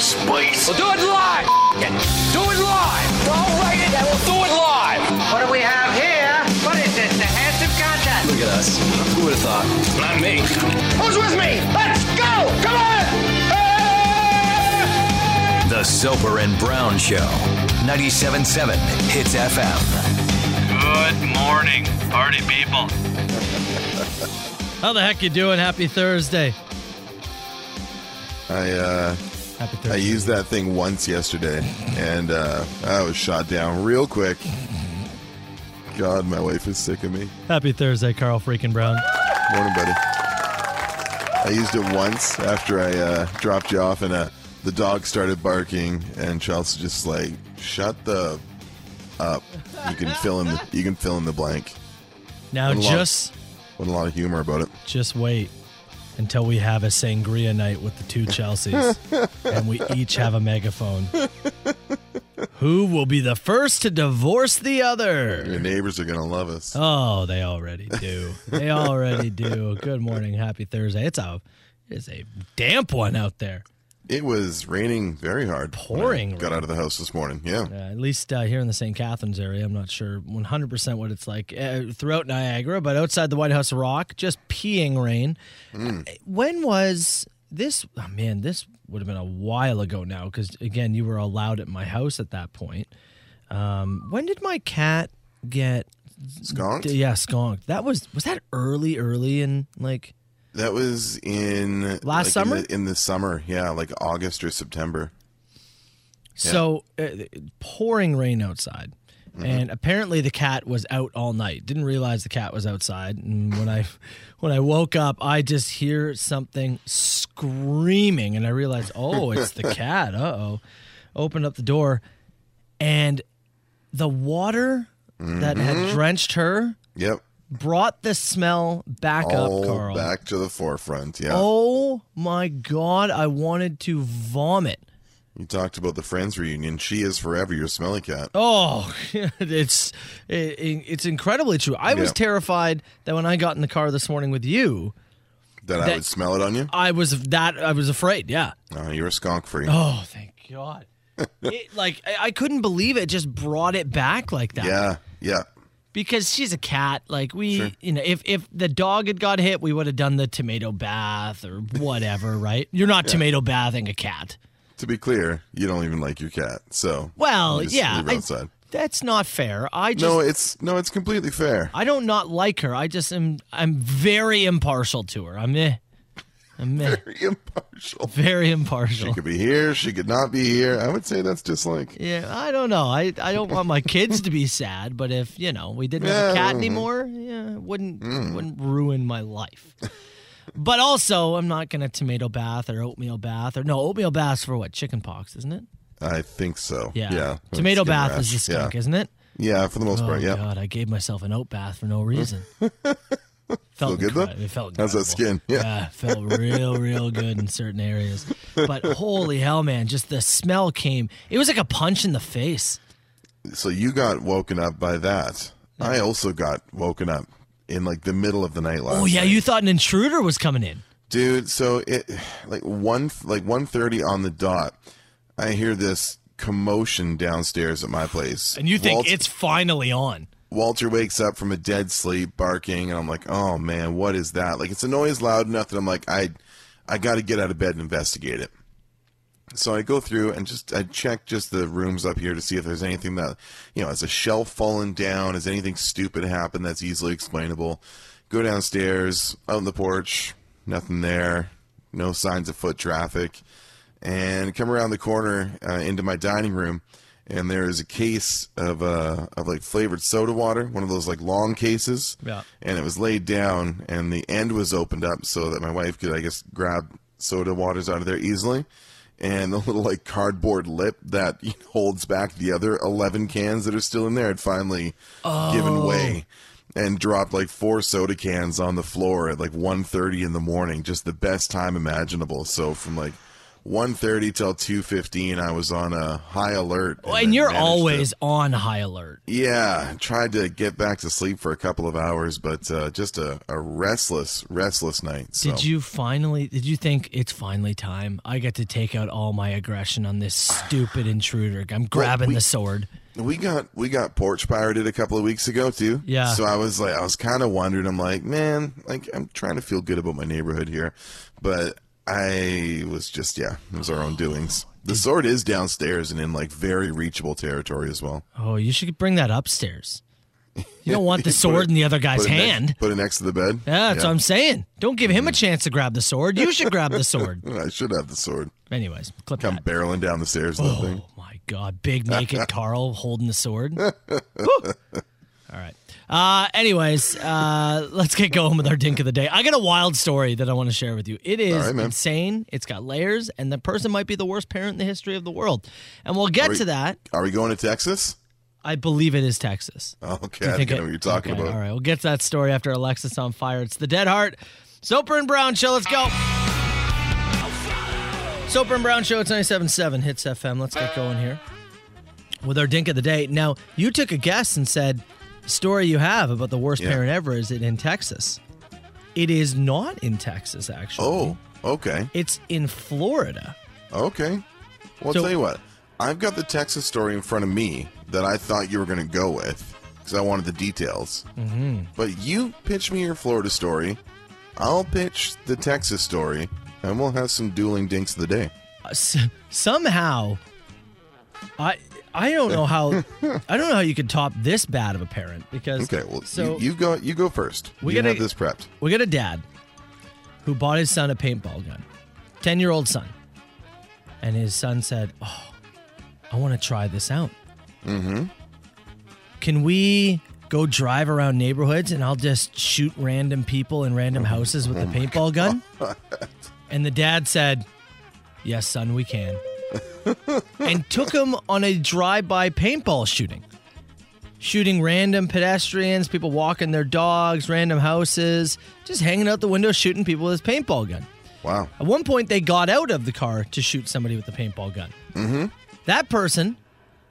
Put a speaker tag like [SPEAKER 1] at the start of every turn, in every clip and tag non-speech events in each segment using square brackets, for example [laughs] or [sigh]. [SPEAKER 1] space.
[SPEAKER 2] We'll do it live. F- it. Do it live. I'll write it and we'll do it live.
[SPEAKER 3] What do we have here? What is this? The handsome contest.
[SPEAKER 4] Look at us. Who would have thought?
[SPEAKER 1] Not me.
[SPEAKER 2] Who's with me? Let's go. Come on. Hey!
[SPEAKER 5] The Sober and Brown Show, 97.7 Hits FM.
[SPEAKER 6] Good morning, party people.
[SPEAKER 7] How the heck you doing? Happy Thursday.
[SPEAKER 8] I uh, I used that thing once yesterday, and uh, I was shot down real quick. God, my wife is sick of me.
[SPEAKER 7] Happy Thursday, Carl freaking Brown.
[SPEAKER 8] Morning, buddy. I used it once after I uh, dropped you off, and uh, the dog started barking, and Chelsea just like, "Shut the up." You can fill in the you can fill in the blank.
[SPEAKER 7] Now
[SPEAKER 8] What a lot-
[SPEAKER 7] just
[SPEAKER 8] What a lot of humor about it.
[SPEAKER 7] just wait until we have a sangria night with the two
[SPEAKER 8] [laughs]
[SPEAKER 7] Chelseas and we each have a megaphone. Who will be the first to divorce the
[SPEAKER 8] Your
[SPEAKER 7] other?
[SPEAKER 8] neighbors are gonna love us.
[SPEAKER 7] Oh, they already do. They already do. Good morning, happy Thursday. It's a it's a damp one out there.
[SPEAKER 8] It was raining very hard. when I
[SPEAKER 7] Pouring
[SPEAKER 8] Got out of the house this morning. Yeah.
[SPEAKER 7] Uh, at least uh, here in the St. Catharines area, I'm not sure 100% what it's like uh, throughout Niagara, but outside the White House Rock, just peeing rain. Uh, When was this? Oh, man, this would have been a while ago now because, again, you were allowed at my house at that point. Um, when did my cat get.
[SPEAKER 8] Skunked.
[SPEAKER 7] Yeah, skunked. That was was that early, early in like
[SPEAKER 8] That was in last
[SPEAKER 7] summer?
[SPEAKER 8] in the, in the summer, yeah, like August or September.
[SPEAKER 7] So uh, pouring rain outside.
[SPEAKER 8] Mm-hmm.
[SPEAKER 7] And apparently the cat was out all night. Didn't realize the cat was outside. And when I [laughs] when I woke up, I just hear something screaming and
[SPEAKER 8] [laughs]
[SPEAKER 7] I realized, "Oh, it's the cat." Uh-oh. Opened up the door and the water that had
[SPEAKER 8] Mm-hmm.
[SPEAKER 7] drenched her
[SPEAKER 8] Yep,
[SPEAKER 7] brought the smell back
[SPEAKER 8] all
[SPEAKER 7] up, Carl.
[SPEAKER 8] back to the forefront. Yeah,
[SPEAKER 7] Oh my god, I wanted to vomit.
[SPEAKER 8] you talked about the Friends reunion. She is forever your smelly cat.
[SPEAKER 7] Oh, [laughs] it's it, it's incredibly true. I was
[SPEAKER 8] Yeah.
[SPEAKER 7] terrified that when I got in the car this morning with you,
[SPEAKER 8] that, I
[SPEAKER 7] that-
[SPEAKER 8] would smell it on you.
[SPEAKER 7] I was that I was afraid. Yeah.
[SPEAKER 8] No, you're a skunk free.
[SPEAKER 7] Oh, thank
[SPEAKER 8] [laughs]
[SPEAKER 7] God. it, like I, I couldn't believe it just brought it back like that.
[SPEAKER 8] yeah, yeah.
[SPEAKER 7] Because she's a cat. Like we, you know, if if the dog had got hit, we would have done the tomato bath or whatever, right?
[SPEAKER 8] [laughs]
[SPEAKER 7] You're not tomato bathing a cat.
[SPEAKER 8] To be clear, you don't even like your cat, so
[SPEAKER 7] Well,
[SPEAKER 8] you just
[SPEAKER 7] yeah,
[SPEAKER 8] leave her
[SPEAKER 7] I-
[SPEAKER 8] outside.
[SPEAKER 7] That's not fair. I just
[SPEAKER 8] No, it's no, it's completely fair. [laughs]
[SPEAKER 7] I don't not like her. I just am. I'm very impartial to her. I'm. Eh, I'm eh,
[SPEAKER 8] Very impartial.
[SPEAKER 7] very
[SPEAKER 8] She
[SPEAKER 7] impartial.
[SPEAKER 8] could be here. She could not be here. I would say that's dislike.
[SPEAKER 7] Yeah, I don't know. I, I don't want my kids to be sad, but if you know we didn't have a
[SPEAKER 8] Yeah, Mm.
[SPEAKER 7] cat
[SPEAKER 8] mhm.
[SPEAKER 7] anymore, yeah, it wouldn't wouldn't ruin my life. but also, I'm not gonna tomato bath or oatmeal bath or no oatmeal baths for what chicken pox, isn't it?
[SPEAKER 8] I think so.
[SPEAKER 7] Yeah,
[SPEAKER 8] yeah.
[SPEAKER 7] Tomato
[SPEAKER 8] Skin
[SPEAKER 7] bath
[SPEAKER 8] rash.
[SPEAKER 7] is the skunk,
[SPEAKER 8] Yeah.
[SPEAKER 7] isn't it?
[SPEAKER 8] yeah, for the most
[SPEAKER 7] Oh
[SPEAKER 8] part. Yeah.
[SPEAKER 7] God, I gave myself an oat bath for no
[SPEAKER 8] [laughs]
[SPEAKER 7] reason.
[SPEAKER 8] Feel
[SPEAKER 7] felt
[SPEAKER 8] good, though?
[SPEAKER 7] incre- It felt
[SPEAKER 8] How's that
[SPEAKER 7] incredible.
[SPEAKER 8] skin? Yeah.
[SPEAKER 7] yeah, it felt real, real good in certain areas.
[SPEAKER 8] [laughs]
[SPEAKER 7] But holy hell, man, just the smell came. It was like a punch in the face.
[SPEAKER 8] so you got woken up by that. I also got woken up in like the middle of the night last.
[SPEAKER 7] Oh yeah,
[SPEAKER 8] night.
[SPEAKER 7] you thought an intruder was coming in.
[SPEAKER 8] dude. So it like one like one thirty on the dot. I hear this commotion downstairs at my place,
[SPEAKER 7] And you think
[SPEAKER 8] Walt-
[SPEAKER 7] it's finally on.
[SPEAKER 8] Walter wakes up from a dead sleep, barking, and I'm like, oh man, what is that? Like it's a noise loud enough that I'm like, I, I got to get out of bed and investigate it. So I go through and just I check just the rooms up here to see if there's anything that you know, has a shelf fallen down? Has anything stupid happened that's easily explainable? Go downstairs, out on the porch, nothing there, no signs of foot traffic, and come around the corner uh, into my dining room, and there is a case of uh of like flavored soda water, one of those like long cases,
[SPEAKER 7] Yeah.
[SPEAKER 8] and it was laid down, and the end was opened up so that my wife could I guess grab soda waters out of there easily and the little like cardboard lip that [laughs] holds back the other 11 cans that are still in there had finally
[SPEAKER 7] Oh.
[SPEAKER 8] given way and dropped like four soda cans on the floor at like 1.30 in the morning just the best time imaginable so from like 1.30 till 2.15 i was on a high alert
[SPEAKER 7] Well,
[SPEAKER 8] then
[SPEAKER 7] Oh, and you're
[SPEAKER 8] managed to-
[SPEAKER 7] always on high alert.
[SPEAKER 8] yeah tried to get back to sleep for a couple of hours but uh, just a, a restless restless night so
[SPEAKER 7] Did you finally? Did you think it's finally time? I get to take out all my aggression on this stupid intruder. I'm grabbing
[SPEAKER 8] we-
[SPEAKER 7] the sword.
[SPEAKER 8] we got we got porch pirated a couple of weeks ago too
[SPEAKER 7] Yeah.
[SPEAKER 8] so i was like i was kind of wondering i'm like man like i'm trying to feel good about my neighborhood here but i was just yeah it was our own doings the sword is downstairs and in like very reachable territory as well
[SPEAKER 7] Oh, you should bring that upstairs. You don't
[SPEAKER 8] [laughs]
[SPEAKER 7] want the sword in the other
[SPEAKER 8] put
[SPEAKER 7] guy's
[SPEAKER 8] it next- Mm-hmm.
[SPEAKER 7] hand.
[SPEAKER 8] put it next to the bed
[SPEAKER 7] yeah, that's what I'm saying. Don't give him a chance to grab the sword. You should grab the
[SPEAKER 8] [laughs]
[SPEAKER 7] sword.
[SPEAKER 8] i should have the sword
[SPEAKER 7] Anyways, clip
[SPEAKER 8] come
[SPEAKER 7] that.
[SPEAKER 8] barreling down the stairs and that thing
[SPEAKER 7] Oh my God,
[SPEAKER 8] [laughs]
[SPEAKER 7] big naked Carl holding the sword. Woo! All right. Uh, anyways, uh, let's get going with our dink of the day. I got a wild story that I want to share with you. It is
[SPEAKER 8] right, man.
[SPEAKER 7] insane. It's got layers, and the person might be the worst parent in the history of the world. And we'll get
[SPEAKER 8] Are we-
[SPEAKER 7] to that.
[SPEAKER 8] are we going to texas [laughs]
[SPEAKER 7] I believe it is Texas.
[SPEAKER 8] okay
[SPEAKER 7] You
[SPEAKER 8] i
[SPEAKER 7] think
[SPEAKER 8] think i
[SPEAKER 7] it-
[SPEAKER 8] know what you're talking
[SPEAKER 7] okay,
[SPEAKER 8] about
[SPEAKER 7] All right, we'll get to that story after Alexis on fire. It's the Dead Heart, Soper and Brown Show. Let's go. Soper and Brown Show. It's 97.7 Hits FM. Let's get going here with our dink of the day. Now, you took a guess and said story you have about the worst
[SPEAKER 8] Yeah.
[SPEAKER 7] parent ever is it in Texas? It is not in Texas, actually.
[SPEAKER 8] oh okay
[SPEAKER 7] it's in Florida.
[SPEAKER 8] Okay. Well,
[SPEAKER 7] So-
[SPEAKER 8] I'll tell you what. I've got the Texas story in front of me that I thought you were going to go with because I wanted the details. Mm-hmm. But you pitch me your Florida story. I'll pitch the Texas story, and we'll have some dueling dinks of the day.
[SPEAKER 7] s- somehow I I don't know how I don't know how you could top this bad of a parent because
[SPEAKER 8] Okay. Well,
[SPEAKER 7] so
[SPEAKER 8] you, you go. You go first.
[SPEAKER 7] We
[SPEAKER 8] you
[SPEAKER 7] gotta-
[SPEAKER 8] have this prepped.
[SPEAKER 7] we got a dad who bought his son a paintball gun. 10-year-old son. And his son said, "Oh, I want to try this out." Mhm. Can we go drive around neighborhoods and I'll just shoot random people in random houses with the paintball gun? And the dad said, "Yes, son, we can." and took him on a drive-by paintball shooting. Shooting random pedestrians, people walking their dogs, random houses, just hanging out the window shooting people with his paintball gun.
[SPEAKER 8] Wow.
[SPEAKER 7] At one point, they got out of the car to shoot somebody with a paintball gun. Mm-hmm. That person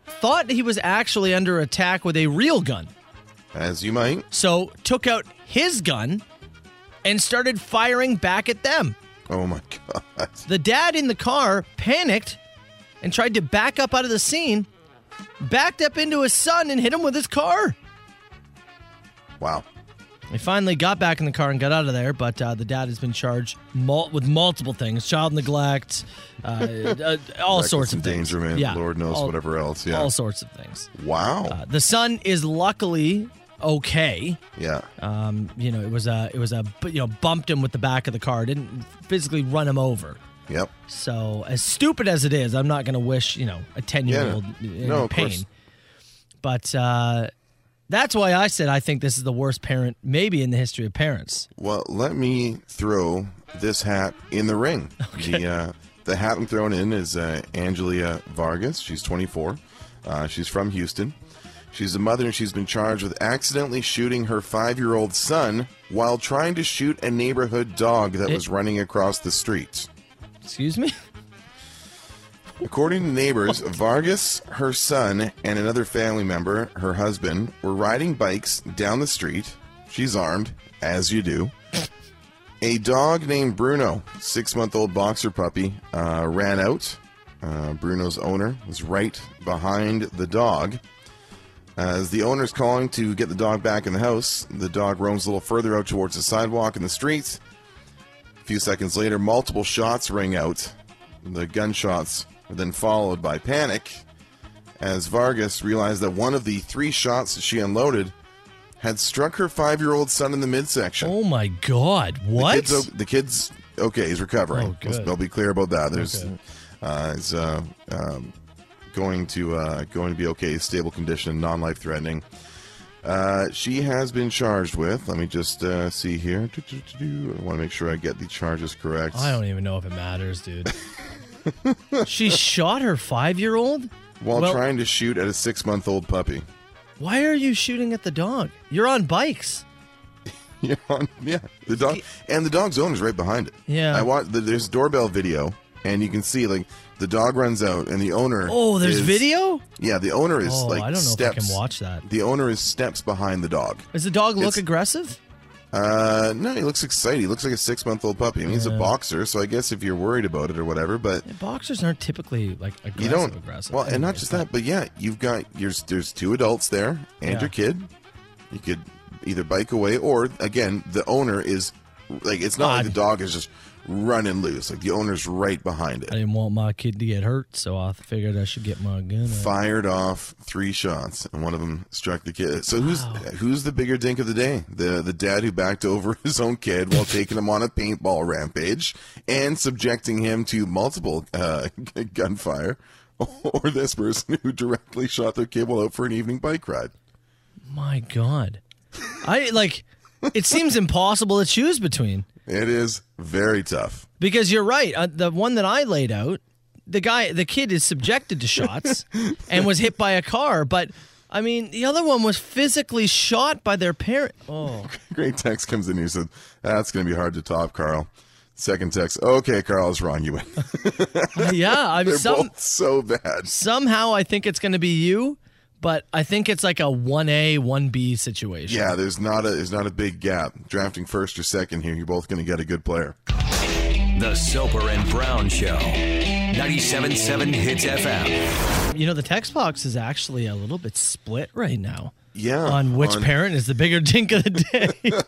[SPEAKER 7] thought he was actually under attack with a real gun,
[SPEAKER 8] As you might.
[SPEAKER 7] so took out his gun and started firing back at them.
[SPEAKER 8] Oh my [laughs] God.
[SPEAKER 7] The dad in the car panicked and tried to back up out of the scene, backed up into his son and hit him with his car.
[SPEAKER 8] Wow.
[SPEAKER 7] He finally got back in the car and got out of there, but uh, the dad has been charged mul- with multiple things child neglect, uh, [laughs] uh, all
[SPEAKER 8] Reckless
[SPEAKER 7] sorts of things.
[SPEAKER 8] endangerment.
[SPEAKER 7] Yeah,
[SPEAKER 8] Lord knows
[SPEAKER 7] all-
[SPEAKER 8] whatever else. Yeah.
[SPEAKER 7] All sorts of things.
[SPEAKER 8] wow.
[SPEAKER 7] Uh, the son is luckily okay.
[SPEAKER 8] yeah.
[SPEAKER 7] Um, you know, it was a, it was a, but, you know, bumped him with the back of the car, didn't physically run him over.
[SPEAKER 8] Yep.
[SPEAKER 7] So, as stupid as it is, I'm not going to wish, you know, a 10 year old
[SPEAKER 8] Yeah.
[SPEAKER 7] in
[SPEAKER 8] No, of
[SPEAKER 7] pain.
[SPEAKER 8] course.
[SPEAKER 7] But uh, that's why I said I think this is the worst parent, maybe in the history of parents.
[SPEAKER 8] Well, let me throw this hat in the ring. The uh, the hat I'm throwing in is uh, Angelia Vargas. She's 24. Uh, she's from Houston. She's a mother and she's been charged with accidentally shooting her five year old son while trying to shoot a neighborhood dog that
[SPEAKER 7] It-
[SPEAKER 8] was running across the street.
[SPEAKER 7] Excuse me? [laughs]
[SPEAKER 8] According to neighbors, Vargas, her son, and another family member, her husband, were riding bikes down the street. She's armed, as you do. A dog named Bruno, six month old boxer puppy, uh, ran out. Uh, Bruno's owner was right behind the dog. Uh, As the owner's calling to get the dog back in the house, the dog roams a little further out towards the sidewalk and the street. A few seconds later, multiple shots ring out. The gunshots were then followed by panic as Vargas realized that one of the three shots that she unloaded had struck her five year old son in the midsection.
[SPEAKER 7] Oh my God.
[SPEAKER 8] The
[SPEAKER 7] What?
[SPEAKER 8] kid's, o- the kid's okay. He's recovering.
[SPEAKER 7] Oh, good.
[SPEAKER 8] Let's- I'll be clear about that. There's,
[SPEAKER 7] Okay.
[SPEAKER 8] uh, he's uh, um, going to uh, going to be okay. Stable condition, non-life threatening. Uh, she has been charged with. Let me just uh, see here. Do-do-do-do. I want to make sure I get the charges correct.
[SPEAKER 7] I don't even know if it matters, dude. she shot her five year old?
[SPEAKER 8] While
[SPEAKER 7] well-
[SPEAKER 8] trying to shoot at a six-month-old puppy. [laughs]
[SPEAKER 7] Why are you shooting at the dog? You're on bikes.
[SPEAKER 8] yeah, the dog and the dog's owner's right behind it.
[SPEAKER 7] Yeah.
[SPEAKER 8] I want. The, there's doorbell video and you can see like the dog runs out, and the owner.
[SPEAKER 7] Oh, there's
[SPEAKER 8] is-
[SPEAKER 7] video.
[SPEAKER 8] Yeah, the owner is
[SPEAKER 7] Oh,
[SPEAKER 8] like
[SPEAKER 7] I don't know
[SPEAKER 8] steps.
[SPEAKER 7] if I can watch that.
[SPEAKER 8] The owner is steps behind the dog.
[SPEAKER 7] Does the dog look
[SPEAKER 8] It's-
[SPEAKER 7] aggressive?
[SPEAKER 8] Uh, no, he looks excited. He looks like a six-month-old puppy. I mean, he's a boxer, so I guess if you're worried about it or whatever, but
[SPEAKER 7] Boxers aren't typically like aggressive.
[SPEAKER 8] you don't.
[SPEAKER 7] aggressive.
[SPEAKER 8] Well, and not
[SPEAKER 7] Anyways,
[SPEAKER 8] just that, but yeah, you've got there's there's two adults there and
[SPEAKER 7] Yeah.
[SPEAKER 8] your kid. You could either bike away or again, the owner is like it's not like
[SPEAKER 7] God.
[SPEAKER 8] the dog is just running loose. Like the owner's right behind
[SPEAKER 7] I
[SPEAKER 8] it.
[SPEAKER 7] didn't want my kid to get hurt, so I figured I should get my gun. out.
[SPEAKER 8] Fired off three shots, and one of them struck the kid. So who's who's the bigger dink of the day? The the dad who backed over [laughs] his own kid while taking him on a paintball rampage and subjecting him to multiple uh, [laughs] gunfire, [laughs] or this person who directly shot their kid while out for an evening bike ride.
[SPEAKER 7] My God, I like. It seems impossible to choose between.
[SPEAKER 8] It is very tough.
[SPEAKER 7] Because you're right. Uh, the one that I laid out, the guy, the kid is subjected
[SPEAKER 8] [laughs]
[SPEAKER 7] to shots and was hit by a car. But I mean, the other one was physically shot by their parent. Oh,
[SPEAKER 8] Great text comes in here says, That's going to be hard to top, Carl. Second text, okay, Carl, I was wrong. You win. [laughs]
[SPEAKER 7] yeah. I'm
[SPEAKER 8] They're
[SPEAKER 7] some,
[SPEAKER 8] both so bad.
[SPEAKER 7] somehow I think it's going to be you, but I think it's like a one A, one B situation.
[SPEAKER 8] Yeah, there's not a there's not a big gap. Drafting first or second here, you're both going to get a good player.
[SPEAKER 5] The Soper and Brown Show. 97.7 Hits FM.
[SPEAKER 7] You know, the text box is actually a little bit split right now.
[SPEAKER 8] Yeah,
[SPEAKER 7] On which
[SPEAKER 8] on-
[SPEAKER 7] parent is the bigger [laughs] dink of the day?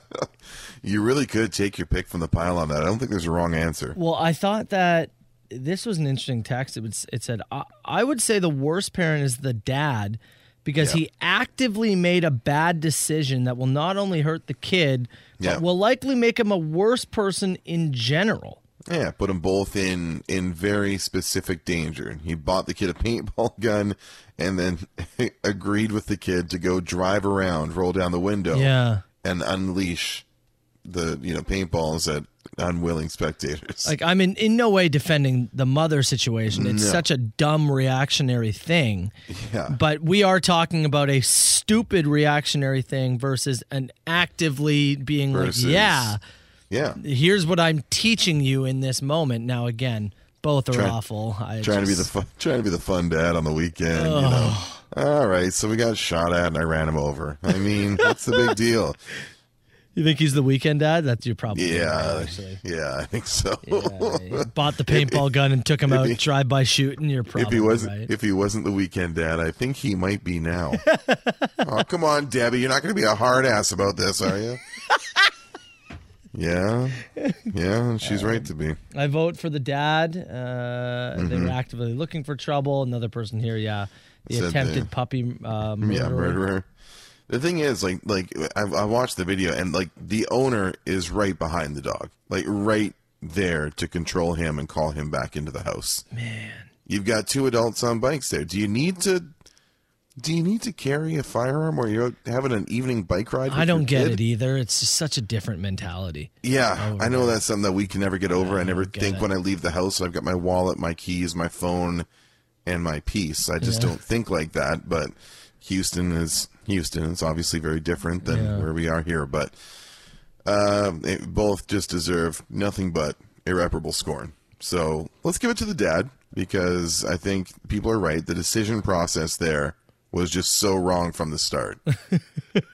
[SPEAKER 8] You really could take your pick from the pile on that. I don't think there's a wrong answer.
[SPEAKER 7] Well, I thought that this was an interesting text. It, would, it said, I, I would say the worst parent is the dad because he actively made a bad decision that will not only hurt the kid, but
[SPEAKER 8] Yeah.
[SPEAKER 7] will likely make him a worse person in general.
[SPEAKER 8] Yeah, put them both in in very specific danger. He bought the kid a [laughs] paintball gun, and then [laughs] agreed with the kid to go drive around, roll down the window,
[SPEAKER 7] Yeah.
[SPEAKER 8] and unleash the you know paintballs at unwilling spectators.
[SPEAKER 7] Like, I'm in, in no way defending the mother situation. It's such a dumb reactionary thing.
[SPEAKER 8] yeah,
[SPEAKER 7] But we are talking about a stupid reactionary thing versus an actively being
[SPEAKER 8] Versus-
[SPEAKER 7] like, yeah.
[SPEAKER 8] yeah.
[SPEAKER 7] here's what I'm teaching you in this moment. Now, again, both are
[SPEAKER 8] Try-
[SPEAKER 7] awful. I
[SPEAKER 8] Trying to be
[SPEAKER 7] just-
[SPEAKER 8] the fun, trying to be the fun dad on the weekend. You know. All right, so we got shot at and I ran him over. I [laughs] mean, what's the big deal?
[SPEAKER 7] You think he's the weekend dad? That's your problem.
[SPEAKER 8] Yeah, [laughs]
[SPEAKER 7] actually.
[SPEAKER 8] yeah, I think so. [laughs]
[SPEAKER 7] He bought the paintball gun and took him out
[SPEAKER 8] he-
[SPEAKER 7] drive by shooting. You're probably
[SPEAKER 8] If he wasn't,
[SPEAKER 7] right.
[SPEAKER 8] if he wasn't the weekend dad, I think he might be now. [laughs] oh, come on, Debbie, you're not going to be a hard ass about this, are [laughs] you? yeah, yeah, she's right to be.
[SPEAKER 7] I vote for the dad. Uh, They were actively looking for trouble. Another person here, yeah, the
[SPEAKER 8] Mm-hmm. Said the-
[SPEAKER 7] attempted puppy uh, murder.
[SPEAKER 8] Yeah, murderer. The thing is, like, like I, I watched the video, and like the owner is right behind the dog, like right there to control him and call him back into the house. Man, you've got two adults on bikes there. Do you need to? Do you need to carry a firearm or you're out having an evening bike ride?
[SPEAKER 7] I don't get it either. It's just such a different mentality. Oh,
[SPEAKER 8] Yeah, I know that's something that we can never get over. I, never
[SPEAKER 7] get
[SPEAKER 8] think
[SPEAKER 7] it.
[SPEAKER 8] when I leave the house, I've got my wallet, my keys, my phone, and my piece. I just
[SPEAKER 7] Yeah.
[SPEAKER 8] don't think like that. But Houston is Houston. It's obviously very different than
[SPEAKER 7] Yeah.
[SPEAKER 8] where we are here. But uh, they both just deserve nothing but irreparable scorn. So let's give it to the dad because I think people are right. The decision process there was just so wrong from the
[SPEAKER 7] [laughs]
[SPEAKER 8] start.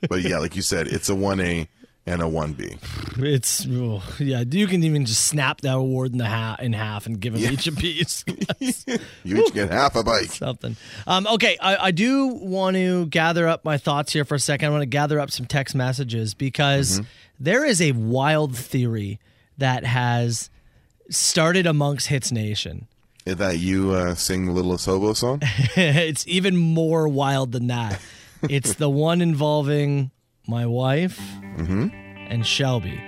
[SPEAKER 8] but yeah, like you said, it's a 1A and a 1B.
[SPEAKER 7] It's oh, yeah. You can even just snap that award in the ha- in half and give him each
[SPEAKER 8] [laughs]
[SPEAKER 7] a piece.
[SPEAKER 8] You each get half a bike.
[SPEAKER 7] something. Um, okay, I, I do want to gather up my thoughts here for a second. I want to gather up some text messages because
[SPEAKER 8] Mm-hmm.
[SPEAKER 7] there is a wild theory that has started amongst Hits Nation. [laughs]
[SPEAKER 8] That you uh, sing the Littlest Hobo song?
[SPEAKER 7] it's even more wild than that.
[SPEAKER 8] [laughs]
[SPEAKER 7] it's the one involving my wife
[SPEAKER 8] Mm-hmm.
[SPEAKER 7] and Shelby.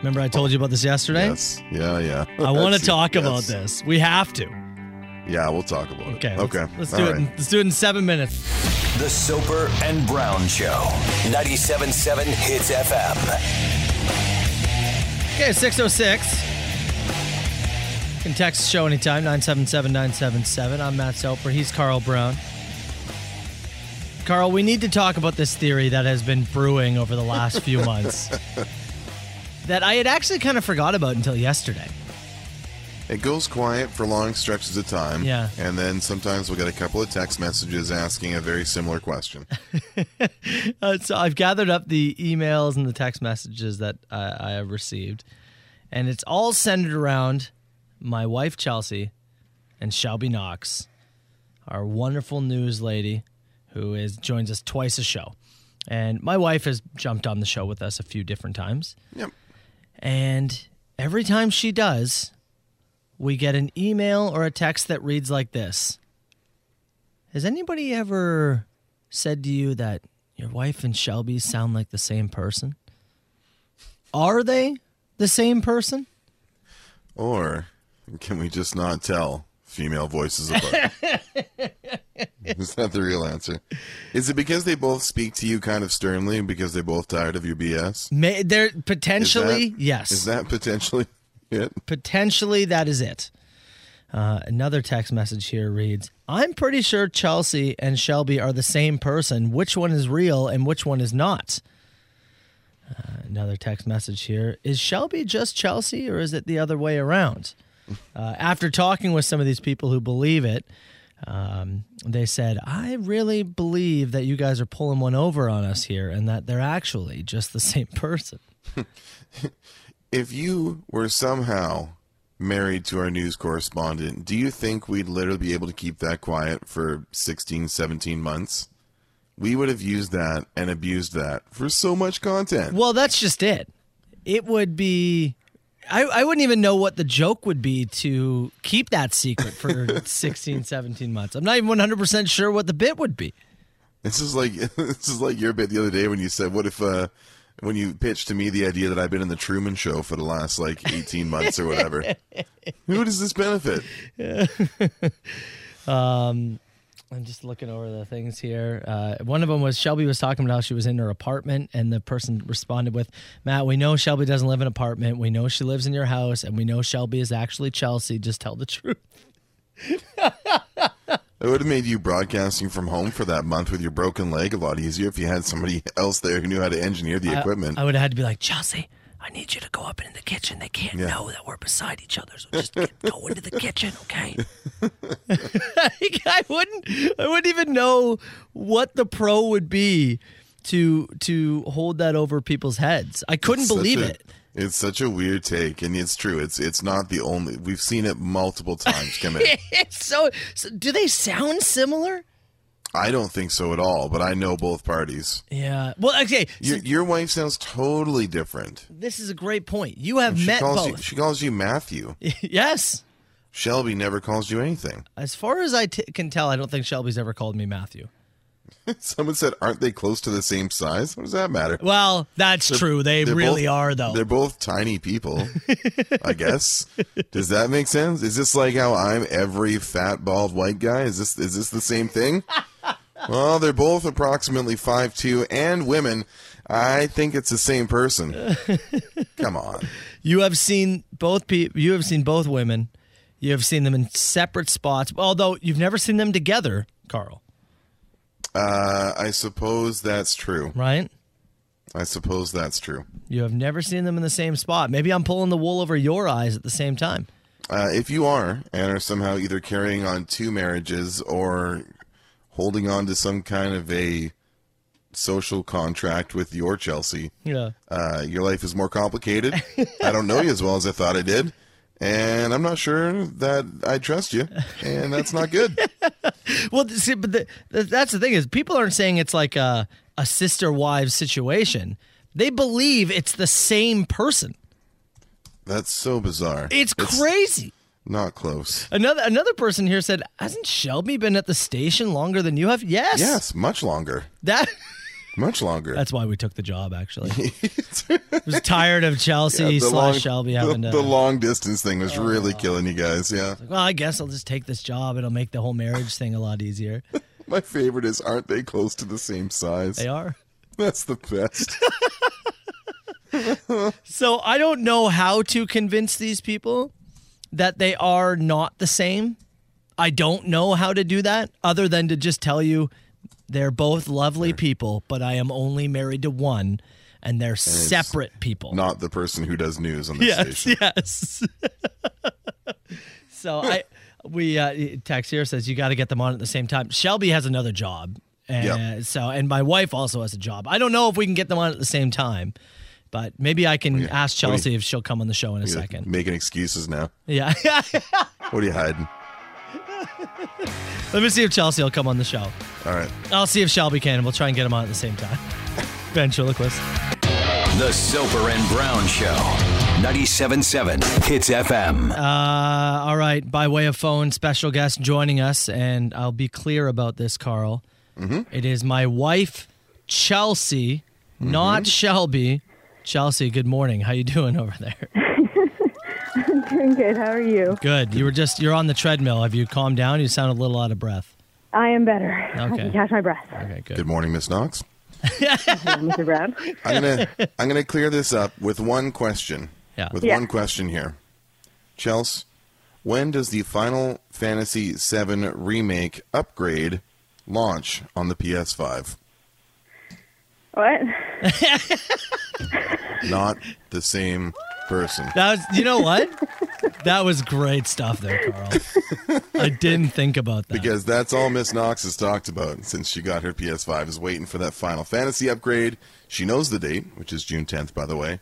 [SPEAKER 7] Remember, I told you about this yesterday?
[SPEAKER 8] Yes. Yeah, yeah. [laughs]
[SPEAKER 7] I want
[SPEAKER 8] That's
[SPEAKER 7] to
[SPEAKER 8] it.
[SPEAKER 7] talk about
[SPEAKER 8] Yes.
[SPEAKER 7] this. We have to.
[SPEAKER 8] Yeah, we'll talk about
[SPEAKER 7] Okay.
[SPEAKER 8] it.
[SPEAKER 7] let's-
[SPEAKER 8] Okay.
[SPEAKER 7] Let's,
[SPEAKER 8] All
[SPEAKER 7] do it. In,
[SPEAKER 8] right.
[SPEAKER 7] let's do it in seven minutes.
[SPEAKER 5] The Soper and Brown Show. 97.7 Hits FM.
[SPEAKER 7] Okay, 606. You can text the show anytime, 977 977. I'm Matt Soper. He's Carl Brown. Carl, we need to talk about this theory that has been brewing over the last few months that I had actually kind of forgot about until yesterday.
[SPEAKER 8] It goes quiet for long stretches of time.
[SPEAKER 7] Yeah.
[SPEAKER 8] And then sometimes we'll get a couple of text messages asking a very similar
[SPEAKER 7] [laughs]
[SPEAKER 8] question.
[SPEAKER 7] Uh, so I've gathered up the emails and the text messages that uh, I have received, and it's all centered around my wife Chelsea and Shelby Knox, our wonderful news lady, who is joins us twice a show. And my wife has jumped on the show with us a few different times,
[SPEAKER 8] yep.
[SPEAKER 7] and every time she does, we get an email or a text that reads like this Has anybody ever said to you that your wife and Shelby sound like the same person? Are they the same person?
[SPEAKER 8] Or can we just not tell female voices apart?
[SPEAKER 7] [laughs]
[SPEAKER 8] Is that the real answer? Is it because they both speak to you kind of sternly and because they're both tired of your BS?
[SPEAKER 7] May, they're
[SPEAKER 8] Is that-
[SPEAKER 7] potentially, yes.
[SPEAKER 8] Is that potentially [laughs] it?
[SPEAKER 7] potentially that is it. Uh, another text message here reads I'm pretty sure Chelsea and Shelby are the same person. Which one is real and which one is not? Uh, another text message here Is Shelby just Chelsea or is it the other way around? Uh, after talking with some of these people who believe it, um, they said, I really believe that you guys are pulling one over on us here and that they're actually just the [laughs] same person.
[SPEAKER 8] If you were somehow married to our news correspondent, do you think we'd literally be able to keep that quiet for 16, 17 months? We would have used that and abused that for so much content.
[SPEAKER 7] Well, that's just it. It would be. I, I wouldn't even know what the joke would be to keep that secret [laughs] for 16, 17 months. I'm not even 100% sure what the bit would be.
[SPEAKER 8] This is like [laughs] this is like your bit the other day when you said, "What if uh, when you pitched to me the idea that I've been in the Truman Show for the last like eighteen months or whatever? Who does this benefit?"
[SPEAKER 7] I'm just looking over the things here. Uh, one of them was Shelby was talking about how she was in her apartment, and the person responded with, Matt, we know Shelby doesn't live in an apartment. We know she lives in your house, and we know Shelby is actually Chelsea. Just tell the truth.
[SPEAKER 8] It would have made you broadcasting from home for that month with your broken leg a lot easier if you had somebody [laughs] else there who knew how to engineer the equipment.
[SPEAKER 7] I would have had to be like, Chelsea, I need you to go up into the kitchen. They can't
[SPEAKER 8] Yeah.
[SPEAKER 7] know that we're beside each other, so just get, go into the kitchen, okay?
[SPEAKER 8] [laughs]
[SPEAKER 7] Like, I wouldn't. I wouldn't even know what the pro would be to to hold that over people's heads. I couldn't
[SPEAKER 8] Such
[SPEAKER 7] believe
[SPEAKER 8] a-
[SPEAKER 7] it. [laughs]
[SPEAKER 8] It's such a weird take, and it's true. It's it's not the only. We've seen it multiple times come in.
[SPEAKER 7] [laughs] It's so, so. Do they sound similar?
[SPEAKER 8] I don't think so at all, but I know both parties.
[SPEAKER 7] Yeah. Well, okay. so
[SPEAKER 8] Your, your wife sounds totally different.
[SPEAKER 7] this is a great point. You have
[SPEAKER 8] She
[SPEAKER 7] met
[SPEAKER 8] calls you.
[SPEAKER 7] both. [laughs]
[SPEAKER 8] She calls you Matthew.
[SPEAKER 7] yes.
[SPEAKER 8] Shelby never calls you anything. [laughs]
[SPEAKER 7] As far as I t- can tell, I don't think Shelby's ever called me Matthew.
[SPEAKER 8] Someone said, "Aren't they close to the same size?" What does that matter?
[SPEAKER 7] Well, that's true. They
[SPEAKER 8] They're
[SPEAKER 7] really
[SPEAKER 8] both-
[SPEAKER 7] are, though.
[SPEAKER 8] They're both tiny people, I guess. Does that make sense? Is this like how I'm every fat bald white guy? Is this is this the same thing? well, they're both approximately five two and women. I think it's the same person. Come on.
[SPEAKER 7] You have seen both pe- you have seen both women. You have seen them in separate spots, although you've never seen them together, Carl,
[SPEAKER 8] Uh, I suppose that's true.
[SPEAKER 7] right?
[SPEAKER 8] I suppose that's true.
[SPEAKER 7] You have never seen them in the same spot. Maybe I'm pulling the wool over your eyes at the same time.
[SPEAKER 8] Uh, if you are and are somehow either carrying on two marriages or holding on to some kind of a social contract with your Chelsea,
[SPEAKER 7] Yeah.
[SPEAKER 8] uh, your life is more complicated. I don't know you as well as I thought I did. And I'm not sure that I trust you. And that's not good.
[SPEAKER 7] Well, th- see, but the, th that's the thing is people aren't saying it's like a a sister wives situation. They believe it's the same person.
[SPEAKER 8] That's so bizarre.
[SPEAKER 7] It's crazy.
[SPEAKER 8] Not
[SPEAKER 7] [laughs]
[SPEAKER 8] close.
[SPEAKER 7] Another another person here said, "Hasn't Shelby been at the station longer than you have?" Yes.
[SPEAKER 8] Yes, much longer.
[SPEAKER 7] That
[SPEAKER 8] Much longer.
[SPEAKER 7] That's why we took the
[SPEAKER 8] [laughs]
[SPEAKER 7] job. Actually, I was tired of Chelsea
[SPEAKER 8] Yeah, Uh, the
[SPEAKER 7] slash
[SPEAKER 8] long-
[SPEAKER 7] Shelby
[SPEAKER 8] the-
[SPEAKER 7] having Oh. to.
[SPEAKER 8] the long distance thing was really killing you guys. Yeah.
[SPEAKER 7] well, I guess I'll just take this job. It'll make the whole marriage thing a lot
[SPEAKER 8] [laughs]
[SPEAKER 7] easier.
[SPEAKER 8] My favorite is aren't they close to the same size?
[SPEAKER 7] They are.
[SPEAKER 8] That's the best.
[SPEAKER 7] [laughs] So I don't know how to convince these people that they are not the same. I don't know how to do that other than to just tell you they're both lovely people, but I am only married to one, and they're separate people.
[SPEAKER 8] Not the person who does news on this
[SPEAKER 7] yes,
[SPEAKER 8] station.
[SPEAKER 7] yes. [laughs] So I, we uh, Tex here says you got to get them on at the same time. Shelby has another job, and
[SPEAKER 8] Yep.
[SPEAKER 7] so and my wife also has a job. I don't know if we can get them on at the same time, but maybe I can ask
[SPEAKER 8] What do you-
[SPEAKER 7] Chelsea if she'll come on the show in a
[SPEAKER 8] You're
[SPEAKER 7] second.
[SPEAKER 8] Making excuses now.
[SPEAKER 7] Yeah, [laughs]
[SPEAKER 8] What are you hiding?
[SPEAKER 7] let me see if Chelsea will come on the show.
[SPEAKER 8] All right.
[SPEAKER 7] I'll see if Shelby can, and we'll try and get them on at the same time. [laughs] Ventriloquist.
[SPEAKER 5] The Soper and Brown Show. 97.7 Hits FM.
[SPEAKER 7] Uh, all right. By way of phone, special guest joining us, and I'll be clear about this, Carl. It is my wife, Chelsea, not Shelby. Chelsea, good morning. How you doing over there?
[SPEAKER 1] Doing good. How are you?
[SPEAKER 7] Good. You were just you're on the treadmill. Have you calmed down? You sound a little out of breath.
[SPEAKER 1] I am better. I
[SPEAKER 7] Okay.
[SPEAKER 1] can catch my
[SPEAKER 7] [laughs]
[SPEAKER 1] breath.
[SPEAKER 7] Okay, good.
[SPEAKER 8] Good morning, Miss Knox.
[SPEAKER 1] Mr. Brown.
[SPEAKER 8] I'm gonna I'm gonna clear this up with one question.
[SPEAKER 7] Yeah.
[SPEAKER 8] With
[SPEAKER 1] Yeah.
[SPEAKER 8] one question here, Chels, when does the Final Fantasy VII remake upgrade launch on the PS5?
[SPEAKER 1] What?
[SPEAKER 8] Not the same person.
[SPEAKER 7] That was, you know what? that was great stuff there, Carl. I didn't think about that.
[SPEAKER 8] Because that's all Miss Knox has talked about since she got her PS5 is waiting for that Final Fantasy upgrade. She knows the date, which is June 10th, by the way.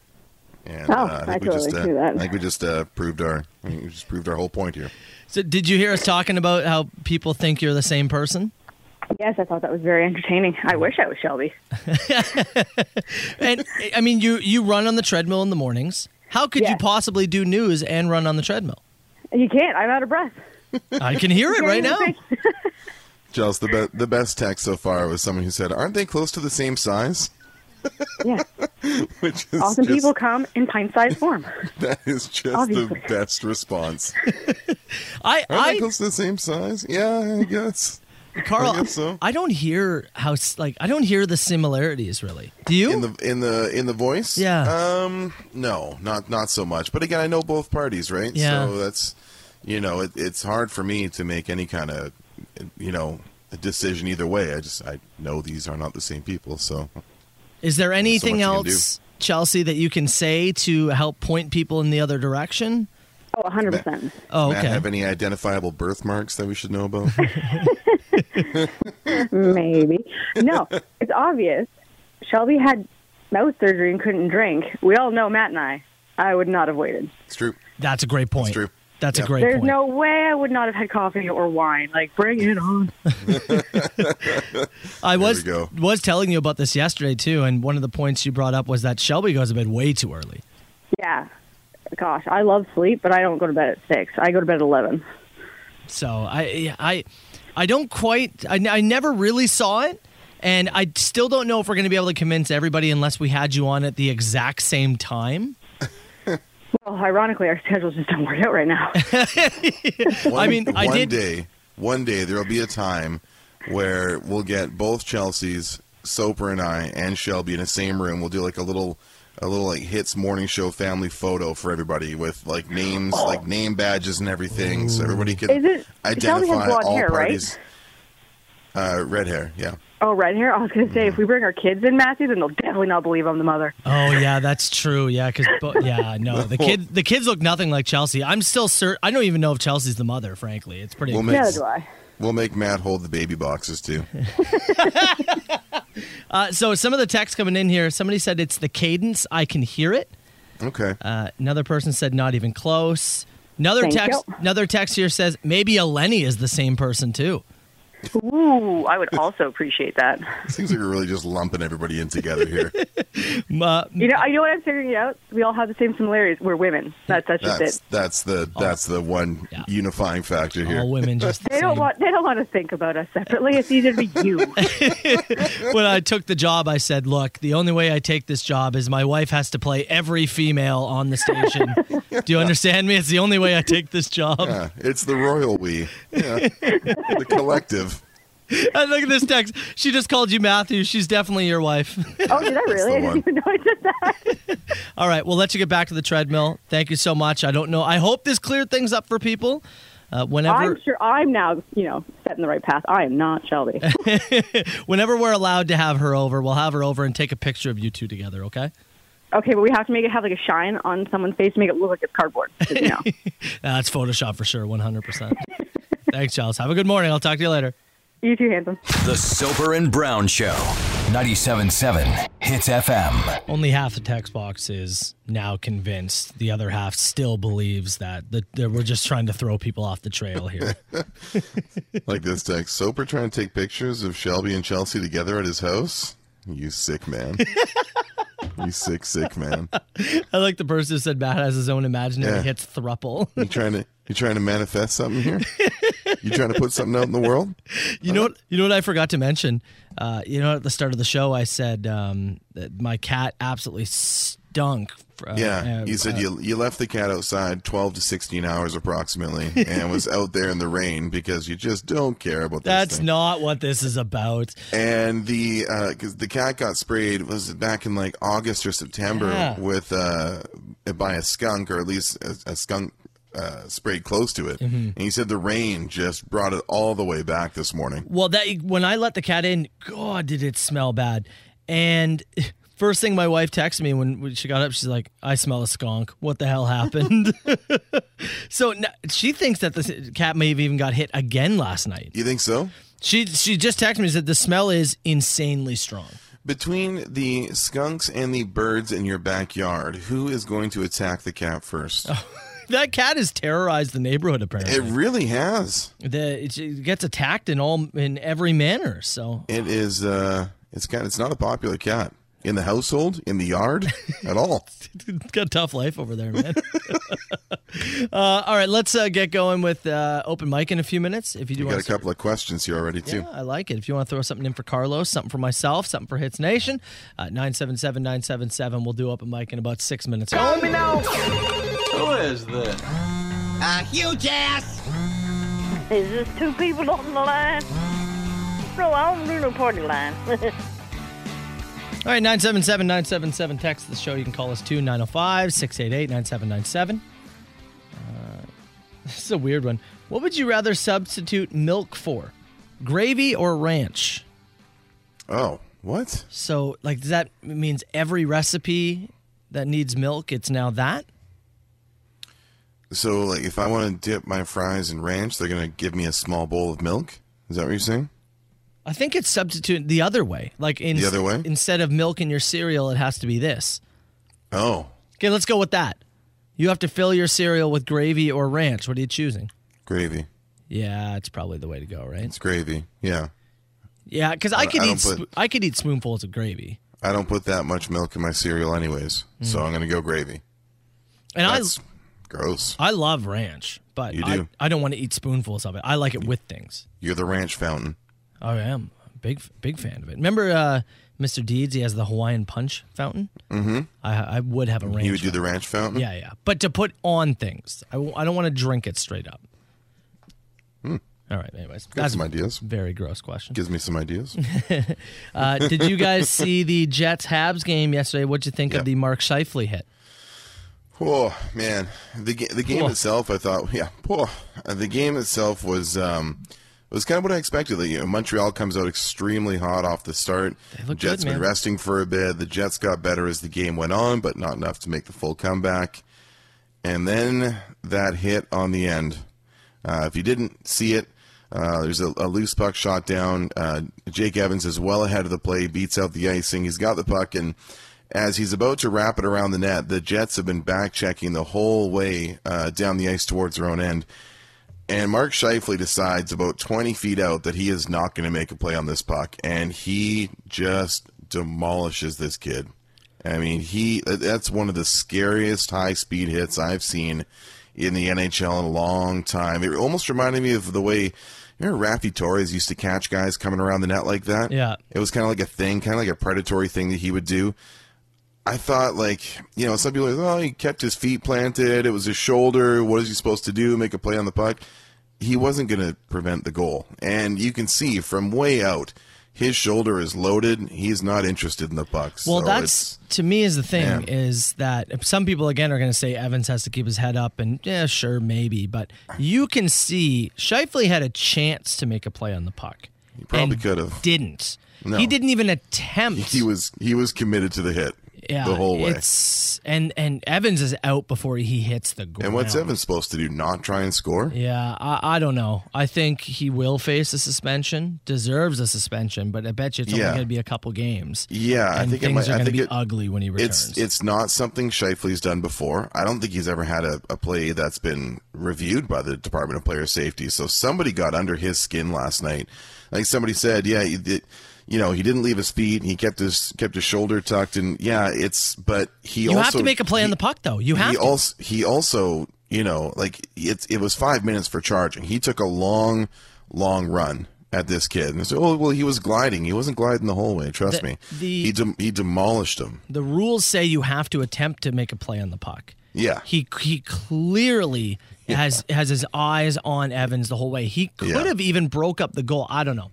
[SPEAKER 8] And
[SPEAKER 1] Oh,
[SPEAKER 8] uh, I think
[SPEAKER 1] I
[SPEAKER 8] we
[SPEAKER 1] totally
[SPEAKER 8] just uh,
[SPEAKER 1] knew that.
[SPEAKER 8] I think we just uh, proved our I think we just proved our whole point here.
[SPEAKER 7] so did you hear us talking about how people think you're the same person?
[SPEAKER 1] Yes, I thought that was very entertaining. I wish I was Shelby.
[SPEAKER 7] And I mean, you you run on the treadmill in the mornings. How could you
[SPEAKER 1] Yes.
[SPEAKER 7] possibly do news and run on the treadmill?
[SPEAKER 1] You can't. I'm out of breath.
[SPEAKER 7] I can hear
[SPEAKER 1] [laughs]
[SPEAKER 7] it right now.
[SPEAKER 8] Jels, the be- the best text so far was someone who said, "Aren't they close to the same size?"
[SPEAKER 1] Yeah.
[SPEAKER 8] [laughs] Which is
[SPEAKER 1] Awesome
[SPEAKER 8] just,
[SPEAKER 1] people come in pint-sized form.
[SPEAKER 8] That is just
[SPEAKER 1] Obviously.
[SPEAKER 8] the best
[SPEAKER 1] [laughs]
[SPEAKER 8] response.
[SPEAKER 7] I,
[SPEAKER 8] Aren't they
[SPEAKER 7] I
[SPEAKER 8] close to the same size? Yeah, I guess.
[SPEAKER 7] Carl,
[SPEAKER 8] I
[SPEAKER 7] I,
[SPEAKER 8] guess so.
[SPEAKER 7] don't hear how s- like I don't hear the similarities really. Do you?
[SPEAKER 8] In the in the in the voice.
[SPEAKER 7] Yeah.
[SPEAKER 8] Um. No, not not so much. But again, I know both parties, right?
[SPEAKER 7] Yeah.
[SPEAKER 8] So that's, you know, it, it's hard for me to make any kind of, you know, a decision either way. I just I know these are not the same people. So
[SPEAKER 7] Is there anything
[SPEAKER 8] you can
[SPEAKER 7] else, Chelsea, that you can say to help point people in the other direction?
[SPEAKER 1] Oh, 100%.
[SPEAKER 7] Oh,
[SPEAKER 8] Matt,
[SPEAKER 7] okay.
[SPEAKER 8] have any identifiable birthmarks that we should know about?
[SPEAKER 1] Maybe.
[SPEAKER 7] [laughs]
[SPEAKER 1] No, it's obvious. Shelby had mouth surgery and couldn't drink. We all know Matt and I. I would not have waited.
[SPEAKER 8] it's true.
[SPEAKER 7] That's a great point.
[SPEAKER 8] true.
[SPEAKER 7] That's a
[SPEAKER 8] Yeah.
[SPEAKER 7] great
[SPEAKER 1] There's
[SPEAKER 7] point.
[SPEAKER 1] no way I would not have had coffee or wine. Like, bring it on.
[SPEAKER 7] I was
[SPEAKER 8] we go.
[SPEAKER 7] was telling you about this yesterday too, and one of the points you brought up was that Shelby goes to bed way too early.
[SPEAKER 1] Yeah. Gosh, I love sleep, but I don't go to bed at 6. I go to bed at 11.
[SPEAKER 7] So I yeah, I I don't quite I, I never really saw it and I still don't know if we're going to be able to convince everybody unless we had you on at the exact same time.
[SPEAKER 1] Well, ironically, our schedules just don't work out right now. [laughs]
[SPEAKER 8] One,
[SPEAKER 7] I mean, I
[SPEAKER 8] one
[SPEAKER 7] did-
[SPEAKER 8] day, one day there will be a time where we'll get both Chelsea's, Soper and I, and Shelby in the same room. We'll do like a little, a little like hits morning show family photo for everybody with like names, like name badges and everything, so everybody can
[SPEAKER 1] Oh. Is it- Shelby has
[SPEAKER 8] identify
[SPEAKER 1] blonde
[SPEAKER 8] all
[SPEAKER 1] hair, right?
[SPEAKER 8] parties. Uh, red hair, yeah.
[SPEAKER 1] oh, red hair? I was going to say, if we bring our kids in, Matthew, then they'll definitely not believe I'm the mother.
[SPEAKER 7] Oh yeah, that's true. Yeah, cuz yeah,
[SPEAKER 8] [laughs]
[SPEAKER 7] no. The kid the kids look nothing like Chelsea. I'm still cer- I don't even know if Chelsea's the mother, frankly. It's pretty
[SPEAKER 8] We'll make,
[SPEAKER 1] Neither do I.
[SPEAKER 8] we'll make Matt hold the baby boxes
[SPEAKER 1] [laughs]
[SPEAKER 8] too.
[SPEAKER 7] uh, So some of the text coming in here, somebody said it's the cadence, I can hear it.
[SPEAKER 8] Okay.
[SPEAKER 7] Uh, another person said not even close. Another
[SPEAKER 1] Thank
[SPEAKER 7] text
[SPEAKER 1] you.
[SPEAKER 7] another text here says maybe a Lenny is the same person too.
[SPEAKER 1] Ooh, I would also appreciate that.
[SPEAKER 8] Seems like we're really just lumping everybody in together
[SPEAKER 1] [laughs]
[SPEAKER 8] here.
[SPEAKER 7] Uh,
[SPEAKER 1] You know, I know what I'm figuring out. We all have the same similarities. We're women. That's that's just
[SPEAKER 8] That's
[SPEAKER 1] it.
[SPEAKER 8] that's the that's the one
[SPEAKER 7] Yeah.
[SPEAKER 8] unifying factor here.
[SPEAKER 7] all [laughs] women just the
[SPEAKER 1] They don't
[SPEAKER 7] same.
[SPEAKER 1] want they don't want to think about us separately. It's easier to be you. Oh,
[SPEAKER 7] when I took the job, I said, "Look, the only way I take this job is my wife has to play every female on the station. [laughs] Do you understand me? It's the only way I take this job." [laughs]
[SPEAKER 8] Yeah, it's the royal we, yeah. the collective.
[SPEAKER 7] And look at this text. She just called you Matthew. She's definitely your wife. [laughs]
[SPEAKER 1] oh, did I really? I
[SPEAKER 8] one.
[SPEAKER 1] didn't even know I did that.
[SPEAKER 7] All right, we'll let you get back to the treadmill. Thank you so much. I don't know. I hope this cleared things up for people. Uh, whenever,
[SPEAKER 1] I'm sure I'm now, you know, setting the right path. I am not Shelby.
[SPEAKER 7] whenever we're allowed to have her over, we'll have her over and take a picture of you two together. Okay?
[SPEAKER 1] Okay, but we have to make it have like a shine on someone's face to make it look like it's cardboard. 'cause, You know.
[SPEAKER 7] That's Photoshop for sure, 100%.
[SPEAKER 1] [laughs]
[SPEAKER 7] Thanks, Charles. Have a good morning. I'll talk to you later.
[SPEAKER 1] you too, handsome.
[SPEAKER 5] The Soper and Brown Show. 97.7 Hits FM.
[SPEAKER 7] Only half the text box is now convinced. The other half still believes that, that, that we're just trying to throw people off the trail here.
[SPEAKER 8] Like this text Soper trying to take pictures of Shelby and Chelsea together at his house? You sick man. you sick, sick man.
[SPEAKER 7] [laughs] I like the person who said Matt has his own imaginary
[SPEAKER 8] Yeah.
[SPEAKER 7] hits thruple.
[SPEAKER 8] You trying to you trying to manifest something here? You trying to put something out in the world?
[SPEAKER 7] [laughs] You know what? You know what I forgot to mention. Uh, you know, at the start of the show, I said um, that my cat absolutely stunk. for- uh,
[SPEAKER 8] Yeah,
[SPEAKER 7] uh,
[SPEAKER 8] you said
[SPEAKER 7] uh,
[SPEAKER 8] you you left the cat outside 12 to 16 hours approximately and was out there in the rain because you just don't care about this
[SPEAKER 7] That's
[SPEAKER 8] thing.
[SPEAKER 7] not what this is about.
[SPEAKER 8] and the because the cat got sprayed was it back in like August or September
[SPEAKER 7] Yeah.
[SPEAKER 8] with uh by a skunk or at least a, a skunk uh, sprayed close to it,
[SPEAKER 7] Mm-hmm.
[SPEAKER 8] and he said the rain just brought it all the way back this morning.
[SPEAKER 7] Well, that when I let the cat in, God, did it smell bad. And [laughs] first thing my wife texted me when, when she got up, she's like, "I smell a skunk. What the hell happened?" [laughs] so n she thinks that the cat may have even got hit again last night.
[SPEAKER 8] You think so?
[SPEAKER 7] She she just texted me and said the smell is insanely strong. [laughs]
[SPEAKER 8] Between the skunks and the birds in your backyard, who is going to attack the cat first?
[SPEAKER 7] Oh, That cat has terrorized the neighborhood. Apparently,
[SPEAKER 8] It really has.
[SPEAKER 7] the, it, it gets attacked in all in every manner. So
[SPEAKER 8] It is. Uh, it's kind. It's not a popular cat in the household, in the
[SPEAKER 7] [laughs]
[SPEAKER 8] yard, at all.
[SPEAKER 7] it's [laughs] got a tough life over there, man. [laughs] uh, all right, let's uh, get going with uh, open mic in a few minutes. If you do
[SPEAKER 8] We
[SPEAKER 7] want
[SPEAKER 8] got a
[SPEAKER 7] to,
[SPEAKER 8] couple of questions here already too.
[SPEAKER 7] yeah, I like it. If you want to throw something in for Carlos, something for myself, something for Hits Nation, uh, nine seven seven nine seven seven. We'll do open mic in about six minutes.
[SPEAKER 4] Is this two people on the line? No, I don't do no party line.
[SPEAKER 7] All right, 977 977. Text the show. You can call us too, 905 688 9797. Uh, [laughs] This is a weird one. What would you rather substitute milk for? Gravy or ranch?
[SPEAKER 8] Oh, what?
[SPEAKER 7] So, like, does that means every recipe that needs milk, it's now that?
[SPEAKER 8] So, like, if I want to dip my fries in ranch, they're gonna give me a small bowl of milk. Is that what you're saying?
[SPEAKER 7] I think it's substitute the other way. Like, in,
[SPEAKER 8] The other way?
[SPEAKER 7] instead of milk in your cereal, it has to be this.
[SPEAKER 8] Oh,
[SPEAKER 7] Okay, let's go with that. You have to fill your cereal with gravy or ranch. What are you choosing?
[SPEAKER 8] gravy.
[SPEAKER 7] Yeah, it's probably the way to go, right?
[SPEAKER 8] It's gravy. Yeah.
[SPEAKER 7] Yeah, because I, could
[SPEAKER 8] I don't
[SPEAKER 7] eat sp-
[SPEAKER 8] put-
[SPEAKER 7] I could eat spoonfuls of gravy,
[SPEAKER 8] I don't put that much milk in my cereal, anyways. So
[SPEAKER 7] Hmm.
[SPEAKER 8] I'm gonna go gravy.
[SPEAKER 7] and
[SPEAKER 8] That's gross.
[SPEAKER 7] I I love ranch, but
[SPEAKER 8] You
[SPEAKER 7] I,
[SPEAKER 8] do.
[SPEAKER 7] I don't want to eat spoonfuls of it. I like it with things.
[SPEAKER 8] You're the ranch fountain.
[SPEAKER 7] I am a big big fan of it. Remember, uh, Mr. Deeds? He has the Hawaiian Punch fountain. Mm-hmm. I I would have a ranch.
[SPEAKER 8] You would do the ranch fountain.
[SPEAKER 7] yeah, yeah, but to put on things, I w- I don't want to drink it straight up.
[SPEAKER 8] Hmm.
[SPEAKER 7] All right. Anyways,
[SPEAKER 8] Got
[SPEAKER 7] that's
[SPEAKER 8] some
[SPEAKER 7] a
[SPEAKER 8] ideas.
[SPEAKER 7] Very gross question.
[SPEAKER 8] Gives me some
[SPEAKER 7] [laughs]
[SPEAKER 8] ideas.
[SPEAKER 7] Uh, did
[SPEAKER 8] [laughs]
[SPEAKER 7] you guys see the Jets Habs game yesterday? What'd you think
[SPEAKER 8] Yeah.
[SPEAKER 7] of the Mark Scheifele hit?
[SPEAKER 8] Oh man, the ga- the game
[SPEAKER 7] Poor.
[SPEAKER 8] itself, I thought, yeah, poor. Uh, the game itself was um was kind of what I expected. Like, you know, Montreal comes out extremely hot off the start.
[SPEAKER 7] look
[SPEAKER 8] Jets
[SPEAKER 7] good, man.
[SPEAKER 8] been resting for a bit. The Jets got better as the game went on, but not enough to make the full comeback. And then that hit on the end. Uh, if you didn't see it, uh, there's a, a loose puck shot down. Uh, Jake Evans is well ahead of the play, beats out the icing. He's got the puck, and as he's about to wrap it around the net, the Jets have been back checking the whole way uh, down the ice towards their own end. And Mark Shifley decides about 20 feet out that he is not going to make a play on this puck, and he just demolishes this kid. I mean, he—that's one of the scariest high-speed hits I've seen in the NHL in a long time. It almost reminded me of the way you remember Rafi Torres used to catch guys coming around the net like that.
[SPEAKER 7] Yeah.
[SPEAKER 8] it was kind of like a thing, kind of like a predatory thing that he would do. I thought, like, you know, some people are like, oh, he kept his feet planted. It was his shoulder. What is he supposed to do? Make a play on the puck? He wasn't going to prevent the goal. And you can see from way out, his shoulder is loaded. He's not interested in the puck.
[SPEAKER 7] Well,
[SPEAKER 8] So
[SPEAKER 7] that's
[SPEAKER 8] it's-
[SPEAKER 7] to me is the thing
[SPEAKER 8] Yeah.
[SPEAKER 7] is that some people again are going to say Evans has to keep his head up, and yeah, sure, maybe, but you can see Shifley had a chance to make a play on the puck. He
[SPEAKER 8] probably
[SPEAKER 7] and
[SPEAKER 8] could've.
[SPEAKER 7] Didn't.
[SPEAKER 8] No.
[SPEAKER 7] He didn't even attempt.
[SPEAKER 8] he was he was committed to the hit.
[SPEAKER 7] yeah,
[SPEAKER 8] the whole way.
[SPEAKER 7] It's and and Evans is out before he hits the ground.
[SPEAKER 8] And what's Evans supposed to do? Not try and score?
[SPEAKER 7] Yeah, I, I don't know. I think he will face a suspension, deserves a suspension, but I bet you it's
[SPEAKER 8] Yeah.
[SPEAKER 7] only going to be a couple games.
[SPEAKER 8] Yeah, I
[SPEAKER 7] and
[SPEAKER 8] think it
[SPEAKER 7] things
[SPEAKER 8] might.
[SPEAKER 7] are
[SPEAKER 8] I
[SPEAKER 7] going to
[SPEAKER 8] think
[SPEAKER 7] be
[SPEAKER 8] it-
[SPEAKER 7] ugly when he returns.
[SPEAKER 8] It's it's not something Shifley's done before. I don't think he's ever had a, a play that's been reviewed by the Department of Player Safety. So somebody got under his skin last night. Like somebody said, yeah, he did, you know, he didn't leave his feet. He kept his kept his shoulder tucked, and yeah, it's. But he
[SPEAKER 7] you
[SPEAKER 8] also
[SPEAKER 7] have to make a play on the puck, though. You have
[SPEAKER 8] he
[SPEAKER 7] to.
[SPEAKER 8] also he also you know like it it was five minutes for charging. He took a long long run at this kid and said, "Oh well, he was gliding. He wasn't gliding the whole way. Trust
[SPEAKER 7] The-
[SPEAKER 8] me.
[SPEAKER 7] the-
[SPEAKER 8] he dem he demolished him.
[SPEAKER 7] the rules say you have to attempt to make a play on the puck.
[SPEAKER 8] Yeah,
[SPEAKER 7] He he clearly has has his eyes on Evans the whole way. He could
[SPEAKER 8] Yeah.
[SPEAKER 7] have even broke up the goal. I don't know.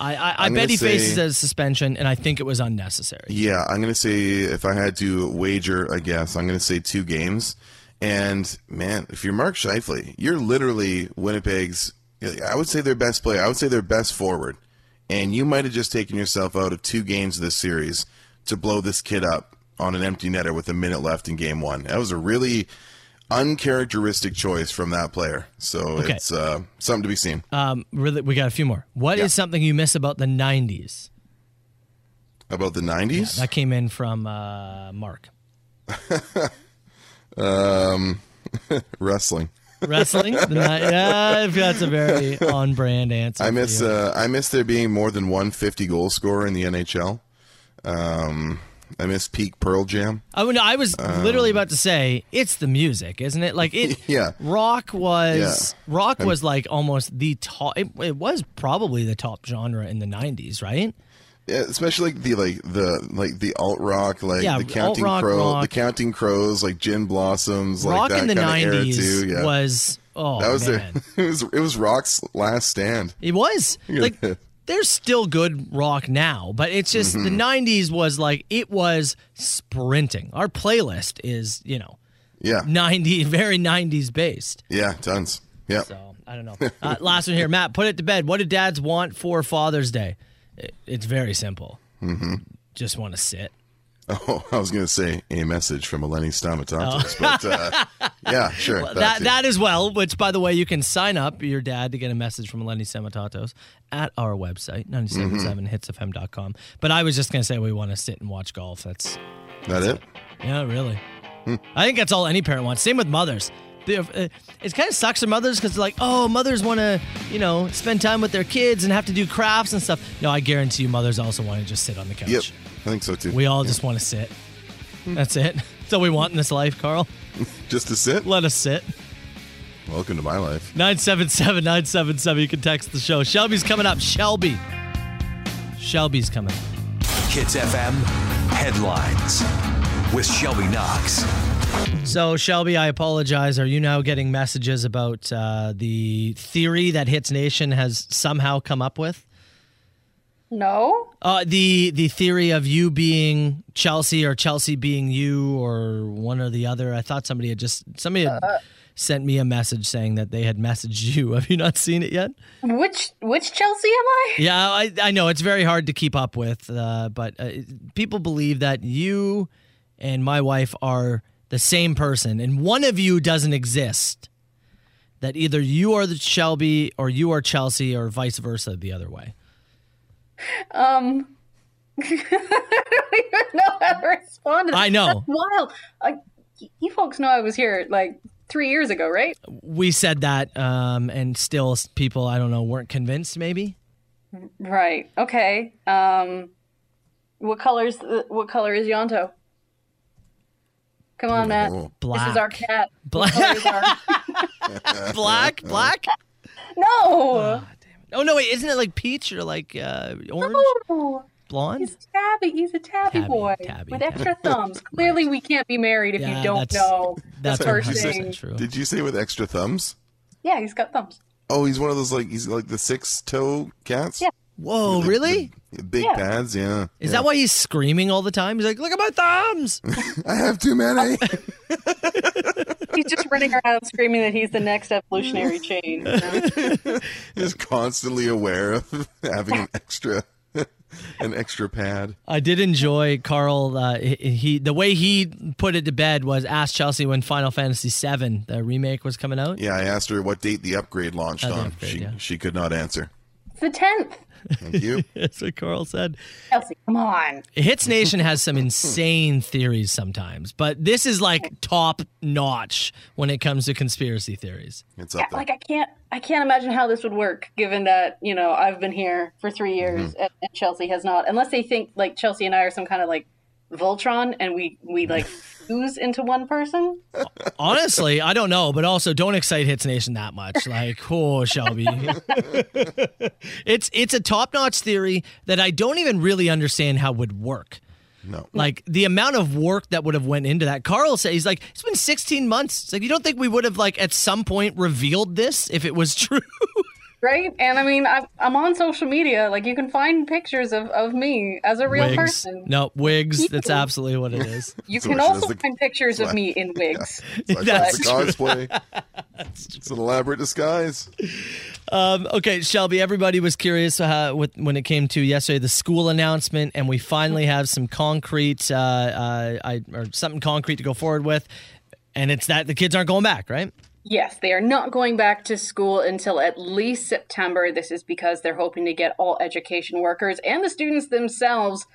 [SPEAKER 7] I I, I
[SPEAKER 8] I'm
[SPEAKER 7] bet
[SPEAKER 8] gonna
[SPEAKER 7] he faces
[SPEAKER 8] say-
[SPEAKER 7] a suspension, and I think it was unnecessary.
[SPEAKER 8] yeah. I'm gonna say if I had to wager a guess, I'm gonna say two games. And man, if you're Mark Shifley, you're literally Winnipeg's. I would say their best player. I would say their best forward. And you might have just taken yourself out of two games of this series to blow this kid up on an empty netter with a minute left in game one. That was a really uncharacteristic choice from that player. So
[SPEAKER 7] Okay.
[SPEAKER 8] it's uh, something to be seen.
[SPEAKER 7] Um, really, we got a few more. What is
[SPEAKER 8] Yeah.
[SPEAKER 7] something you miss about the '90s?
[SPEAKER 8] About the 90s?
[SPEAKER 7] That came in from uh, Mark.
[SPEAKER 8] wrestling.
[SPEAKER 7] Wrestling?
[SPEAKER 8] [laughs]
[SPEAKER 7] The ni- yeah, I feel that's a very on brand answer.
[SPEAKER 8] I
[SPEAKER 7] for
[SPEAKER 8] miss
[SPEAKER 7] you.
[SPEAKER 8] uh, I miss there being more than one 50 goal scorer in the NHL. Um, I miss peak Pearl Jam.
[SPEAKER 7] I, mean, I was literally about to say it's the music, isn't it? Like
[SPEAKER 8] Um,
[SPEAKER 7] it.
[SPEAKER 8] [laughs] Yeah.
[SPEAKER 7] Rock was
[SPEAKER 8] Yeah.
[SPEAKER 7] rock was like almost the top. It, it was probably the top genre in the '90s, right?
[SPEAKER 8] Yeah, especially like the like the like the alt rock, like
[SPEAKER 7] Yeah,
[SPEAKER 8] the Counting
[SPEAKER 7] alt-rock,
[SPEAKER 8] Crow, the
[SPEAKER 7] rock.
[SPEAKER 8] Counting Crows, like Gin Blossoms, like
[SPEAKER 7] rock
[SPEAKER 8] that
[SPEAKER 7] in the
[SPEAKER 8] kind of era too. Yeah,
[SPEAKER 7] was oh
[SPEAKER 8] that was
[SPEAKER 7] man,
[SPEAKER 8] their [laughs] it was it was rock's last stand.
[SPEAKER 7] it was like they're still good rock now, but it's just the
[SPEAKER 8] Mm-hmm.
[SPEAKER 7] '90s was like it was sprinting. Our playlist is you know
[SPEAKER 8] Yeah,
[SPEAKER 7] '90 [laughs] very '90s based.
[SPEAKER 8] yeah, tons. Yeah,
[SPEAKER 7] So I don't know. Uh, last one here, Matt. Put it to bed. What do dads want for Father's Day? It, it's very simple. Mm-hmm. Just want to sit.
[SPEAKER 8] [laughs] oh, I was gonna say a message from Eleni Stamatopoulos, but uh, yeah,
[SPEAKER 7] [laughs]
[SPEAKER 8] sure.
[SPEAKER 7] Oh. that
[SPEAKER 8] too.
[SPEAKER 7] that as well. Which by the way, you can sign up your dad to get a message from Lenny Semitatos at our website 977hitsfm.com. But I was just gonna say we want to sit and watch golf. That's
[SPEAKER 8] that it.
[SPEAKER 7] yeah, really. I think that's all any parent wants. Same with mothers. They- uh, It kind of sucks for mothers because like, oh, mothers want to, you know, spend time with their kids and have to do crafts and stuff. No, I guarantee you, mothers also want to just sit on the couch.
[SPEAKER 8] Yep, I think so too.
[SPEAKER 7] We all just want to sit. That's it. That's all we want in this life, Carl.
[SPEAKER 8] Just to sit.
[SPEAKER 7] Let us sit.
[SPEAKER 8] Welcome to my life.
[SPEAKER 7] 977 977. You can text the show. Shelby's coming up. Shelby. Shelby's coming up.
[SPEAKER 5] Hits FM headlines with Shelby Knox.
[SPEAKER 7] So, Shelby, I apologize. Are you now getting messages about uh, the theory that Hits Nation has somehow come up with?
[SPEAKER 9] No?
[SPEAKER 7] Uh, the the theory of you being Chelsea or Chelsea being you or one or the other. I thought somebody had just somebody had sent me a message saying that they had messaged [laughs] you. Have you not seen it yet?
[SPEAKER 9] Which which Chelsea am I? [laughs]
[SPEAKER 7] Yeah, I, I know it's very hard to keep up with, uh, but uh, people believe that you and my wife are the same person, and one of you doesn't exist. That either you are the Shelby or you are Chelsea, or vice versa, the other way.
[SPEAKER 9] Um I don't even know how to respond to that.
[SPEAKER 7] I know.
[SPEAKER 9] Wild. I, you folks know I was here like three years ago, right?
[SPEAKER 7] We said that, um, and still s- people I don't know weren't convinced. Maybe
[SPEAKER 9] Right. Okay. Um what colors what color is Yonto? Come on,
[SPEAKER 7] Uh,
[SPEAKER 9] Matt.
[SPEAKER 8] Oh.
[SPEAKER 9] This is our
[SPEAKER 7] black,
[SPEAKER 9] cat.
[SPEAKER 7] Black.
[SPEAKER 9] [laughs] What color is
[SPEAKER 7] [laughs]
[SPEAKER 9] our-
[SPEAKER 7] black, black.
[SPEAKER 9] no!
[SPEAKER 7] Oh no, wait, isn't it like peach or like uh, orange,
[SPEAKER 9] No!
[SPEAKER 7] blonde?
[SPEAKER 9] He's Oh, tabby. He's a tabby,
[SPEAKER 7] Tabby,
[SPEAKER 9] boy
[SPEAKER 7] tabby,
[SPEAKER 9] with
[SPEAKER 7] tabby.
[SPEAKER 9] extra thumbs. Clearly, we can't be married if
[SPEAKER 7] Yeah,
[SPEAKER 9] you don't
[SPEAKER 7] that's-
[SPEAKER 9] know.
[SPEAKER 7] That's
[SPEAKER 9] the first
[SPEAKER 7] 100%
[SPEAKER 9] thing.
[SPEAKER 7] true.
[SPEAKER 8] Did you say with extra thumbs?
[SPEAKER 9] Yeah, he's got thumbs.
[SPEAKER 8] Oh, he's one of those like he's like the six toe cats.
[SPEAKER 9] Yeah.
[SPEAKER 7] Whoa,
[SPEAKER 8] The-
[SPEAKER 7] really?
[SPEAKER 8] the big
[SPEAKER 9] Yeah.
[SPEAKER 8] pads, yeah.
[SPEAKER 7] Is that why he's screaming all the time? He's like, "Look at my thumbs!"
[SPEAKER 8] I have too many.
[SPEAKER 9] Oh.
[SPEAKER 8] [laughs]
[SPEAKER 9] He's just running around screaming that he's the next evolutionary chain. you know?
[SPEAKER 8] [laughs] Just constantly aware of having an extra [laughs] an extra pad.
[SPEAKER 7] [laughs] I did enjoy Carl. Uh, he, he the way he put it to bed was ask Chelsea when Final Fantasy VII the remake was coming out. [laughs]
[SPEAKER 8] Yeah, I asked her what date the upgrade launched
[SPEAKER 7] Oh, the
[SPEAKER 8] on.
[SPEAKER 7] upgrade,
[SPEAKER 8] she
[SPEAKER 7] yeah.
[SPEAKER 8] she could not answer.
[SPEAKER 9] [laughs] The tenth.
[SPEAKER 8] Thank you.
[SPEAKER 7] That's what Carl said.
[SPEAKER 9] Chelsea, come on.
[SPEAKER 7] Hits Nation has
[SPEAKER 9] [laughs]
[SPEAKER 7] some insane theories sometimes, but this is like top notch when it comes to conspiracy theories.
[SPEAKER 8] It's up there.
[SPEAKER 9] Like I can't I can't imagine how this would work given that, you know, I've been here for three years and, and Chelsea has not. Unless they think like Chelsea and I are some kind of like Voltron and we we like fuse into one person.
[SPEAKER 7] Honestly, I don't know, but also don't excite Hits Nation that much. Like, [laughs] oh, Shelby, it's it's a top notch theory that I don't even really understand how would work.
[SPEAKER 8] No.
[SPEAKER 7] like the amount of work that would have went into that. Carl said he's like, it's been 16 months. It's like you don't think we would have like at some point revealed this if it was true.
[SPEAKER 9] Right? And I mean I'm I'm on social media, like you can find pictures of, of me as a real
[SPEAKER 7] wigs,
[SPEAKER 9] person.
[SPEAKER 7] no wigs. That's absolutely what it is.
[SPEAKER 9] You
[SPEAKER 8] So
[SPEAKER 9] can
[SPEAKER 8] she does
[SPEAKER 9] also
[SPEAKER 8] the-
[SPEAKER 9] find pictures of
[SPEAKER 8] What?
[SPEAKER 9] me in wigs.
[SPEAKER 8] It's like
[SPEAKER 7] That's
[SPEAKER 8] that's the
[SPEAKER 7] [laughs]
[SPEAKER 8] cosplay. It's an elaborate disguise.
[SPEAKER 7] Okay, Shelby, everybody was curious uh, with, when it came to yesterday the school announcement, and we finally have some concrete, uh, uh, I, or something concrete to go forward with, and it's that the kids aren't going back, right?
[SPEAKER 9] Yes, they are not going back to school until at least September. This is because they're hoping to get all education workers and the students themselves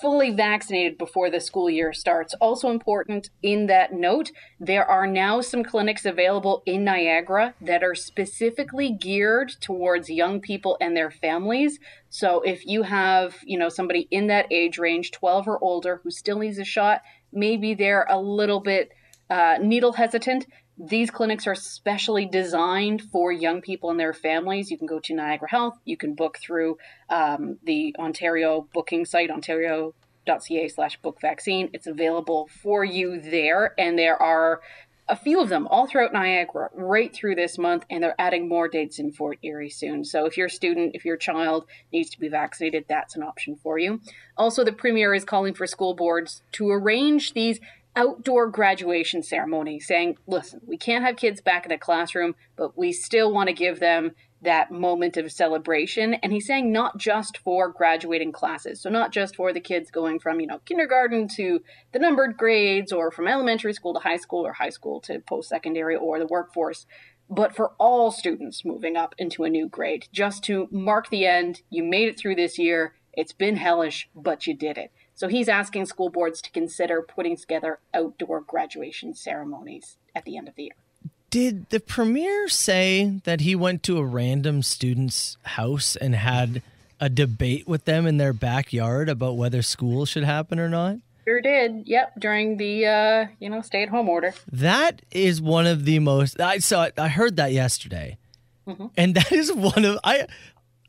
[SPEAKER 9] fully vaccinated before the school year starts. Also important in that note, there are now some clinics available in Niagara that are specifically geared towards young people and their families. So if you have, you know, somebody in that age range, 12 or older who still needs a shot, maybe they're a little bit uh, needle hesitant. These clinics are specially designed for young people and their families. You can go to Niagara Health. You can book through um, the Ontario booking site, ontario.ca slash book vaccine. It's available for you there. And there are a few of them all throughout Niagara right through this month. And they're adding more dates in Fort Erie soon. So if your student, if your child needs to be vaccinated, that's an option for you. Also, the premier is calling for school boards to arrange these outdoor graduation ceremony, saying, listen, we can't have kids back in a classroom, but we still want to give them that moment of celebration. And he's saying not just for graduating classes, so not just for the kids going from, you know, kindergarten to the numbered grades or from elementary school to high school or high school to post secondary or the workforce. But for all students moving up into a new grade, just to mark the end, you made it through this year. It's been hellish, but you did it. So he's asking school boards to consider putting together outdoor graduation ceremonies at the end of the year.
[SPEAKER 7] Did the premier say that he went to a random student's house and had a debate with them in their backyard about whether school should happen or not?
[SPEAKER 9] Sure did. Yep, during the uh, you know stay at home order.
[SPEAKER 7] That is one of the most I saw it, I heard that yesterday.
[SPEAKER 9] Mm-hmm.
[SPEAKER 7] And that is one of I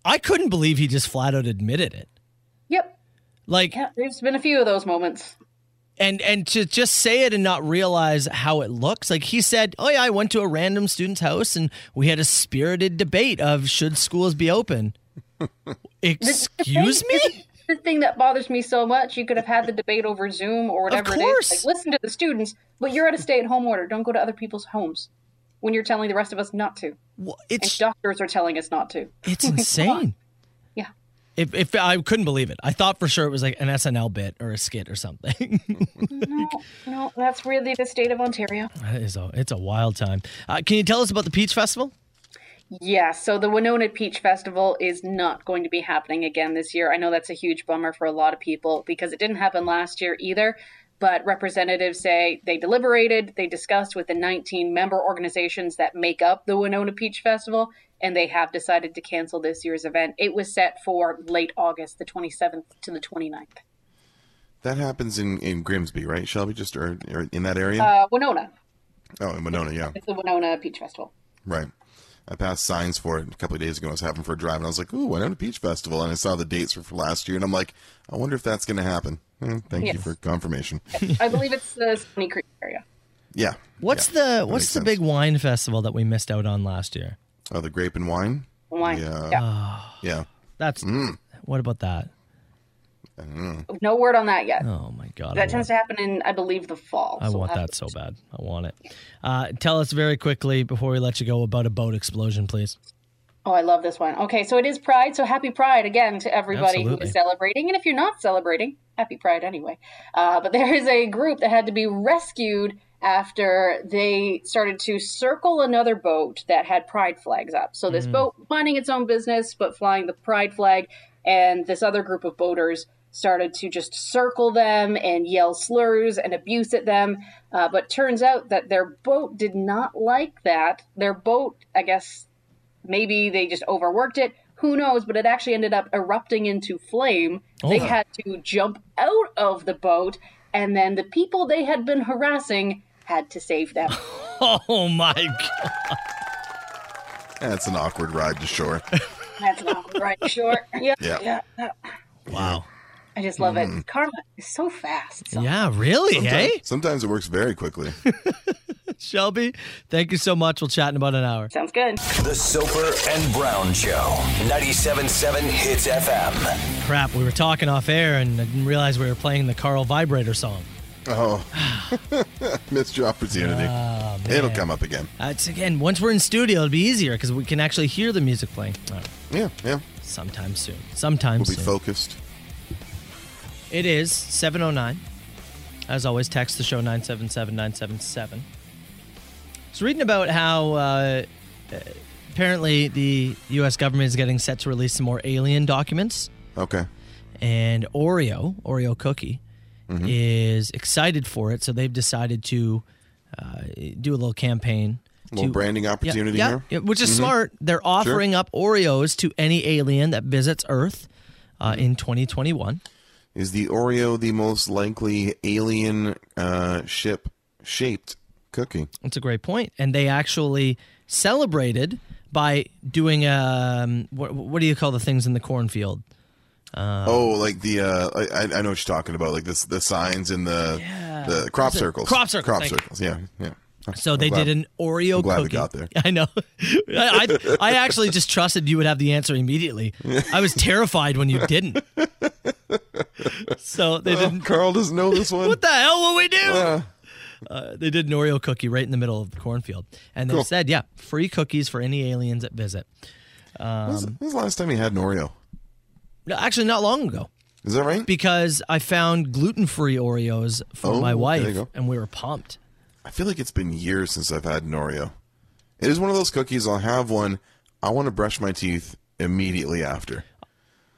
[SPEAKER 7] I couldn't believe he just flat out admitted it.
[SPEAKER 9] Yep.
[SPEAKER 7] Like
[SPEAKER 9] Yeah, there's been a few of those moments.
[SPEAKER 7] and and to just say it and not realize how it looks like he said oh yeah i went to a random student's house and we had a spirited debate of should schools be open
[SPEAKER 9] [laughs]
[SPEAKER 7] excuse me
[SPEAKER 9] The thing that bothers me so much, you could have had the debate over Zoom or whatever it is.
[SPEAKER 7] course.
[SPEAKER 9] Like, listen to the students, but you're at a stay at home order. Don't go to other people's homes when you're telling the rest of us not to.
[SPEAKER 7] Wha-
[SPEAKER 9] And
[SPEAKER 7] it's
[SPEAKER 9] doctors are telling us not to.
[SPEAKER 7] it's insane
[SPEAKER 9] Yeah.
[SPEAKER 7] if, if i couldn't believe it i thought for sure it was like an snl bit or a skit or something
[SPEAKER 9] No, no, that's really the state of Ontario.
[SPEAKER 7] That is a- it's a wild time uh, can you tell us about the peach festival
[SPEAKER 9] Yeah, so the Winona Peach Festival is not going to be happening again this year. I know that's a huge bummer for a lot of people because it didn't happen last year either. But representatives say they deliberated, they discussed with the 19 member organizations that make up the Winona Peach Festival, and they have decided to cancel this year's event. It was set for late August, the 27th to the 29th.
[SPEAKER 8] That happens in, in Grimsby, right, Shelby? Just or, or in that area?
[SPEAKER 9] Uh, Winona,
[SPEAKER 8] oh, in Winona, yeah.
[SPEAKER 9] it's the Winona Peach Festival.
[SPEAKER 8] Right. I passed signs for it a couple of days ago. I was having for a drive, and I was like, "Ooh, Winona Peach Festival," and I saw the dates were for last year, and I'm like, "I wonder if that's going to happen." Hmm, thank you
[SPEAKER 9] Yes.
[SPEAKER 8] for confirmation.
[SPEAKER 7] [laughs]
[SPEAKER 9] I believe it's the Stony Creek area.
[SPEAKER 8] yeah.
[SPEAKER 7] what's
[SPEAKER 8] Yeah,
[SPEAKER 7] the
[SPEAKER 8] that
[SPEAKER 7] what's
[SPEAKER 8] makes
[SPEAKER 7] the
[SPEAKER 8] sense.
[SPEAKER 7] big wine festival that we missed out on last year
[SPEAKER 8] Oh, the grape and wine.
[SPEAKER 9] Wine.
[SPEAKER 8] Yeah. Yeah.
[SPEAKER 7] that's what about that
[SPEAKER 9] No word on that yet.
[SPEAKER 7] oh my god I
[SPEAKER 9] That tends to happen in, I believe, the fall.
[SPEAKER 7] I
[SPEAKER 9] so we'll
[SPEAKER 7] want
[SPEAKER 9] have
[SPEAKER 7] that
[SPEAKER 9] to-
[SPEAKER 7] so bad. I want it. Uh, tell us very quickly before we let you go about a boat explosion, please. [laughs]
[SPEAKER 9] Oh, I love this one. Okay, so it is Pride. So happy Pride again to everybody who
[SPEAKER 7] Absolutely.
[SPEAKER 9] is celebrating. And if you're not celebrating, happy Pride anyway. Uh, but [laughs] there is a group that had to be rescued after they started to circle another boat that had Pride flags up. So this boat minding its own business, but flying the Pride flag. And this other group of boaters started to just circle them and yell slurs and abuse at them. Uh, but turns out that their boat did not like that. Their boat, I guess, maybe they just overworked it who knows but it actually ended up erupting into flame they
[SPEAKER 7] Oh.
[SPEAKER 9] had to jump out of the boat and then the people they had been harassing had to save them
[SPEAKER 7] Oh my god.
[SPEAKER 8] That's an awkward ride to shore.
[SPEAKER 9] that's not right sure yeah,
[SPEAKER 8] Yeah.
[SPEAKER 9] yeah
[SPEAKER 7] Wow.
[SPEAKER 9] i just love
[SPEAKER 10] Mm.
[SPEAKER 9] it karma is so fast so.
[SPEAKER 7] Yeah, really, eh?
[SPEAKER 8] Sometimes,
[SPEAKER 7] hey?
[SPEAKER 8] sometimes it works very quickly. [laughs]
[SPEAKER 7] Shelby, thank you so much. We'll chat in about an hour.
[SPEAKER 9] sounds good
[SPEAKER 5] The Soper and Brown Show. 97.7 Hits FM.
[SPEAKER 7] Crap, we were talking off air and I didn't realize we were playing the Carl Vibrator song.
[SPEAKER 8] Oh, missed your opportunity.
[SPEAKER 7] Ah,
[SPEAKER 8] It'll come up again.
[SPEAKER 7] Uh, it's again, once we're in studio, it'll be easier because we can actually hear the music playing. All right,
[SPEAKER 8] Yeah, yeah.
[SPEAKER 7] sometime soon. Sometime
[SPEAKER 8] We'll be
[SPEAKER 7] soon.
[SPEAKER 8] focused.
[SPEAKER 7] It is 709. As always, text the show 977977. I was reading about how uh, apparently the U.S. government is getting set to release some more alien documents,
[SPEAKER 8] Okay.
[SPEAKER 7] and Oreo, Oreo Cookie,
[SPEAKER 8] Mm-hmm.
[SPEAKER 7] is excited for it. So they've decided to uh, do a little campaign.
[SPEAKER 8] Little
[SPEAKER 7] to-
[SPEAKER 8] branding
[SPEAKER 7] Yeah,
[SPEAKER 8] opportunity
[SPEAKER 7] yeah,
[SPEAKER 8] here. Mm-hmm.
[SPEAKER 7] yeah, which is smart. They're offering up Oreos to any alien that visits Earth uh,
[SPEAKER 8] Mm-hmm.
[SPEAKER 7] in 2021.
[SPEAKER 8] Is the Oreo the most likely alien uh, ship shaped cookie?
[SPEAKER 7] That's a great point. And they actually celebrated by doing um what, what do you call the things in the cornfield?
[SPEAKER 8] oh, like the uh, I, I- I know what you're talking about, like this the signs in the the crop circles.
[SPEAKER 7] Crop circles,
[SPEAKER 8] Crop
[SPEAKER 7] thank you.
[SPEAKER 8] circles. Yeah, yeah.
[SPEAKER 7] So
[SPEAKER 8] I'm
[SPEAKER 7] they
[SPEAKER 8] glad-
[SPEAKER 7] did an Oreo
[SPEAKER 8] I'm glad we
[SPEAKER 7] cookie.
[SPEAKER 8] got there.
[SPEAKER 7] [laughs] I know. I, I I actually just trusted you would have the answer
[SPEAKER 8] [laughs]
[SPEAKER 7] immediately. I was terrified when you didn't. [laughs] So they
[SPEAKER 8] Oh, [laughs]
[SPEAKER 7] didn't.
[SPEAKER 8] Carl doesn't know
[SPEAKER 7] [laughs]
[SPEAKER 8] this one.
[SPEAKER 7] What the hell will we do?
[SPEAKER 8] Uh,
[SPEAKER 7] They did an Oreo cookie right in the middle of the cornfield, and they
[SPEAKER 8] Cool.
[SPEAKER 7] said, "Yeah, free cookies for any aliens that visit."
[SPEAKER 8] when's, when's the last time you had an Oreo?
[SPEAKER 7] No, actually, not long ago.
[SPEAKER 8] Is that right?
[SPEAKER 7] because I found gluten free Oreos for
[SPEAKER 8] Oh,
[SPEAKER 7] my
[SPEAKER 8] there you
[SPEAKER 7] wife,
[SPEAKER 8] go.
[SPEAKER 7] and we were pumped.
[SPEAKER 8] I feel like it's been years since I've had an Oreo. It is one of those cookies. I'll have one. I want to brush my teeth immediately after.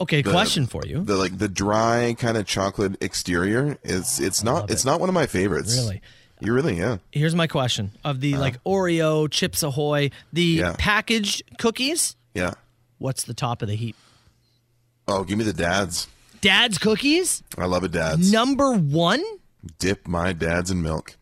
[SPEAKER 7] Okay, question for you.
[SPEAKER 8] The like the dry kind of chocolate exterior. It's it's not it's not one of my favorites.
[SPEAKER 7] Really?
[SPEAKER 8] You really yeah.
[SPEAKER 7] Here's my question: of the like Oreo, Chips Ahoy, the
[SPEAKER 8] Uh. Yeah.
[SPEAKER 7] packaged cookies,
[SPEAKER 8] Yeah.
[SPEAKER 7] what's the top of the heap?
[SPEAKER 8] Oh, give me the dads.
[SPEAKER 7] Dad's cookies,
[SPEAKER 8] I love a dads.
[SPEAKER 7] number one.
[SPEAKER 8] Dip my dads in milk.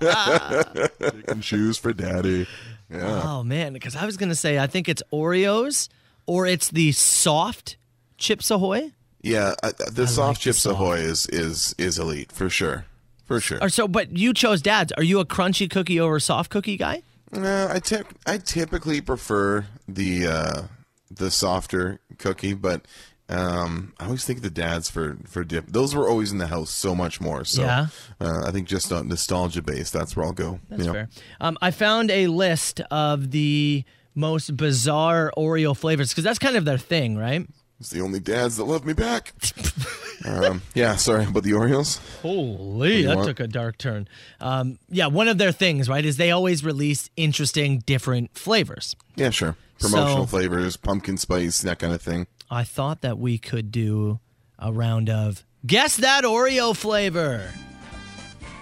[SPEAKER 8] Pick and choose for daddy.
[SPEAKER 7] Oh man, because I was gonna say I think it's Oreos or it's the soft Chips Ahoy.
[SPEAKER 8] Yeah, I, the soft
[SPEAKER 7] like the
[SPEAKER 8] chips
[SPEAKER 7] soft.
[SPEAKER 8] ahoy is is is elite for sure. For sure.
[SPEAKER 7] Or so, but you chose Dad's. Are you a crunchy cookie over soft cookie guy?
[SPEAKER 8] No, I tip I typically prefer the uh, the softer cookie, but um, I always think of the dads for for dip. Those were always in the house so much more. So
[SPEAKER 7] Yeah.
[SPEAKER 8] uh, I think just on nostalgia base, that's where I'll go.
[SPEAKER 7] That's
[SPEAKER 8] you know?
[SPEAKER 7] fair. Um, I found a list of the most bizarre Oreo flavors because that's kind of their thing, right?
[SPEAKER 8] It's the only dads that love me back. [laughs] um, yeah, sorry about the Oreos.
[SPEAKER 7] Holy, that
[SPEAKER 8] want?
[SPEAKER 7] took a dark turn. Um, yeah, one of their things, right, is they always release interesting, different flavors.
[SPEAKER 8] Yeah, sure. Promotional
[SPEAKER 7] So-
[SPEAKER 8] flavors, pumpkin spice, that kind of thing.
[SPEAKER 7] I thought that we could do a round of guess that Oreo flavor.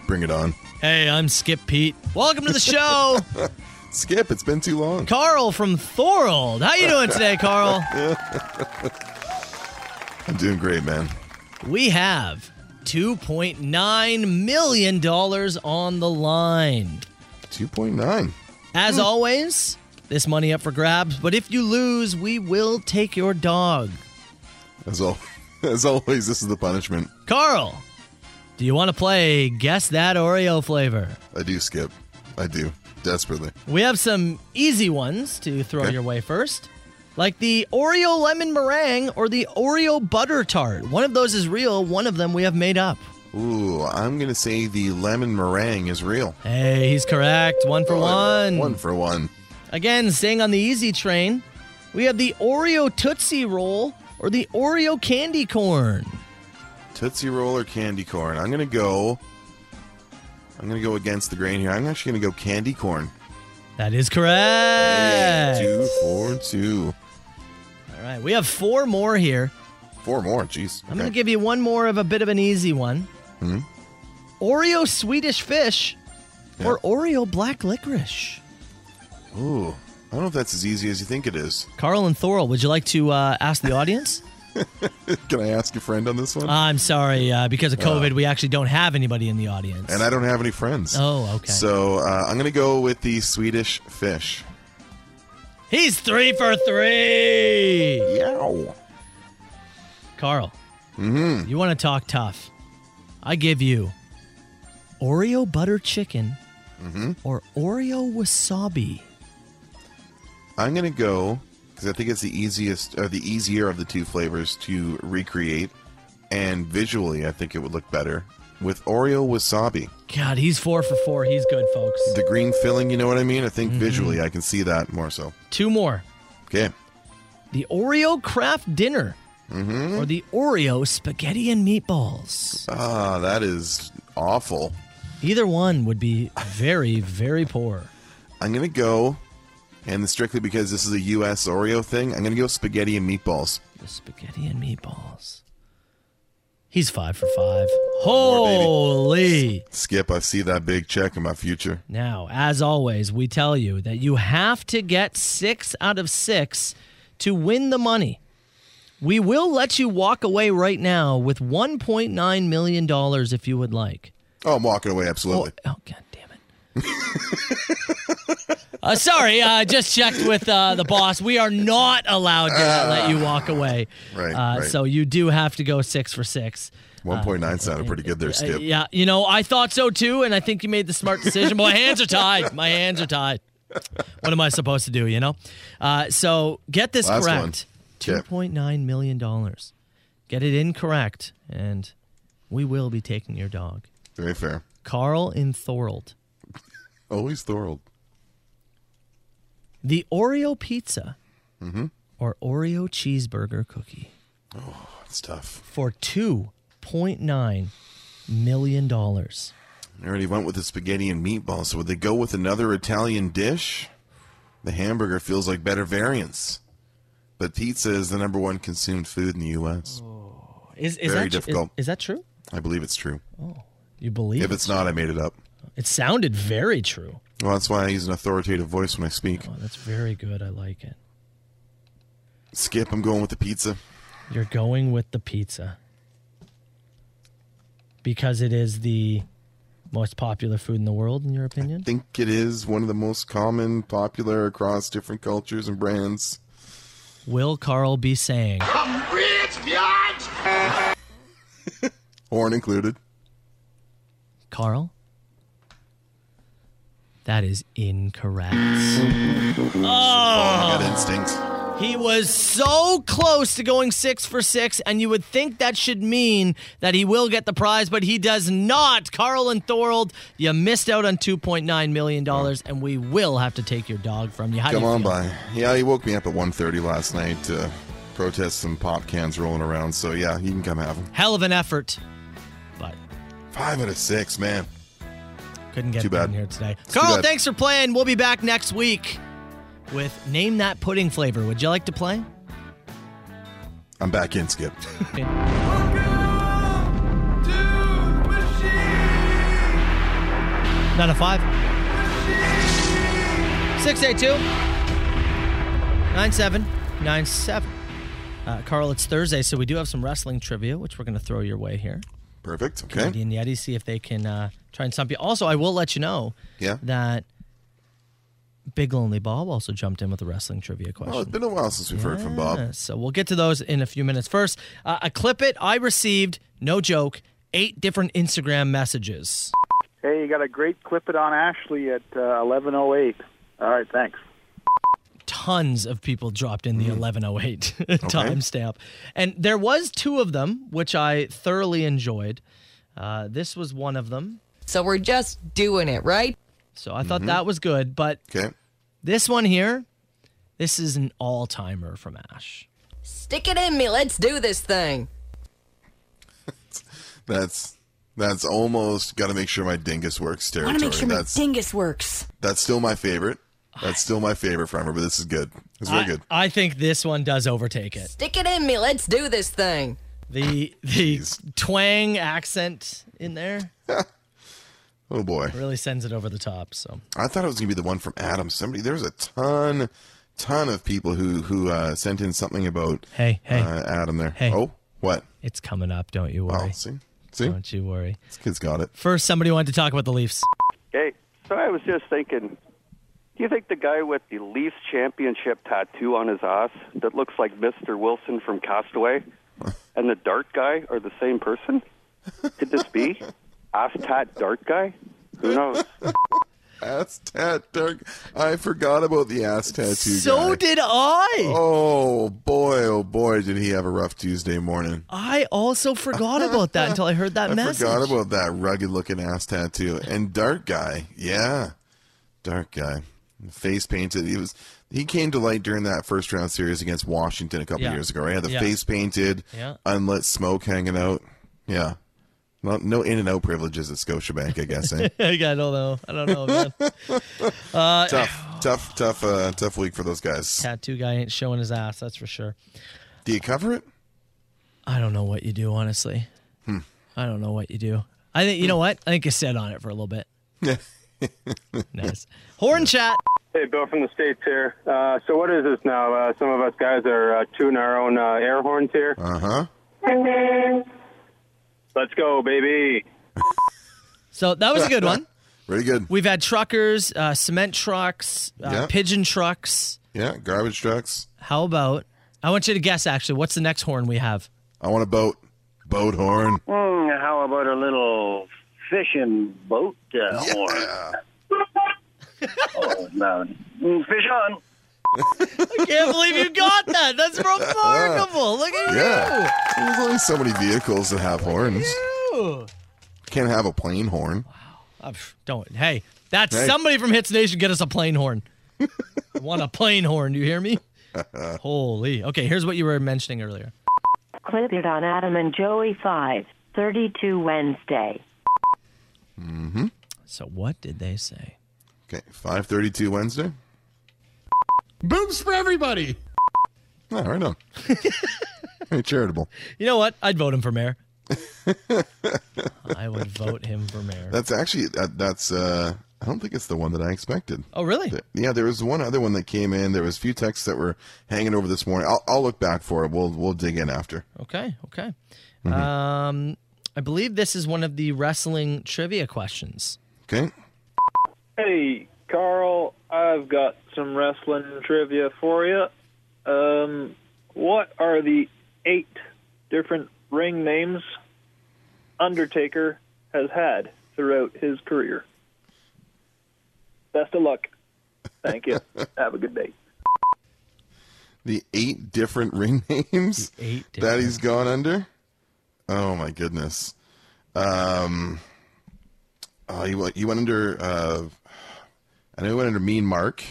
[SPEAKER 8] Bring it on.
[SPEAKER 7] Hey, I'm Skip Pete. Welcome to the show,
[SPEAKER 8] Skip, it's been too long.
[SPEAKER 7] Carl from Thorold. How you doing today, Carl?
[SPEAKER 8] I'm doing great, man.
[SPEAKER 7] We have $2.9 million on the line.
[SPEAKER 8] 2.9.
[SPEAKER 7] As always, this money up for grabs, but if you lose, we will take your dog.
[SPEAKER 8] As, al- [laughs] as always, this is the punishment.
[SPEAKER 7] Carl, do you want to play Guess That Oreo Flavor?
[SPEAKER 8] I do skip. I do. Desperately.
[SPEAKER 7] We have some easy ones to throw
[SPEAKER 8] Okay.
[SPEAKER 7] your way first, like the Oreo Lemon Meringue or the Oreo Butter Tart. One of those is real, one of them we have made up.
[SPEAKER 8] Ooh, I'm going to say the lemon meringue is real.
[SPEAKER 7] Hey, he's correct. One for
[SPEAKER 8] One
[SPEAKER 7] one.
[SPEAKER 8] for one.
[SPEAKER 7] Again, staying on the easy train, we have the Oreo Tootsie Roll or the Oreo Candy Corn.
[SPEAKER 8] Tootsie Roll or candy corn? I'm gonna go. I'm gonna go against the grain here. I'm actually gonna go candy corn.
[SPEAKER 7] That is correct.
[SPEAKER 8] Two, four, two,
[SPEAKER 7] All right, we have four more here.
[SPEAKER 8] four more. Jeez.
[SPEAKER 7] I'm going
[SPEAKER 8] Okay. Hmm?
[SPEAKER 7] to give you one more of a bit of an easy one. Oreo Swedish fish or Oreo black licorice.
[SPEAKER 8] Ooh, I don't know if that's as easy as you think it is.
[SPEAKER 7] Carl and Thorl, would you like to uh, ask
[SPEAKER 8] [laughs]
[SPEAKER 7] the audience?
[SPEAKER 8] Can I ask a friend on this one?
[SPEAKER 7] I'm sorry, uh, because of COVID, we actually don't have anybody in the audience.
[SPEAKER 8] and I don't have any friends.
[SPEAKER 7] oh, okay.
[SPEAKER 8] So uh, I'm gonna go with the Swedish fish.
[SPEAKER 7] He's three for three.
[SPEAKER 8] Yeah.
[SPEAKER 7] Carl,
[SPEAKER 8] Mm-hmm.
[SPEAKER 7] you want to talk tough? I give you Oreo butter chicken
[SPEAKER 8] Mm-hmm.
[SPEAKER 7] or Oreo wasabi.
[SPEAKER 8] I'm gonna go because I think it's the easiest or the easier of the two flavors to recreate, and visually I think it would look better with Oreo wasabi.
[SPEAKER 7] God, he's four for four. He's good, folks.
[SPEAKER 8] The green filling, you know what I mean? I think
[SPEAKER 7] Mm-hmm.
[SPEAKER 8] visually I can see that more so.
[SPEAKER 7] Two more.
[SPEAKER 8] Okay.
[SPEAKER 7] The Oreo craft dinner
[SPEAKER 8] Mm-hmm.
[SPEAKER 7] or the Oreo spaghetti and meatballs.
[SPEAKER 8] Ah, that is awful.
[SPEAKER 7] Either one would be very, very poor.
[SPEAKER 8] I'm gonna go, and strictly because this is a U.S. Oreo thing, I'm gonna go spaghetti and meatballs.
[SPEAKER 7] The spaghetti and meatballs. He's five for
[SPEAKER 8] more,
[SPEAKER 7] five.
[SPEAKER 8] baby.
[SPEAKER 7] Holy!
[SPEAKER 8] Skip, I see that big check in my future.
[SPEAKER 7] Now, as always, we tell you that you have to get six out of six to win the money. We will let you walk away right now with $1.9 million if you would like.
[SPEAKER 8] Oh, I'm walking away. Absolutely.
[SPEAKER 7] Oh, god damn it. [laughs] uh, sorry, I just checked with uh, the boss. We are not allowed to let you walk away.
[SPEAKER 8] Ah. Right,
[SPEAKER 7] Uh,
[SPEAKER 8] right.
[SPEAKER 7] So you do have to go six for six.
[SPEAKER 8] One point nine sounded pretty good there,
[SPEAKER 7] Uh,
[SPEAKER 8] Skip.
[SPEAKER 7] ah, yeah, you know, I thought so too, and I think you made the smart decision. but my hands are tied. My hands are tied. What am I supposed to do, you know? Uh, so get this
[SPEAKER 8] Last one.
[SPEAKER 7] correct
[SPEAKER 8] Yeah.
[SPEAKER 7] $2.9 million. dollars. Get it incorrect, and we will be taking your dog.
[SPEAKER 8] Very fair.
[SPEAKER 7] Carl in Thorold.
[SPEAKER 8] Always Thorold.
[SPEAKER 7] The Oreo pizza
[SPEAKER 8] Mm-hmm.
[SPEAKER 7] or Oreo cheeseburger cookie
[SPEAKER 8] That's tough.
[SPEAKER 7] for $2.9 million.
[SPEAKER 8] I already went with the spaghetti and meatballs. So would they go with another Italian dish? The hamburger feels like better variants. But pizza is the number one consumed food in the U.S.
[SPEAKER 7] Is, is
[SPEAKER 8] Very
[SPEAKER 7] that tr- is-
[SPEAKER 8] difficult.
[SPEAKER 7] Is, that true?
[SPEAKER 8] I believe it's true.
[SPEAKER 7] You believe
[SPEAKER 8] If it's
[SPEAKER 7] it?
[SPEAKER 8] not, I made it up.
[SPEAKER 7] It sounded very true.
[SPEAKER 8] Well, that's why I use an authoritative voice when I speak.
[SPEAKER 7] Oh, that's very good. I like it.
[SPEAKER 8] Skip, I'm going with the pizza.
[SPEAKER 7] You're going with the pizza because it is the most popular food in the world, in your opinion?
[SPEAKER 8] Think it is one of the most common, popular across different cultures and brands.
[SPEAKER 7] Will Carl be saying
[SPEAKER 8] Horn included.
[SPEAKER 7] Carl? That is incorrect.
[SPEAKER 8] I got
[SPEAKER 7] Ah.
[SPEAKER 8] instinct.
[SPEAKER 7] He was so close to going six for six, and you would think that should mean that he will get the prize, but he does not. Carl and Thorold, you missed out on $2.9 million, and we will have to take your dog from you. How do
[SPEAKER 8] Come
[SPEAKER 7] you
[SPEAKER 8] on
[SPEAKER 7] feel?
[SPEAKER 8] by. Yeah, he woke me up at 1.30 last night to protest some pop cans rolling around. So, yeah, you can come have them.
[SPEAKER 7] Hell of an effort, but
[SPEAKER 8] Five out of six, man.
[SPEAKER 7] couldn't get
[SPEAKER 8] Too
[SPEAKER 7] it done
[SPEAKER 8] bad.
[SPEAKER 7] here today.
[SPEAKER 8] too
[SPEAKER 7] Carl,
[SPEAKER 8] bad.
[SPEAKER 7] thanks for playing. We'll be back next week with Name That Pudding Flavor. Would you like to play?
[SPEAKER 8] I'm back in,
[SPEAKER 7] [laughs]
[SPEAKER 8] Skip.
[SPEAKER 7] Nine to five. 682 9797. Uh, Carl, it's Thursday, so we do have some wrestling trivia, which we're going to throw your way here.
[SPEAKER 8] Perfect. Okay.
[SPEAKER 7] Canadian Yeti, see if they can uh, try and stump you. Also, I will let you know
[SPEAKER 8] Yeah.
[SPEAKER 7] that Big Lonely Bob also jumped in with a wrestling trivia question.
[SPEAKER 8] Well, Oh, it's been a while since we've heard from
[SPEAKER 7] Yeah,
[SPEAKER 8] Bob.
[SPEAKER 7] So we'll get to those in a few minutes. First, uh, a clip it I received, no joke, eight different Instagram messages.
[SPEAKER 11] Hey, you got a great clip it on Ashley at uh, 11:08. All right, thanks.
[SPEAKER 7] Tons of people dropped in the [laughs] 1108 timestamp. And there was two of them, which I thoroughly enjoyed. Uh, this was one of them.
[SPEAKER 10] So we're just doing it, right?
[SPEAKER 7] So I thought that was good. But
[SPEAKER 8] Okay.
[SPEAKER 7] This one here, this is an all timer from Ash.
[SPEAKER 10] Stick it in me. Let's do this thing.
[SPEAKER 8] That's that's almost got to make sure my dingus works territory.
[SPEAKER 10] Want to make sure my
[SPEAKER 8] that's
[SPEAKER 10] dingus works.
[SPEAKER 8] that's still my favorite. That's still my favorite from her, but this is good. It's very
[SPEAKER 7] I-
[SPEAKER 8] good.
[SPEAKER 7] I think this one does overtake it.
[SPEAKER 10] Stick it in me. Let's do this thing.
[SPEAKER 7] The the twang accent in there
[SPEAKER 8] Oh boy.
[SPEAKER 7] really sends it over the top. So
[SPEAKER 8] I thought it was gonna be the one from Adam. Somebody there was a ton, ton of people who who uh, sent in something about
[SPEAKER 7] Hey, hey.
[SPEAKER 8] uh, Adam there. Oh, what?
[SPEAKER 7] it's coming up. Don't you
[SPEAKER 8] Oh,
[SPEAKER 7] worry.
[SPEAKER 8] see, see,
[SPEAKER 7] Don't you worry.
[SPEAKER 8] this kid's got it.
[SPEAKER 7] First, somebody wanted to talk about the Leafs.
[SPEAKER 12] Hey, so I was just thinking, do you think the guy with the Leafs championship tattoo on his ass that looks like Mr. Wilson from Castaway and the dart guy are the same person? Could this
[SPEAKER 13] [laughs]
[SPEAKER 12] be? Ass tat dart guy? Who knows?
[SPEAKER 8] Ass tat dark. I forgot about the ass tattoo.
[SPEAKER 7] So
[SPEAKER 8] guy.
[SPEAKER 7] did I.
[SPEAKER 8] Oh boy, oh boy, did he have a rough Tuesday morning.
[SPEAKER 7] I also forgot about that until I heard
[SPEAKER 8] [laughs]
[SPEAKER 7] that
[SPEAKER 8] I
[SPEAKER 7] message.
[SPEAKER 8] forgot
[SPEAKER 7] [laughs]
[SPEAKER 8] about that rugged looking ass tattoo and dark guy. Yeah, dark guy, face painted. He was he came to light during that first round series against Washington a couple
[SPEAKER 14] Yeah.
[SPEAKER 8] years ago. Right, had the
[SPEAKER 14] Yeah.
[SPEAKER 8] face painted,
[SPEAKER 14] Yeah.
[SPEAKER 8] unlit smoke hanging out. Yeah, well, no in and out privileges at Scotiabank, I guess.
[SPEAKER 14] [laughs]
[SPEAKER 8] Eh?
[SPEAKER 7] I don't know. I don't know, man. [laughs] uh,
[SPEAKER 8] tough, tough, tough, uh, tough week for those guys.
[SPEAKER 7] Tattoo guy ain't showing his ass. That's for sure.
[SPEAKER 8] Do you cover it?
[SPEAKER 7] I don't know what you do, honestly.
[SPEAKER 8] Hmm.
[SPEAKER 7] I don't know what you do. I think you know what. I think I said on it for a
[SPEAKER 8] [laughs]
[SPEAKER 7] little bit. nice. Horn chat.
[SPEAKER 13] Hey, Bill from the States here. Uh, so, what is this now? Uh, some of us guys are uh, tuning our own uh, air horns here.
[SPEAKER 8] Uh huh.
[SPEAKER 13] Let's go, baby.
[SPEAKER 7] So that was a good one.
[SPEAKER 8] Pretty good.
[SPEAKER 7] We've had truckers, uh, cement trucks, uh,
[SPEAKER 8] Yeah.
[SPEAKER 7] pigeon trucks.
[SPEAKER 8] Yeah, garbage trucks.
[SPEAKER 7] How about? I want you to guess. Actually, what's the next horn we have?
[SPEAKER 8] I want a boat. Boat horn.
[SPEAKER 15] Mm, how about a little fishing boat uh, horn? oh, no. Mm, Fish on.
[SPEAKER 7] I can't believe you got that. [laughs] That's remarkable. Look at
[SPEAKER 8] Yeah. There's only so many vehicles that have horns.
[SPEAKER 7] you.
[SPEAKER 8] Can't have a plane horn.
[SPEAKER 7] Uh, Oh, pff, don't. Hey, that's
[SPEAKER 8] Hey.
[SPEAKER 7] somebody from Hits Nation. Get us a plane horn. [laughs] I want a plane horn. You hear
[SPEAKER 8] [laughs]
[SPEAKER 7] me? Holy. Okay, here's what you were mentioning earlier.
[SPEAKER 16] Clip it on Adam and Joey 5, 32 Wednesday.
[SPEAKER 8] Mm-hmm.
[SPEAKER 7] So what did they say?
[SPEAKER 8] Okay, five thirty-two Wednesday.
[SPEAKER 17] Boobs for everybody.
[SPEAKER 8] Oh, right on. Very charitable.
[SPEAKER 7] You know what? I'd vote him
[SPEAKER 8] [laughs]
[SPEAKER 7] for mayor. I would vote him for mayor.
[SPEAKER 8] That's actually that, that's. uh I don't think it's the one that I expected.
[SPEAKER 7] Oh, really?
[SPEAKER 8] Yeah, there was one other one that came in. There was a few texts that were hanging over this morning. I'll, I'll look back for it. We'll we'll dig in after.
[SPEAKER 7] Okay, okay.
[SPEAKER 8] Mhm.
[SPEAKER 7] Um, I believe this is one of the wrestling trivia questions.
[SPEAKER 8] Okay.
[SPEAKER 18] Hey, Carl, I've got some wrestling trivia for you. Um, what are the eight different ring names Undertaker has had throughout his career? Best of luck. Thank you. Have a good day.
[SPEAKER 8] The eight different [laughs] ring names
[SPEAKER 7] eight
[SPEAKER 8] that he's gone under. Oh my goodness. Um, oh, he went. He went under. Uh, I know he went under Mean Mark.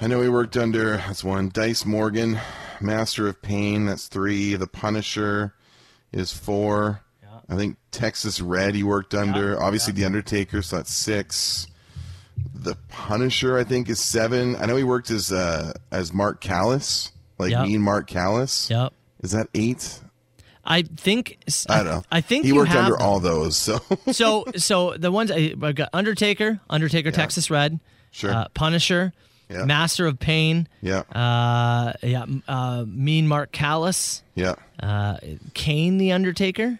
[SPEAKER 8] I know he worked under. That's one. Dice Morgan, Master of Pain. That's three. The Punisher is four. I think Texas Red he worked under. Obviously the Undertaker, so that's six. The Punisher, I think, is seven. I know he worked as uh, as Mark Callis, like
[SPEAKER 7] Yeah.
[SPEAKER 8] Mean Mark Callis.
[SPEAKER 7] Yep.
[SPEAKER 8] Is that eight?
[SPEAKER 7] I think.
[SPEAKER 8] I don't know.
[SPEAKER 7] I think
[SPEAKER 8] he
[SPEAKER 7] you
[SPEAKER 8] worked
[SPEAKER 7] have
[SPEAKER 8] under
[SPEAKER 7] them.
[SPEAKER 8] all those. So [laughs]
[SPEAKER 7] so so the ones I, I got Undertaker, Undertaker, Texas Red,
[SPEAKER 8] Sure.
[SPEAKER 7] uh, Punisher,
[SPEAKER 8] Yeah.
[SPEAKER 7] Master of Pain,
[SPEAKER 8] yeah,
[SPEAKER 7] uh, yeah, m- uh, Mean Mark Callis,
[SPEAKER 8] yeah.
[SPEAKER 7] uh, Kane the Undertaker.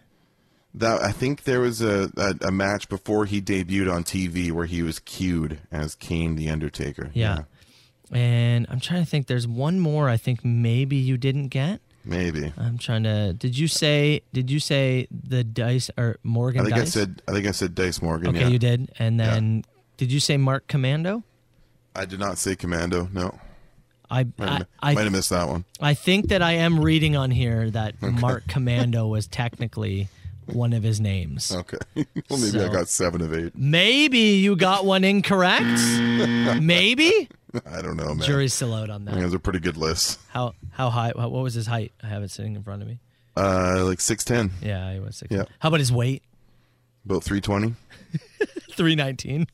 [SPEAKER 8] That I think there was a, a a match before he debuted on TV where he was cued as Kane the Undertaker.
[SPEAKER 7] Yeah. and I'm trying to think. There's one more. I think maybe you didn't get.
[SPEAKER 8] Maybe.
[SPEAKER 7] I'm trying to. Did you say? Did you say the dice or Morgan?
[SPEAKER 8] I think I
[SPEAKER 7] Dice?
[SPEAKER 8] said I think I said Dice Morgan.
[SPEAKER 7] Okay,
[SPEAKER 8] yeah.
[SPEAKER 7] you did. And then did you say Mark Commando?
[SPEAKER 8] I did not say Commando. No.
[SPEAKER 7] I
[SPEAKER 8] might, have-
[SPEAKER 7] I- I-
[SPEAKER 8] might have missed that one.
[SPEAKER 7] I think that I am reading on here that Mark Commando was technically one of his names.
[SPEAKER 8] Okay. [laughs] Well, maybe I
[SPEAKER 7] So-
[SPEAKER 8] got seven of eight.
[SPEAKER 7] Maybe you got one incorrect.
[SPEAKER 8] [laughs]
[SPEAKER 7] Maybe.
[SPEAKER 8] I don't know, man.
[SPEAKER 7] Jury's still out on that.
[SPEAKER 8] Yeah, It was a pretty good list.
[SPEAKER 7] How how high? What was his height? I have it sitting in front of me.
[SPEAKER 8] Uh, like six ten.
[SPEAKER 7] Yeah, he was six.
[SPEAKER 8] Yeah,
[SPEAKER 7] How about his weight?
[SPEAKER 8] about three twenty. [laughs]
[SPEAKER 7] Three nineteen.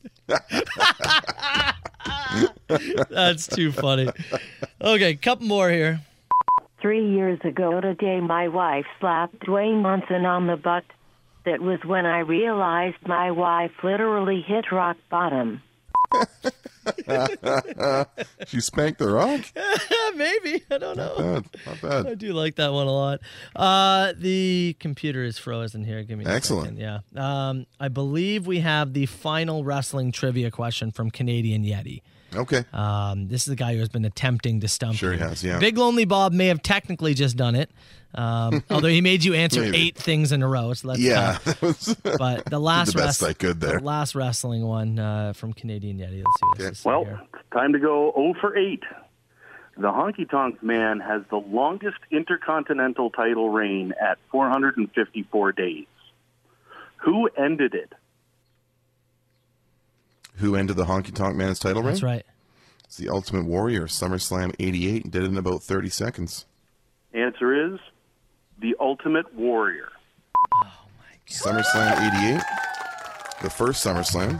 [SPEAKER 7] That's too funny. Okay, couple more here.
[SPEAKER 16] Three years ago today, my wife slapped Dwayne Monson on the butt. That was when I realized my wife literally hit rock bottom.
[SPEAKER 8] she spanked the
[SPEAKER 7] [laughs]
[SPEAKER 8] rock.
[SPEAKER 7] Maybe I don't know.
[SPEAKER 8] Not bad. Not bad.
[SPEAKER 7] I do like that one a lot. Uh, the computer is frozen here. Give me a
[SPEAKER 8] Excellent.
[SPEAKER 7] second. Yeah. Um, I believe we have the final wrestling trivia question from Canadian Yeti.
[SPEAKER 8] Okay.
[SPEAKER 7] Um, this is the guy who has been attempting to stump. Sure,
[SPEAKER 8] he has. Yeah.
[SPEAKER 7] Big Lonely Bob may have technically just done it,
[SPEAKER 8] [laughs]
[SPEAKER 7] um, although he made you answer
[SPEAKER 8] Maybe.
[SPEAKER 7] eight things in a row. So that's
[SPEAKER 8] yeah.
[SPEAKER 7] tough. But the last
[SPEAKER 8] the best
[SPEAKER 7] wrest-
[SPEAKER 8] I could there.
[SPEAKER 7] the last wrestling one uh, from Canadian Yeti. Let's see what this is.
[SPEAKER 14] Well, time to go 0 for 8. The Honky Tonk Man has the longest intercontinental title reign at 454 days. Who ended it?
[SPEAKER 8] [laughs] Who ended the Honky Tonk Man's title reign?
[SPEAKER 7] That's right.
[SPEAKER 8] It's the Ultimate Warrior, SummerSlam '88, and did it in about thirty seconds.
[SPEAKER 14] Answer is the Ultimate Warrior.
[SPEAKER 8] SummerSlam '88, the first SummerSlam,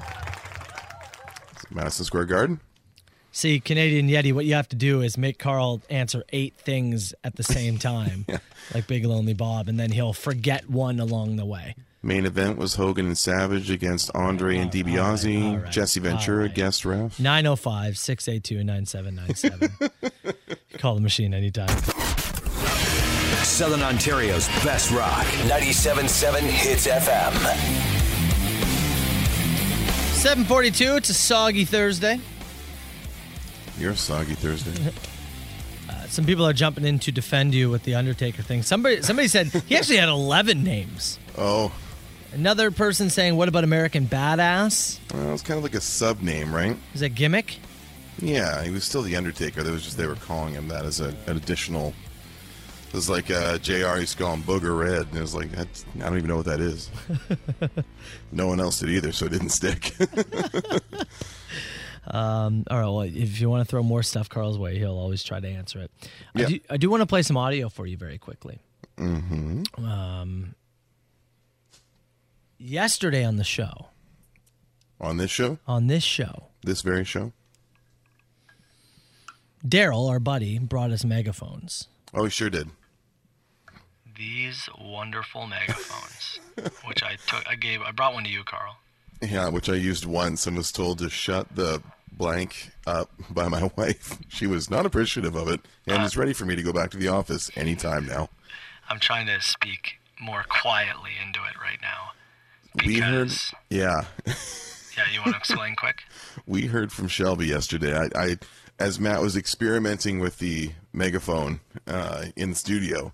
[SPEAKER 8] It's Madison Square Garden.
[SPEAKER 7] See, Canadian Yeti, what you have to do is make Carl answer eight things at the
[SPEAKER 8] [laughs]
[SPEAKER 7] same time, like Big Lonely Bob, and then he'll forget one along the way.
[SPEAKER 8] Main event was Hogan and Savage against Andre and DiBiase. Jesse Ventura, guest ref.
[SPEAKER 7] 905
[SPEAKER 8] [laughs]
[SPEAKER 7] 682 9797. Call the machine anytime.
[SPEAKER 5] Southern Ontario's best rock. 97.7 Hits FM.
[SPEAKER 7] 742, it's a soggy Thursday.
[SPEAKER 8] You're a soggy Thursday.
[SPEAKER 7] Uh, some people are jumping in to defend you with the Undertaker thing. Somebody somebody said he actually had 11 names.
[SPEAKER 8] Oh.
[SPEAKER 7] Another person saying, What about American Badass?
[SPEAKER 8] Well, it's kind of like a sub name, right?
[SPEAKER 7] Is that gimmick?
[SPEAKER 8] Yeah, he was still the Undertaker. They was just they were calling him that as a, an additional. It was like uh, Jr. used to call him Booger Red, and it was like that's, I don't even know what that is. no one else did either, so it didn't stick.
[SPEAKER 7] Um, all right. Well, if you want to throw more stuff Carl's way, he'll always try to answer it.
[SPEAKER 8] Yeah.
[SPEAKER 7] I do, I do want to play some audio for you very quickly.
[SPEAKER 8] mm-hmm.
[SPEAKER 7] Um, yesterday on the show,
[SPEAKER 8] On this show,
[SPEAKER 7] on this show,
[SPEAKER 8] this very show.
[SPEAKER 7] Daryl, our buddy, brought us megaphones.
[SPEAKER 8] Oh, he sure did.
[SPEAKER 6] These wonderful megaphones, [laughs] which I took, I gave, I brought one to you, Carl.
[SPEAKER 8] Yeah, which I used once and was told to shut the blank up by my [laughs] wife. She was not appreciative of it and
[SPEAKER 6] Uh,
[SPEAKER 8] is ready for me to go back to the office anytime now.
[SPEAKER 6] I'm trying to speak more quietly into it right now.
[SPEAKER 8] We heard, yeah,
[SPEAKER 6] Yeah, you want to explain quick?
[SPEAKER 8] we heard from Shelby yesterday. I, I as Matt was experimenting with the megaphone uh, in the studio,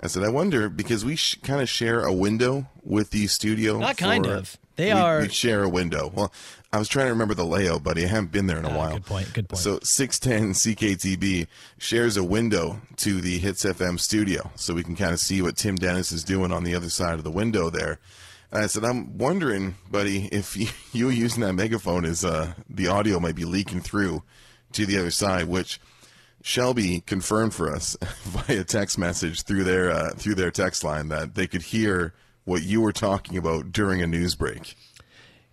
[SPEAKER 8] I said, I wonder because we sh- kind of share a window with the studio.
[SPEAKER 7] Not Ah, kind
[SPEAKER 8] for-
[SPEAKER 7] of. They
[SPEAKER 8] we-
[SPEAKER 7] are-
[SPEAKER 8] We share a window. Well, I was trying to remember the layout, buddy. I haven't been there in a while.
[SPEAKER 7] Ah, Good point. Good point.
[SPEAKER 8] Oh. So 610 CKTB shares a window to the Hits FM studio, so we can kind of see what Tim Dennis is doing on the other side of the window there. And I said, I'm wondering, buddy, if [laughs] you, you using that megaphone is uh, the audio might be leaking through to the other side, which Shelby confirmed for us [laughs] via text message through their uh, through their text line that they could hear what you were talking about during a news break.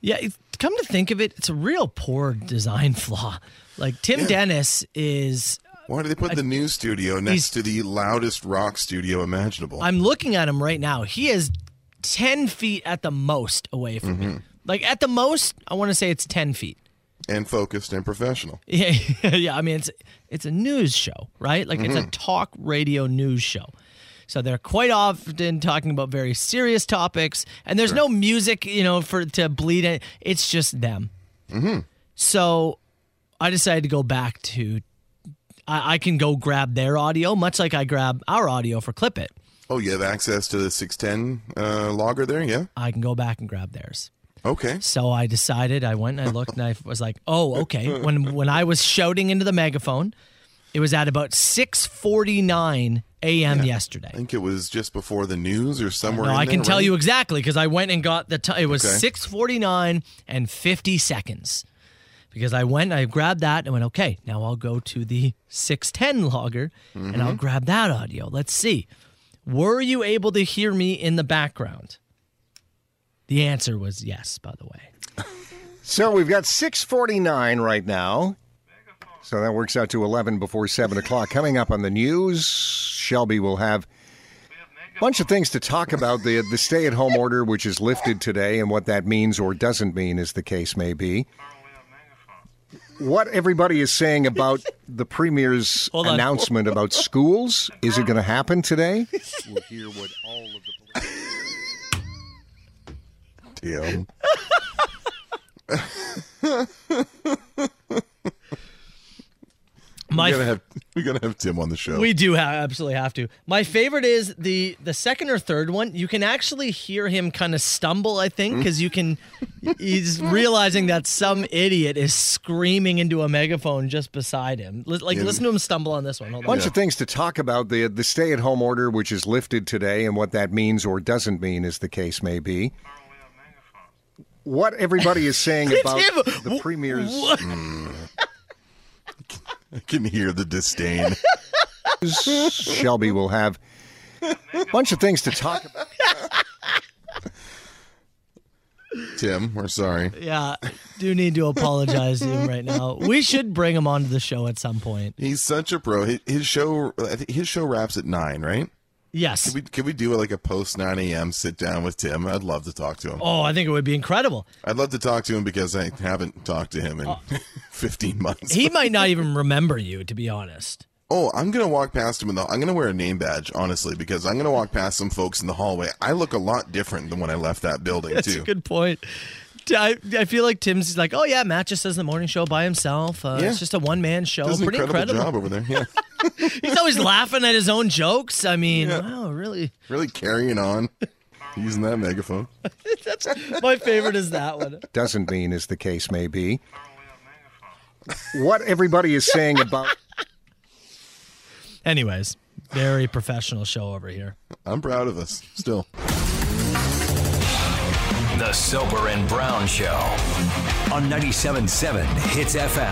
[SPEAKER 7] Yeah, it- come to think of it, it's a real poor design [laughs] flaw. Like Tim Dennis is.
[SPEAKER 8] Why do they put the news studio next to the loudest rock studio imaginable?
[SPEAKER 7] I'm looking at him right now. He is 10 feet at the most away from me. Like at the most, I want to say it's 10 feet. [laughs]
[SPEAKER 8] and focused and professional.
[SPEAKER 7] Yeah, yeah. I mean, it's it's a news show, right? Like it's a talk radio news show. So they're quite often talking about very serious topics, and there's no music, you know, for to bleed it. It's just them.
[SPEAKER 8] Mm-hmm.
[SPEAKER 7] So I decided to go back to. I, I can go grab their audio, much like I grab our audio for Clip It.
[SPEAKER 8] Oh, you have access to the 610 uh, logger there, yeah?
[SPEAKER 7] I can go back and grab theirs.
[SPEAKER 8] Okay.
[SPEAKER 7] So I decided. I went and I looked, and I was like, "Oh, okay." When when I was shouting into the megaphone, it was at about six forty nine a.m. yesterday.
[SPEAKER 8] I think it was just before the news or somewhere.
[SPEAKER 7] No,
[SPEAKER 8] in
[SPEAKER 7] I
[SPEAKER 8] there,
[SPEAKER 7] can tell
[SPEAKER 8] right?
[SPEAKER 7] you exactly because I went and got the time. It was
[SPEAKER 8] Okay.
[SPEAKER 7] 6:49 and 50 seconds. Because I went, I grabbed that and went, okay, now I'll go to the 610 logger and I'll
[SPEAKER 8] Mm-hmm.
[SPEAKER 2] Mhm.
[SPEAKER 7] grab that audio. Let's see. Were you able to hear me in the background? The answer was yes, by the way.
[SPEAKER 19] [laughs] So we've got 649 right now. So that works out to 11 before 7 o'clock. Coming up on the news, Shelby will have a bunch of things to talk about. The, the stay at home order, which is lifted today, and what that means or doesn't mean, as the case may be. What everybody is saying about
[SPEAKER 2] [laughs]
[SPEAKER 19] the premier's
[SPEAKER 2] Hold on.
[SPEAKER 19] announcement about schools. Is it going to happen
[SPEAKER 2] [laughs]
[SPEAKER 19] today?
[SPEAKER 2] We'll hear what all of the.
[SPEAKER 7] [laughs]
[SPEAKER 8] Damn.
[SPEAKER 7] My-
[SPEAKER 8] we're gonna have we're gonna have Tim on the show.
[SPEAKER 7] We do ha- absolutely have to. My favorite is the the second or third one. You can actually hear him kind of stumble, I think,
[SPEAKER 19] Mm-hmm.
[SPEAKER 7] because you can. He's realizing that some idiot is screaming into a megaphone just beside him. Li- Like,
[SPEAKER 19] Yeah.
[SPEAKER 7] listen to him stumble on this one. Hold
[SPEAKER 19] A
[SPEAKER 7] on.
[SPEAKER 19] bunch of things to talk about the the stay at home order, which is lifted today, and what that means or doesn't mean, as the case may be. What everybody is saying
[SPEAKER 2] [laughs] It's
[SPEAKER 19] about
[SPEAKER 2] him.
[SPEAKER 19] the
[SPEAKER 2] Wh-
[SPEAKER 19] premier's
[SPEAKER 2] what?
[SPEAKER 8] I can hear the
[SPEAKER 7] [laughs]
[SPEAKER 8] disdain.
[SPEAKER 19] Shelby will have a bunch of things to talk about.
[SPEAKER 8] Tim, we're sorry.
[SPEAKER 7] yeah, do need to apologize to him right now. We should bring him onto the show at some point.
[SPEAKER 8] He's such a pro. His, his show, I think his show wraps at nine, right?
[SPEAKER 7] Yes.
[SPEAKER 8] Can we can we do uh, like a post nine a.m. sit down with Tim? I'd love to talk to him.
[SPEAKER 7] Oh, I think it would be incredible.
[SPEAKER 8] I'd love to talk to him because I haven't talked to him in
[SPEAKER 7] Uh,
[SPEAKER 8] [laughs] fifteen months.
[SPEAKER 7] He might not even remember you, to be honest.
[SPEAKER 8] Oh, I'm gonna walk past him in the. I'm gonna wear a name badge, honestly, because I'm gonna walk past some folks in the hallway. I look a lot different than when I left that building,
[SPEAKER 7] That's
[SPEAKER 8] too.
[SPEAKER 7] a good point. T- I, I feel like Tim's he's like, oh yeah, Matt just does the morning show by himself. Uh,
[SPEAKER 8] Yeah.
[SPEAKER 7] It's just a one man show.
[SPEAKER 8] Does an
[SPEAKER 7] oh, Pretty
[SPEAKER 8] incredible,
[SPEAKER 7] incredible.
[SPEAKER 8] job over there. Yeah,
[SPEAKER 7] he's always laughing at his own jokes. I mean,
[SPEAKER 8] Yeah.
[SPEAKER 7] wow, really.
[SPEAKER 8] really carrying on, using that megaphone.
[SPEAKER 7] That's my favorite is that one.
[SPEAKER 19] [laughs] Doesn't mean, as the case may be. What everybody is saying about.
[SPEAKER 7] Anyways, very professional show over here.
[SPEAKER 8] I'm proud of us still.
[SPEAKER 5] The Sober and Brown Show on 97.7 Hits FM.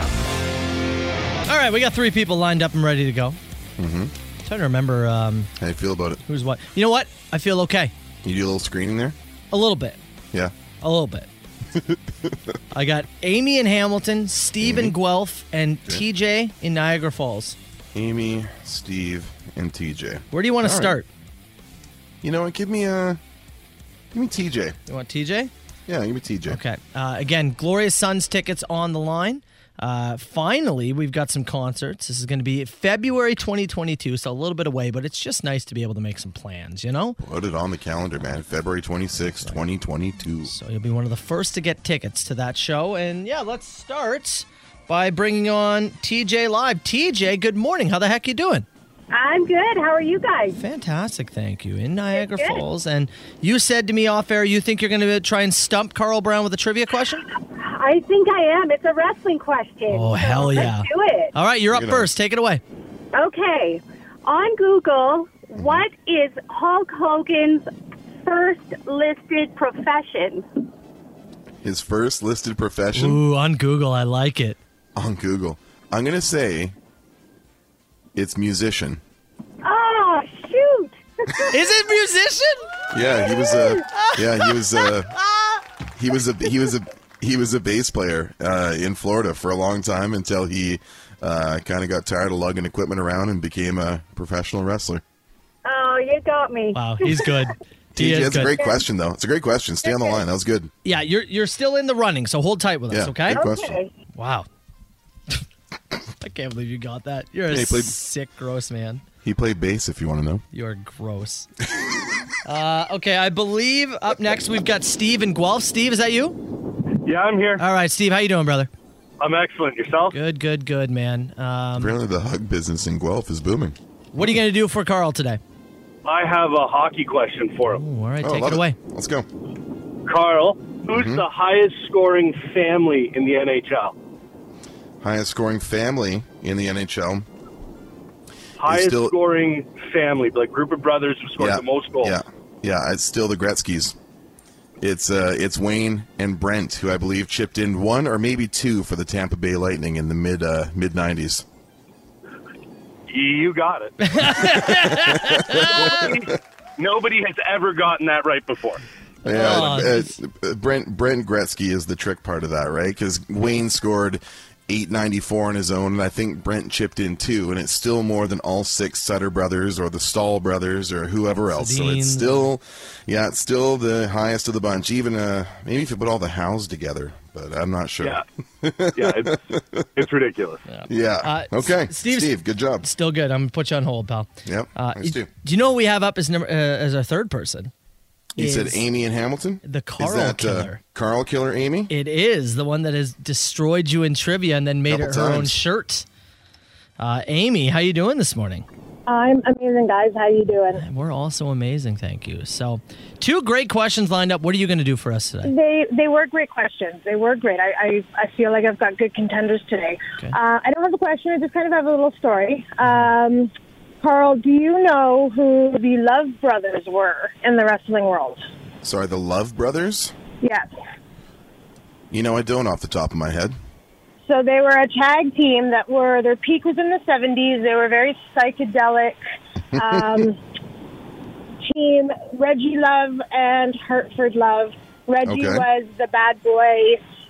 [SPEAKER 7] All right, we got three people lined up and ready to go.
[SPEAKER 8] Mm-hmm.
[SPEAKER 7] trying to remember um,
[SPEAKER 8] how you feel about it.
[SPEAKER 7] Who's what? You know what? I feel okay.
[SPEAKER 8] You do a little screening there.
[SPEAKER 7] A little bit.
[SPEAKER 8] Yeah.
[SPEAKER 7] A little bit. I got Amy in Hamilton, Steve in
[SPEAKER 8] Mm-hmm.
[SPEAKER 7] Guelph, and TJ in Niagara Falls.
[SPEAKER 8] Amy, Steve, and TJ.
[SPEAKER 7] Where do you want to
[SPEAKER 8] All right.
[SPEAKER 7] start?
[SPEAKER 8] You know what? Give me a. Give me TJ.
[SPEAKER 7] You want TJ?
[SPEAKER 8] Yeah, give me TJ.
[SPEAKER 7] Okay. Uh, again, Glorious Suns tickets on the line. Uh, finally, we've got some concerts. This is going to be February 2022, so a little bit away, but it's just nice to be able to make some plans, you know?
[SPEAKER 8] Put it on the calendar, man. February twenty sixth, 2022.
[SPEAKER 7] So you'll be one of the first to get tickets to that show. And yeah, let's start by bringing on TJ Live. TJ, good morning. How the heck you doing?
[SPEAKER 20] I'm good. How are you guys?
[SPEAKER 7] Fantastic, thank you. In Niagara
[SPEAKER 20] Good.
[SPEAKER 7] Falls. And you said to me off air, you think you're going to try and stump Carl Brown with a trivia question?
[SPEAKER 20] I think I am. It's a wrestling question.
[SPEAKER 7] Oh,
[SPEAKER 20] So
[SPEAKER 7] hell yeah.
[SPEAKER 20] Let's do it.
[SPEAKER 7] All right, you're up first. Take it away.
[SPEAKER 20] Okay. On Google, what is Hulk Hogan's first listed profession?
[SPEAKER 8] His first listed profession.
[SPEAKER 7] Ooh, on Google. I like it.
[SPEAKER 8] On Google. I'm going to say it's musician.
[SPEAKER 20] Oh, shoot. [laughs]
[SPEAKER 7] is it musician?
[SPEAKER 8] Yeah, he was a yeah, he was a he was a he was a he was a bass player uh, in Florida for a long time until he uh, kind of got tired of lugging equipment around and became a professional wrestler.
[SPEAKER 20] Oh, you got me.
[SPEAKER 7] Wow,
[SPEAKER 8] [laughs]
[SPEAKER 7] he's good.
[SPEAKER 8] TJ,
[SPEAKER 7] He is
[SPEAKER 8] that's a
[SPEAKER 7] good.
[SPEAKER 8] great question though. It's a great question. Stay on the line. That was good.
[SPEAKER 7] Yeah, you're you're still in the running, so hold tight with us,
[SPEAKER 8] Yeah,
[SPEAKER 7] okay?
[SPEAKER 8] good question. Okay.
[SPEAKER 7] Wow. [laughs] I can't believe you got that. You're
[SPEAKER 8] Yeah,
[SPEAKER 7] a
[SPEAKER 8] he played-
[SPEAKER 7] sick, gross man.
[SPEAKER 8] He played bass, if you want to know.
[SPEAKER 7] You're gross. [laughs] uh, okay, I believe up next we've got Steve in Guelph. Steve, is that you?
[SPEAKER 21] Yeah, I'm here.
[SPEAKER 7] All right, Steve, how you doing, brother?
[SPEAKER 21] I'm excellent. Yourself?
[SPEAKER 7] Good, good, good, man. Um,
[SPEAKER 8] Apparently, the hug business in Guelph is booming.
[SPEAKER 7] what are you going to do for Carl today?
[SPEAKER 21] I have a hockey question for him.
[SPEAKER 7] all right, Oh, take love it it. away.
[SPEAKER 8] Let's go.
[SPEAKER 21] Carl, who's
[SPEAKER 8] Mm-hmm.
[SPEAKER 21] the highest scoring family in the NHL?
[SPEAKER 8] Highest scoring family in the NHL.
[SPEAKER 21] highest
[SPEAKER 8] still-
[SPEAKER 21] scoring family, like group of brothers who scored
[SPEAKER 8] Yeah.
[SPEAKER 21] the most goals.
[SPEAKER 8] Yeah, yeah. It's still the Gretzky's. It's uh, it's Wayne and Brent who I believe chipped in one or maybe two for the Tampa Bay Lightning in the mid uh, mid nineties.
[SPEAKER 21] You got it. Nobody has ever gotten that right before.
[SPEAKER 8] Yeah,
[SPEAKER 21] Oh,
[SPEAKER 8] uh, uh, Brent Brent Gretzky is the trick part of that, right? Because Wayne scored eight ninety four on his own, and I think Brent chipped in two, and it's still more than all six Sutter brothers or the Stahl brothers or whoever else. So it's
[SPEAKER 3] Sedin.
[SPEAKER 8] still, yeah, it's still the highest of the bunch. Even uh, maybe if you put all the Hows together, but I'm not sure.
[SPEAKER 21] Yeah. yeah, it's, it's ridiculous.
[SPEAKER 8] Yeah.
[SPEAKER 7] Uh,
[SPEAKER 8] okay.
[SPEAKER 7] S- Steve-
[SPEAKER 8] Steve, good job.
[SPEAKER 7] Still good. I'm gonna put you on hold, pal.
[SPEAKER 8] Yep.
[SPEAKER 7] Uh,
[SPEAKER 8] Thanks,
[SPEAKER 7] do
[SPEAKER 8] Steve.
[SPEAKER 7] you know what we have up as number uh, as our third person?
[SPEAKER 8] He said
[SPEAKER 7] Is-
[SPEAKER 8] Amy and Hamilton.
[SPEAKER 7] The Carl
[SPEAKER 8] is that,
[SPEAKER 7] Killer.
[SPEAKER 8] Uh, Carl Killer Amy.
[SPEAKER 7] It is the one that has destroyed you in trivia and then made
[SPEAKER 8] Couple
[SPEAKER 7] it her own
[SPEAKER 8] times.
[SPEAKER 7] shirt. Uh, Amy, how you doing this morning?
[SPEAKER 20] I'm amazing, guys. How you doing?
[SPEAKER 7] We're also amazing, thank you. So, two great questions lined up. What are you going to do for us today?
[SPEAKER 20] They they were great questions. They were great. I I, I feel like I've got good contenders today. Uh, I don't have a question. I just kind of have a little story. Um, Carl, do you know who the Love Brothers were in the wrestling world?
[SPEAKER 8] Sorry, the Love Brothers.
[SPEAKER 20] Yes.
[SPEAKER 8] You know, I don't off the top of my head.
[SPEAKER 20] So they were a tag team that were their peak was in the seventies. They were very psychedelic um, team. Reggie Love and Hartford Love. Reggie
[SPEAKER 22] Okay.
[SPEAKER 20] was the bad boy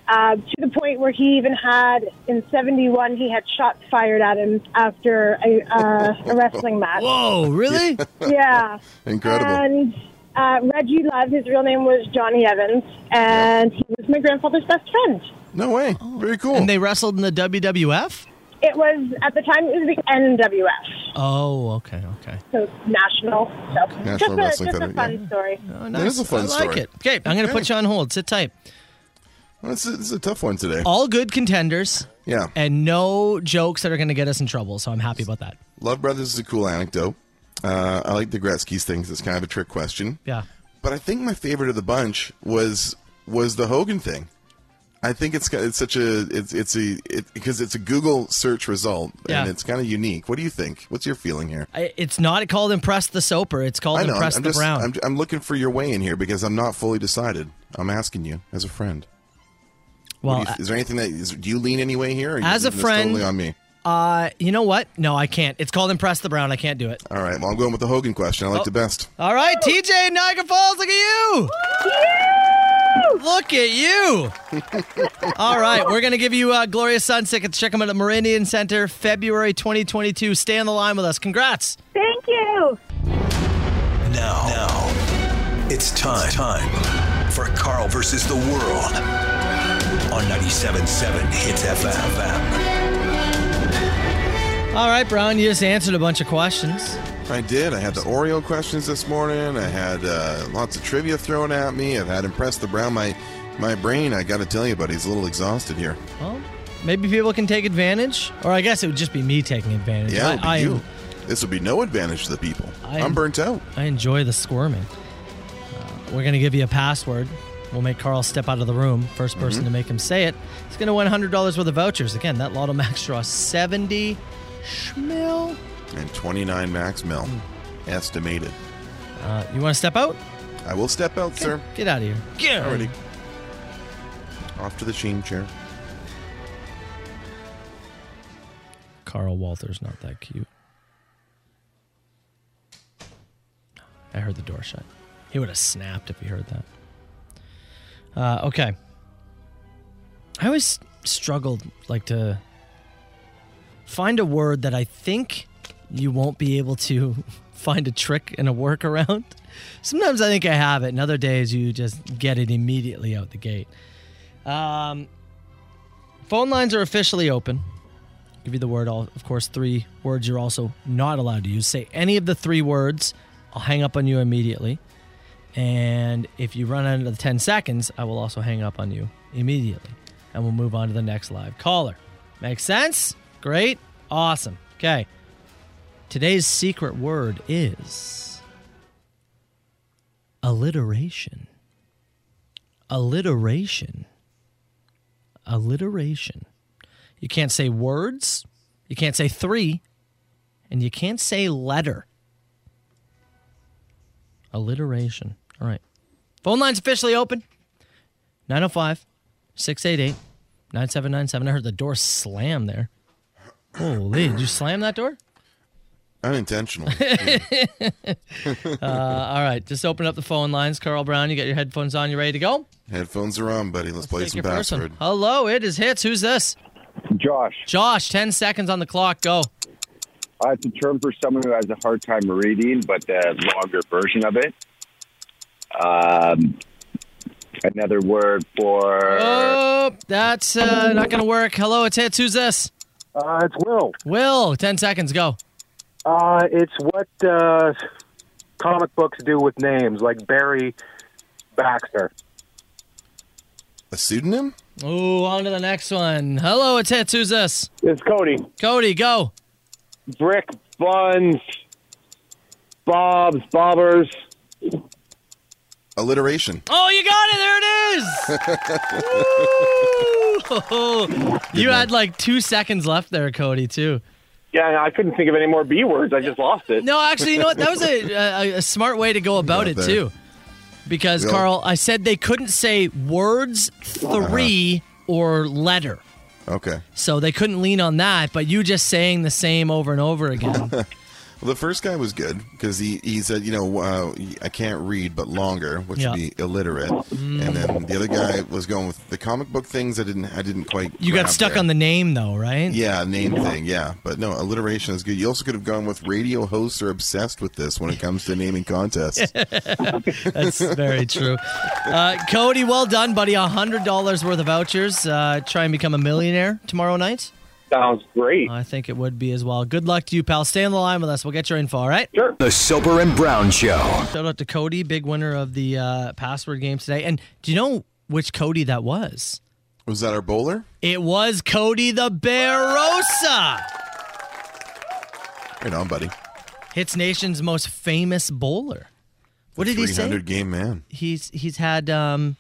[SPEAKER 20] uh, to the point where he even had in seventy one he had shots fired at him after a, uh, a wrestling match.
[SPEAKER 7] [laughs] really?
[SPEAKER 20] Yeah.
[SPEAKER 8] Incredible.
[SPEAKER 20] And uh, Reggie Love, his real name was Johnny Evans, and he was my grandfather's best friend.
[SPEAKER 8] No way. Very cool.
[SPEAKER 7] And they wrestled in the WWF?
[SPEAKER 20] It was at the time it was the NWF,
[SPEAKER 7] Oh, okay, okay.
[SPEAKER 20] so national. So
[SPEAKER 7] National
[SPEAKER 20] just a,
[SPEAKER 7] Wrestling
[SPEAKER 20] just a
[SPEAKER 7] Federation,
[SPEAKER 20] fun story.
[SPEAKER 7] Oh, Nice. I like it. Okay, I'm going to put you on hold. Sit tight.
[SPEAKER 8] This is, a tough one today.
[SPEAKER 7] All good contenders.
[SPEAKER 8] Yeah.
[SPEAKER 7] And no jokes that are going to get us in trouble. So I'm happy about that.
[SPEAKER 8] Love Brothers is a cool anecdote. Uh, I like the Gretzky's thing 'cause it's kind of a trick question.
[SPEAKER 7] Yeah.
[SPEAKER 8] But I think my favorite of the bunch was was the Hogan thing. I think it's got- it's such a it's it's a it, because it's a Google search result
[SPEAKER 7] Yeah.
[SPEAKER 8] and it's kind of unique. What do you think? What's your feeling here?
[SPEAKER 7] I, it's not called Impress the Soaper. It's called
[SPEAKER 8] I know. I'm-
[SPEAKER 7] Impress
[SPEAKER 8] I'm
[SPEAKER 7] the
[SPEAKER 8] just-
[SPEAKER 7] Brown.
[SPEAKER 8] I'm, I'm looking for your way in here because I'm not fully decided. I'm asking you as a friend. What
[SPEAKER 7] Well, uh,
[SPEAKER 8] do you- is there anything that is, do you lean any way here? Or you
[SPEAKER 7] As a
[SPEAKER 8] lean this
[SPEAKER 7] friend-
[SPEAKER 8] totally on me.
[SPEAKER 7] Uh, you know what? No, I can't. It's called Impress the Brown. I can't do it.
[SPEAKER 8] All right. Well, I'm going with the Hogan question. I liked
[SPEAKER 7] Oh.
[SPEAKER 8] it best.
[SPEAKER 7] All right, TJ in Niagara Falls, look at you. Look
[SPEAKER 8] [laughs]
[SPEAKER 7] at you. All right, we're going to give you uh, Glorious Sun tickets. Check them out at Meridian Center, February 2022. Stay on the line with us. Congrats.
[SPEAKER 20] Thank you.
[SPEAKER 5] Now, now, it's time, time for Carl versus the world on 97.7 Hits FM.
[SPEAKER 7] All right, Brown, you just answered a bunch of questions.
[SPEAKER 8] I did. I had the Oreo questions this morning. I had uh, lots of trivia thrown at me. I've had impressed the Brown. My my brain, I got to tell you, buddy, is a little exhausted here.
[SPEAKER 7] Well, maybe people can take advantage, or I guess it would just be me taking advantage.
[SPEAKER 8] Yeah,
[SPEAKER 7] I,
[SPEAKER 8] it'll be
[SPEAKER 7] I,
[SPEAKER 8] you. This will be no advantage to the people.
[SPEAKER 7] I-
[SPEAKER 8] I'm burnt out.
[SPEAKER 7] I enjoy the squirming. Uh, we're going to give you a password. We'll make Carl step out of the room. First
[SPEAKER 8] Mm-hmm.
[SPEAKER 7] person
[SPEAKER 3] Mhm.
[SPEAKER 7] to make him say it, he's going to win $100 worth of vouchers. Again, that Lotto Max draw 70 schmil.
[SPEAKER 8] And 29 max mil,
[SPEAKER 7] Hmm.
[SPEAKER 8] estimated.
[SPEAKER 7] Uh, you want to step out?
[SPEAKER 8] I will step out, sir.
[SPEAKER 7] Get out of here. Get
[SPEAKER 8] Already. Off to the sheen chair.
[SPEAKER 7] Carl Walther's not that cute. I heard the door shut. He would have snapped if he heard that. Uh, okay. I always struggled like to find a word that I think you won't be able to [laughs] find a trick and a workaround. Sometimes I think I have it, and other days you just get it immediately out the gate. Um, phone lines are officially open. Give you the word, all of course, three words you're also not allowed to use. Say any of the three words, I'll hang up on you immediately. And if you run out of 10 seconds, I will also hang up on you immediately. And we'll move on to the next live caller. Make sense? Great. Awesome. Okay. Today's secret word is alliteration. Alliteration. Alliteration. You can't say words. You can't say three. and you can't say letter. Alliteration. All right. Phone line's officially open 905 688 9797. I heard the door slam there. Holy, did you slam that door? [laughs]
[SPEAKER 8] Unintentional.
[SPEAKER 7] Uh, all right, just open up the phone lines. Carl Brown, you got your headphones on. You ready to go?
[SPEAKER 8] Headphones are on, buddy. Let's, play
[SPEAKER 7] Take
[SPEAKER 8] some
[SPEAKER 7] your first one.
[SPEAKER 8] password.
[SPEAKER 7] Hello, it is Hits. Who's this?
[SPEAKER 3] Josh.
[SPEAKER 7] Josh, 10 seconds on the clock. Go.
[SPEAKER 3] Uh, it's a term for someone who has a hard time reading, but the longer version of it. Um, another word for
[SPEAKER 7] Oh, that's uh, not going to work. Hello, it's Hits. Who's this?
[SPEAKER 3] Uh, it's Will.
[SPEAKER 7] Will, 10 seconds. Go.
[SPEAKER 21] Uh, it's what uh, comic books do with names, like Barry Baxter.
[SPEAKER 8] A pseudonym?
[SPEAKER 7] Ooh, on to the next one. Hello, it's Hits. Who's this?
[SPEAKER 21] It's Cody.
[SPEAKER 7] Cody, go.
[SPEAKER 21] Brick buns, bobs, bobbers.
[SPEAKER 8] Alliteration.
[SPEAKER 7] Oh, you got it. There it is. Woo!
[SPEAKER 3] [laughs]
[SPEAKER 7] [laughs] you had like two seconds left there, Cody, too.
[SPEAKER 21] Yeah, I couldn't think of any more B words. I just lost it.
[SPEAKER 7] No, actually, you know what? That was a, a, a smart way to go about it,
[SPEAKER 21] there.
[SPEAKER 7] too. Because,
[SPEAKER 21] Yeah.
[SPEAKER 7] Carl, I said they couldn't say words 3 or letter.
[SPEAKER 8] Okay.
[SPEAKER 7] So they couldn't lean on that, but you just saying the same over and over again.
[SPEAKER 8] [laughs] Well, the first guy was good because he, he said, you know, uh, I can't read, but longer, which
[SPEAKER 7] Yeah.
[SPEAKER 8] would be illiterate. And then the other guy was going with the comic book things. I didn't, I didn't quite.
[SPEAKER 7] You got
[SPEAKER 8] grab
[SPEAKER 7] stuck
[SPEAKER 8] there.
[SPEAKER 7] on the name, though, right?
[SPEAKER 8] Yeah, name thing. Yeah, but no, alliteration is good. You also could have gone with radio hosts are obsessed with this when it comes to naming
[SPEAKER 7] [laughs]
[SPEAKER 8] contests.
[SPEAKER 7] That's
[SPEAKER 8] [laughs]
[SPEAKER 7] very true. Uh, Cody, well done, buddy. $100 worth of vouchers. Uh, try and become a millionaire tomorrow night.
[SPEAKER 21] Sounds great.
[SPEAKER 7] I think it would be as well. Good luck to you, pal. Stay on the line with us. We'll get your info, all right?
[SPEAKER 3] Sure.
[SPEAKER 5] The Soper and Brown Show.
[SPEAKER 7] Shout out to Cody, big winner of the uh, password game today. And do you know which Cody that was?
[SPEAKER 8] Was that our bowler?
[SPEAKER 7] It was Cody the Barossa,
[SPEAKER 8] Right on, buddy.
[SPEAKER 7] Hits Nation's most famous bowler. What did he say?
[SPEAKER 8] 300 game man.
[SPEAKER 7] He's he's had um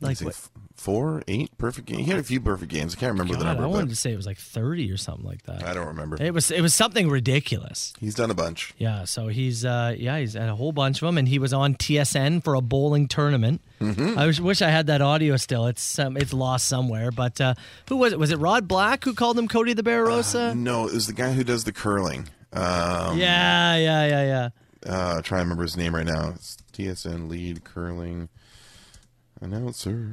[SPEAKER 7] like
[SPEAKER 8] He's a
[SPEAKER 7] what-
[SPEAKER 8] f- four, eight perfect games. He had a few perfect games. I can't remember the
[SPEAKER 7] God,
[SPEAKER 8] number.
[SPEAKER 7] I
[SPEAKER 8] but
[SPEAKER 7] wanted to say it was like thirty or something like that.
[SPEAKER 8] I don't remember.
[SPEAKER 7] It was it was something ridiculous.
[SPEAKER 8] He's done a bunch.
[SPEAKER 7] Yeah, so he's uh yeah he's had a whole bunch of them, and he was on TSN for a bowling tournament.
[SPEAKER 8] Mhm.
[SPEAKER 7] I wish, wish I had that audio still. It's um, it's lost somewhere. But uh, who was it? Was it Rod Black who called him Cody the
[SPEAKER 8] Uh,
[SPEAKER 7] Barrosa?
[SPEAKER 8] No, it was the guy who does the curling. Um,
[SPEAKER 7] yeah, yeah, yeah, yeah.
[SPEAKER 8] Uh, try to remember his name right now. It's TSN lead curling announcer.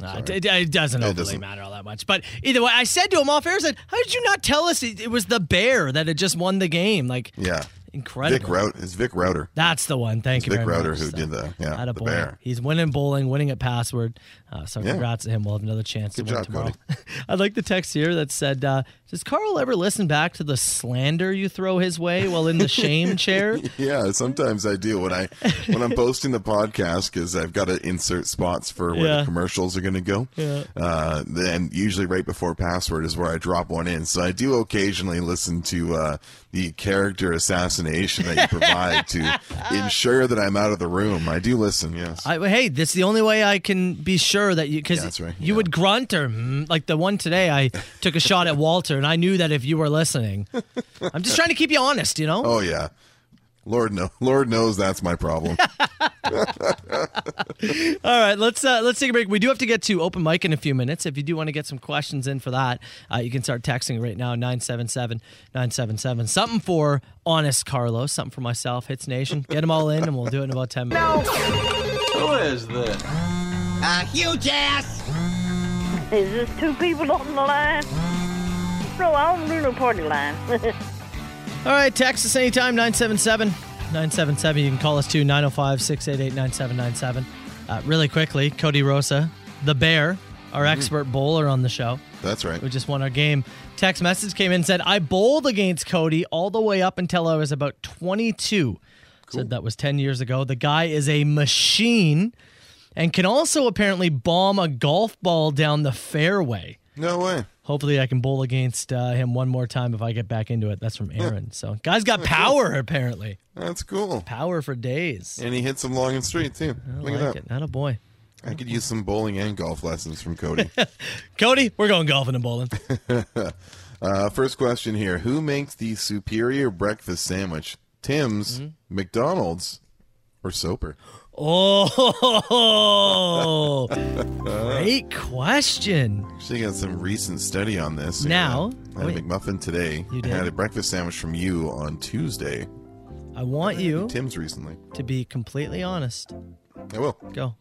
[SPEAKER 7] Nah,
[SPEAKER 8] Sorry.
[SPEAKER 7] it, it doesn't
[SPEAKER 8] It
[SPEAKER 7] overly
[SPEAKER 8] doesn't.
[SPEAKER 7] matter all that much. But either way, I said to him off air, I said, "How did you not tell us it, it was the bear that had just won the game?" Like
[SPEAKER 8] Yeah.
[SPEAKER 7] incredible.
[SPEAKER 8] Vic Rout is Vic Router.
[SPEAKER 7] That's the one. Thank
[SPEAKER 8] It's
[SPEAKER 7] you
[SPEAKER 8] Vic
[SPEAKER 7] very
[SPEAKER 8] Router
[SPEAKER 7] much.
[SPEAKER 8] who
[SPEAKER 7] So,
[SPEAKER 8] did the yeah
[SPEAKER 7] atta
[SPEAKER 8] the
[SPEAKER 7] boy.
[SPEAKER 8] bear.
[SPEAKER 7] He's winning bowling, winning at password. Uh, so
[SPEAKER 8] Yeah.
[SPEAKER 7] congrats to him. We'll have another chance
[SPEAKER 8] Good
[SPEAKER 7] to win
[SPEAKER 8] job,
[SPEAKER 7] tomorrow.
[SPEAKER 8] Cody.
[SPEAKER 7] [laughs] I like the text here that said, uh, "Does Carl ever listen back to the slander you throw his way while in the
[SPEAKER 8] [laughs]
[SPEAKER 7] shame chair?"
[SPEAKER 8] Yeah, sometimes I do when I when I'm posting the podcast because I've got to insert spots for where
[SPEAKER 7] Yeah.
[SPEAKER 8] the commercials are going to go.
[SPEAKER 7] Yeah.
[SPEAKER 8] Uh, then usually right before password is where I drop one in. So I do occasionally listen to uh, the character assassination that you provide
[SPEAKER 7] [laughs]
[SPEAKER 8] to ensure that I'm out of the room. I do listen. Yes.
[SPEAKER 7] I, hey, that's the only way I can be sure that you because you would grunt or mm, like the one today. I took a shot at Walter, and I knew that if you were listening,
[SPEAKER 8] [laughs]
[SPEAKER 7] I'm just trying to keep you honest. You know.
[SPEAKER 8] Oh yeah. Lord no, [laughs] Lord knows that's my problem.
[SPEAKER 7] [laughs] All right, let's uh, let's take a break. We do have to get to open mic in a few minutes. If you do want to get some questions in for that, uh, you can start texting right now 977-977. Something for honest Carlos, something for myself, Hits Nation. Get them all in, and we'll do it in about ten minutes.
[SPEAKER 2] Who is this?
[SPEAKER 4] A huge ass! Is this two people on the line? No, I don't do no party line.
[SPEAKER 7] All right, text us anytime 977 977. You can call us too 905 688 9797. Uh, Really quickly, Cody Rosa, the bear, our expert bowler on the show.
[SPEAKER 8] That's right.
[SPEAKER 7] We just won our game. Text message came in and said, I bowled against Cody all the way up until I was about 22. Said that was 10 years ago. The guy is a machine and can also apparently bomb a golf ball down the fairway.
[SPEAKER 8] No way.
[SPEAKER 7] Hopefully, I can bowl against uh, him one more time if I get back into it. That's from Aaron. So, guy's got power, apparently.
[SPEAKER 8] That's cool.
[SPEAKER 7] Power for days.
[SPEAKER 8] and he hits them long and straight too.
[SPEAKER 7] I
[SPEAKER 8] Look
[SPEAKER 7] like
[SPEAKER 8] at
[SPEAKER 7] it. Not a boy.
[SPEAKER 8] that. I could
[SPEAKER 7] [laughs]
[SPEAKER 8] use some bowling and golf lessons from Cody.
[SPEAKER 7] Cody, we're going golfing and bowling.
[SPEAKER 8] Uh, first question here: Who makes the superior breakfast sandwich? Tim's,
[SPEAKER 7] Mm-hmm.
[SPEAKER 8] McDonald's, or Soper?
[SPEAKER 7] Oh,
[SPEAKER 8] [laughs]
[SPEAKER 7] great question.
[SPEAKER 8] Actually, got some recent study on this.
[SPEAKER 7] Now-
[SPEAKER 8] I had a McMuffin today.
[SPEAKER 7] You
[SPEAKER 8] I had
[SPEAKER 7] did?
[SPEAKER 8] a breakfast sandwich from you on Tuesday.
[SPEAKER 7] I want you
[SPEAKER 8] Tim's recently.
[SPEAKER 7] to be completely honest.
[SPEAKER 8] I will.
[SPEAKER 7] Go.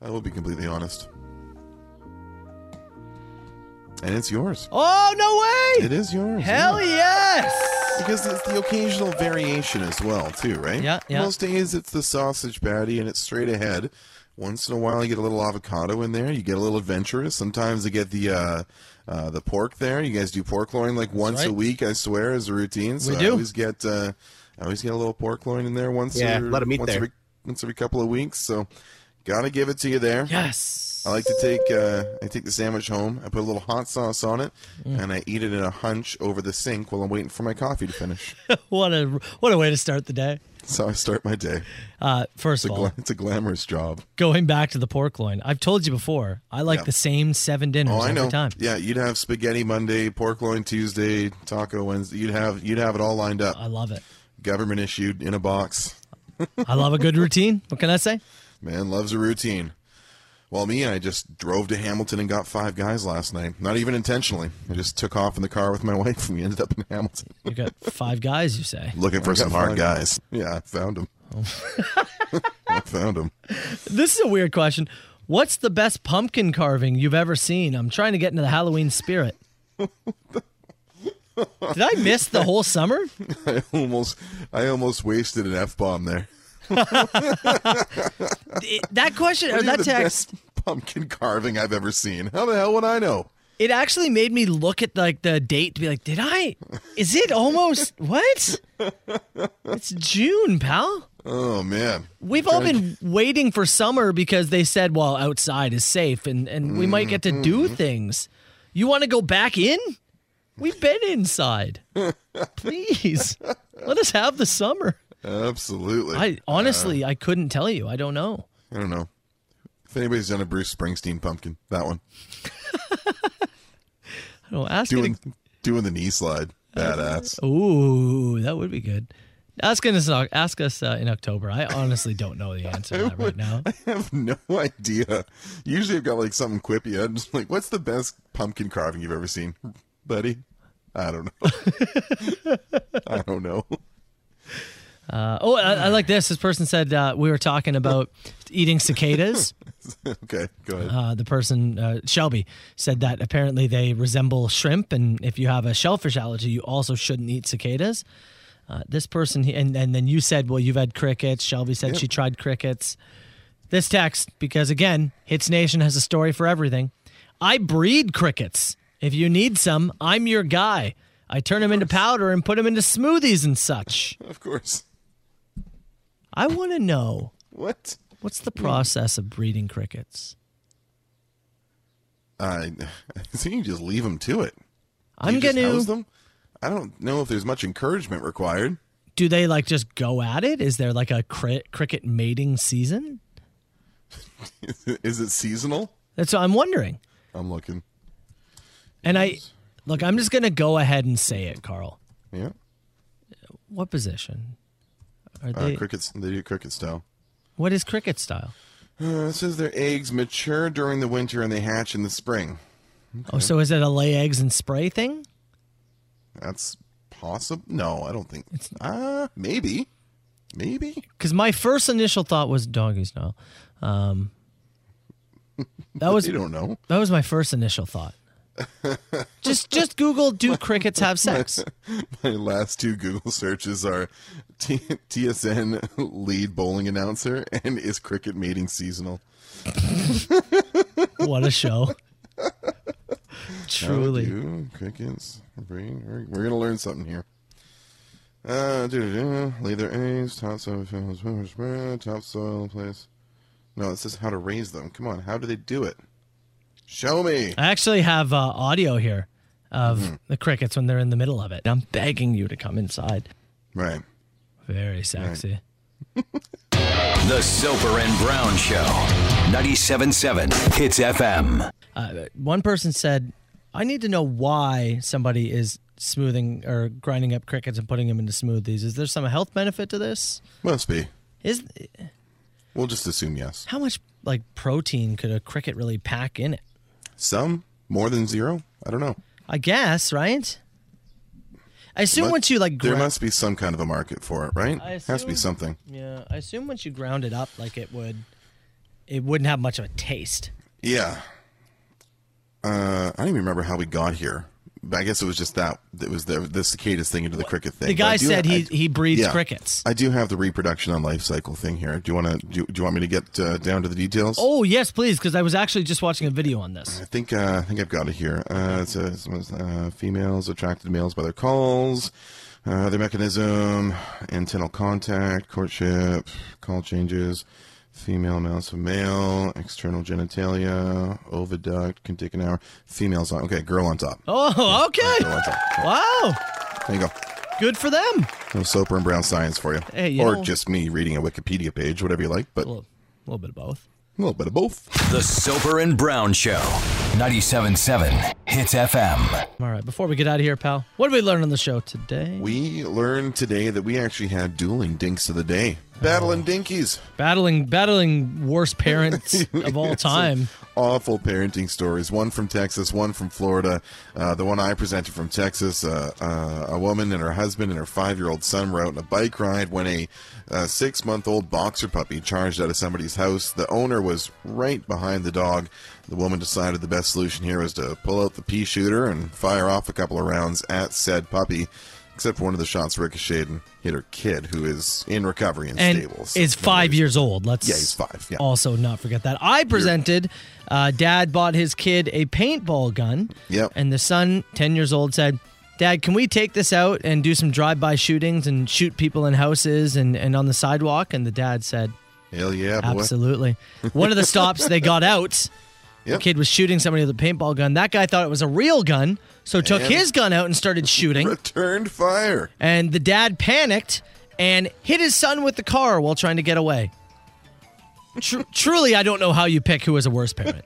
[SPEAKER 8] I will be completely honest. And it's yours.
[SPEAKER 7] Oh, no way!
[SPEAKER 8] It is yours.
[SPEAKER 7] Hell
[SPEAKER 8] yeah.
[SPEAKER 7] yes!
[SPEAKER 8] Because it's the occasional variation as well, too, right?
[SPEAKER 7] Yeah, yeah.
[SPEAKER 8] Most days it's the sausage patty and it's straight ahead. Once in a while you get a little avocado in there. You get a little adventurous. Sometimes you get the uh, uh, the pork there. You guys do pork loin like once
[SPEAKER 19] right.
[SPEAKER 8] a week, I swear, as a routine. So
[SPEAKER 19] We
[SPEAKER 8] I
[SPEAKER 19] do.
[SPEAKER 8] always get uh, I always get a little pork loin in there once.
[SPEAKER 19] Yeah,
[SPEAKER 8] or-
[SPEAKER 19] let 'em eat
[SPEAKER 8] once
[SPEAKER 19] there.
[SPEAKER 8] Every, once every couple of weeks. So gotta give it to you there.
[SPEAKER 7] Yes.
[SPEAKER 8] I like to take uh, I take the sandwich home. I put a little hot sauce on it,
[SPEAKER 7] Mm.
[SPEAKER 8] and I eat it in a hunch over the sink while I'm waiting for my coffee to finish.
[SPEAKER 7] what a what a way to start the day.
[SPEAKER 8] That's how I start my day.
[SPEAKER 7] Uh, first
[SPEAKER 8] it's
[SPEAKER 7] of
[SPEAKER 8] a
[SPEAKER 7] all,
[SPEAKER 8] gla- it's a glamorous job.
[SPEAKER 7] Going back to the pork loin, I've told you before. I like
[SPEAKER 8] Yeah.
[SPEAKER 7] the same seven dinners
[SPEAKER 8] Oh, I know.
[SPEAKER 7] every time.
[SPEAKER 8] Yeah, you'd have spaghetti Monday, pork loin Tuesday, taco Wednesday. You'd have you'd have it all lined up.
[SPEAKER 7] I love it.
[SPEAKER 8] Government issued in a box.
[SPEAKER 7] I love a good routine. What can I say?
[SPEAKER 8] Man loves a routine. Well, me, I just drove to Hamilton and got five guys last night. Not even intentionally. I just took off in the car with my [laughs] wife, and we ended up in Hamilton.
[SPEAKER 7] You got five guys, you say.
[SPEAKER 8] Looking for some hard guys. Yeah, I found them. [laughs] I found them.
[SPEAKER 7] This is a weird question. What's the best pumpkin carving you've ever seen? I'm trying to get into the Halloween spirit. Did I miss the whole summer?
[SPEAKER 8] I almost, I almost wasted an f bomb there.
[SPEAKER 7] It- that question
[SPEAKER 8] What
[SPEAKER 7] or
[SPEAKER 8] is
[SPEAKER 7] Oh, that
[SPEAKER 8] the
[SPEAKER 7] text,
[SPEAKER 8] best pumpkin carving I've ever seen. How the hell would I know?
[SPEAKER 7] it actually made me look at like the date to be like, did I? Is it
[SPEAKER 8] [laughs]
[SPEAKER 7] almost what? It's June, pal.
[SPEAKER 8] Oh man,
[SPEAKER 7] We've all been waiting for summer because they said, well, outside is safe and, and we might get to do
[SPEAKER 8] Mm-hmm.
[SPEAKER 7] things. You want to go back in? We've been
[SPEAKER 8] [laughs]
[SPEAKER 7] inside. Please let us have the summer.
[SPEAKER 8] absolutely.
[SPEAKER 7] I
[SPEAKER 8] Uh.
[SPEAKER 7] honestly, I couldn't tell you. I don't know.
[SPEAKER 8] I don't know if anybody's done a Bruce Springsteen pumpkin. That one
[SPEAKER 7] I don't ask it
[SPEAKER 8] doing doing the knee slide, badass.
[SPEAKER 7] Ooh, that would be good. Ask us, ask us uh, in October. I honestly don't know the answer to that right now.
[SPEAKER 8] I have no [laughs] idea. Usually, I've got like something quippy. I'm just like, what's the best pumpkin carving you've ever seen, buddy? I don't know. [laughs] I don't know.
[SPEAKER 7] Uh, oh, I, I like this. This person said uh, we were talking about eating cicadas.
[SPEAKER 8] okay, go ahead.
[SPEAKER 7] Uh, the person, uh, Shelby, said that apparently they resemble shrimp, and if you have a shellfish allergy, you also shouldn't eat cicadas. Uh, this person, he- and, and then you said, well, you've had crickets. Shelby said
[SPEAKER 8] Yeah.
[SPEAKER 7] she tried crickets. This text, because again, Hits Nation has a story for everything. I breed crickets. If you need some, I'm your guy. I turn them into powder and put them into smoothies and such.
[SPEAKER 8] Of course.
[SPEAKER 7] I want to know
[SPEAKER 8] What?
[SPEAKER 7] what's the process of breeding crickets?
[SPEAKER 8] I, I think you just leave them to it. Do
[SPEAKER 7] I'm
[SPEAKER 8] you just
[SPEAKER 7] gonna-
[SPEAKER 8] house them. I don't know if there's much encouragement required. [laughs]
[SPEAKER 7] Do they like just go at it? Is there like a cri- cricket mating season?
[SPEAKER 8] Is it seasonal?
[SPEAKER 7] That's what I'm wondering.
[SPEAKER 8] I'm looking.
[SPEAKER 7] And I look, I'm just going to go ahead and say it, Carl.
[SPEAKER 8] Yeah.
[SPEAKER 7] What position? Are
[SPEAKER 8] Uh,
[SPEAKER 7] they
[SPEAKER 8] crickets. They do cricket style.
[SPEAKER 7] What is cricket style?
[SPEAKER 8] Uh, it says their eggs mature during the winter and they hatch in the spring.
[SPEAKER 7] Oh, so is it a lay eggs and spray thing?
[SPEAKER 8] That's possible. No, I don't think. Ah, maybe. Maybe.
[SPEAKER 7] Cuz my first initial thought was doggy style. Um That was
[SPEAKER 8] You don't know. [laughs]
[SPEAKER 7] That was my first initial thought. just just Google do crickets have
[SPEAKER 8] [laughs]
[SPEAKER 7] sex?
[SPEAKER 8] My last two Google searches are T- TSN lead bowling announcer and is cricket mating seasonal.
[SPEAKER 7] What a show.
[SPEAKER 8] How
[SPEAKER 7] Truly.
[SPEAKER 8] do crickets bring- We're, we're gonna learn something here. Uh, doo-doo-doo, lay their eggs. Topsoil fills winter spread. Topsoil place. No, it says how to raise them. Come on, how do they do it? Show me.
[SPEAKER 7] I actually have uh, audio here of the crickets when they're in the middle of it. I'm begging you to come inside.
[SPEAKER 8] Right.
[SPEAKER 7] Very sexy.
[SPEAKER 5] The Soper and Brown Show. 97.7 Hits FM.
[SPEAKER 7] Uh, one person said I need to know why somebody is smoothing or grinding up crickets and putting them into smoothies. Is there some health benefit to this?
[SPEAKER 8] Must be.
[SPEAKER 7] Is
[SPEAKER 8] We'll just assume yes.
[SPEAKER 7] how much like protein could a cricket really pack in it?
[SPEAKER 8] Some more than zero. I don't know.
[SPEAKER 7] I guess, right? I assume once you like
[SPEAKER 8] there
[SPEAKER 7] gra-
[SPEAKER 8] must be some kind of a market for it, right?
[SPEAKER 7] I
[SPEAKER 8] Has to be
[SPEAKER 7] assume-
[SPEAKER 8] something.
[SPEAKER 7] Yeah, I assume once you ground it up, like it would, it wouldn't have much of a taste.
[SPEAKER 8] Yeah. Uh, I don't even remember how we got here. But I guess it was just that it was the the cicadas thing into the cricket thing.
[SPEAKER 7] the
[SPEAKER 8] But
[SPEAKER 7] guy
[SPEAKER 8] I do-
[SPEAKER 7] said he
[SPEAKER 8] I-
[SPEAKER 7] he breeds
[SPEAKER 8] yeah.
[SPEAKER 7] crickets.
[SPEAKER 8] I do have the reproduction on life cycle thing here. Do you want to do, do you want me to get uh, down to the details?
[SPEAKER 7] Oh yes, please, because I was actually just watching a video on this.
[SPEAKER 8] I think uh, I think I've got it here. Uh, it says uh, females attracted to males by their calls, uh, their mechanism, antennal contact, courtship, call changes, female amounts of male, external genitalia, oviduct can take an hour. Females on okay, girl on top.
[SPEAKER 7] Oh, okay.
[SPEAKER 8] Girl on top.
[SPEAKER 7] Wow,
[SPEAKER 8] There you go.
[SPEAKER 7] good for them.
[SPEAKER 8] No Soper and Brown science for you,
[SPEAKER 7] Hey, you
[SPEAKER 8] or
[SPEAKER 7] know-
[SPEAKER 8] just me reading a Wikipedia page, whatever you like. But
[SPEAKER 7] a little bit of both.
[SPEAKER 8] A little bit of both.
[SPEAKER 5] The Soper and Brown Show. 97.7 Hits FM.
[SPEAKER 7] All right, before we get out of here, pal, what did we learn on the show today?
[SPEAKER 8] We learned today that we actually had dueling dinks of the day, battling dinkies.
[SPEAKER 7] Battling battling worst
[SPEAKER 8] [laughs]
[SPEAKER 7] parents of all
[SPEAKER 8] Some
[SPEAKER 7] time.
[SPEAKER 8] Awful parenting stories. One from Texas, one from Florida. Uh, the one I presented from Texas, uh, uh, a woman and her husband and her five-year-old son were out on a bike ride when a uh, six-month-old boxer puppy charged out of somebody's house. The owner was right behind the dog. The woman decided the best solution here was to pull out the pea shooter and fire off a couple of rounds at said puppy. Except one of the shots ricocheted and hit her kid, who is in recovery and,
[SPEAKER 7] and
[SPEAKER 8] stable. So
[SPEAKER 7] is
[SPEAKER 8] no
[SPEAKER 7] five years old. Let's
[SPEAKER 8] Yeah, he's five, yeah.
[SPEAKER 7] also not forget that. I presented. Uh, dad bought his kid a paintball gun.
[SPEAKER 8] Yep.
[SPEAKER 7] And the son, ten years old, said, "Dad, can we take this out and do some drive-by shootings and shoot people in houses and and on the sidewalk?" And the dad said,
[SPEAKER 8] Hell yeah, boy. [laughs]
[SPEAKER 7] Absolutely. One of the stops, they got out.
[SPEAKER 8] Yep.
[SPEAKER 7] The kid was shooting somebody with a paintball gun. That guy thought it was a real gun, so took
[SPEAKER 8] And-
[SPEAKER 7] his gun out and started shooting.
[SPEAKER 8] Returned fire. [laughs]
[SPEAKER 7] And the dad panicked and hit his son with the car while trying to get away. Tru- truly, I don't know how you pick who is a worse parent.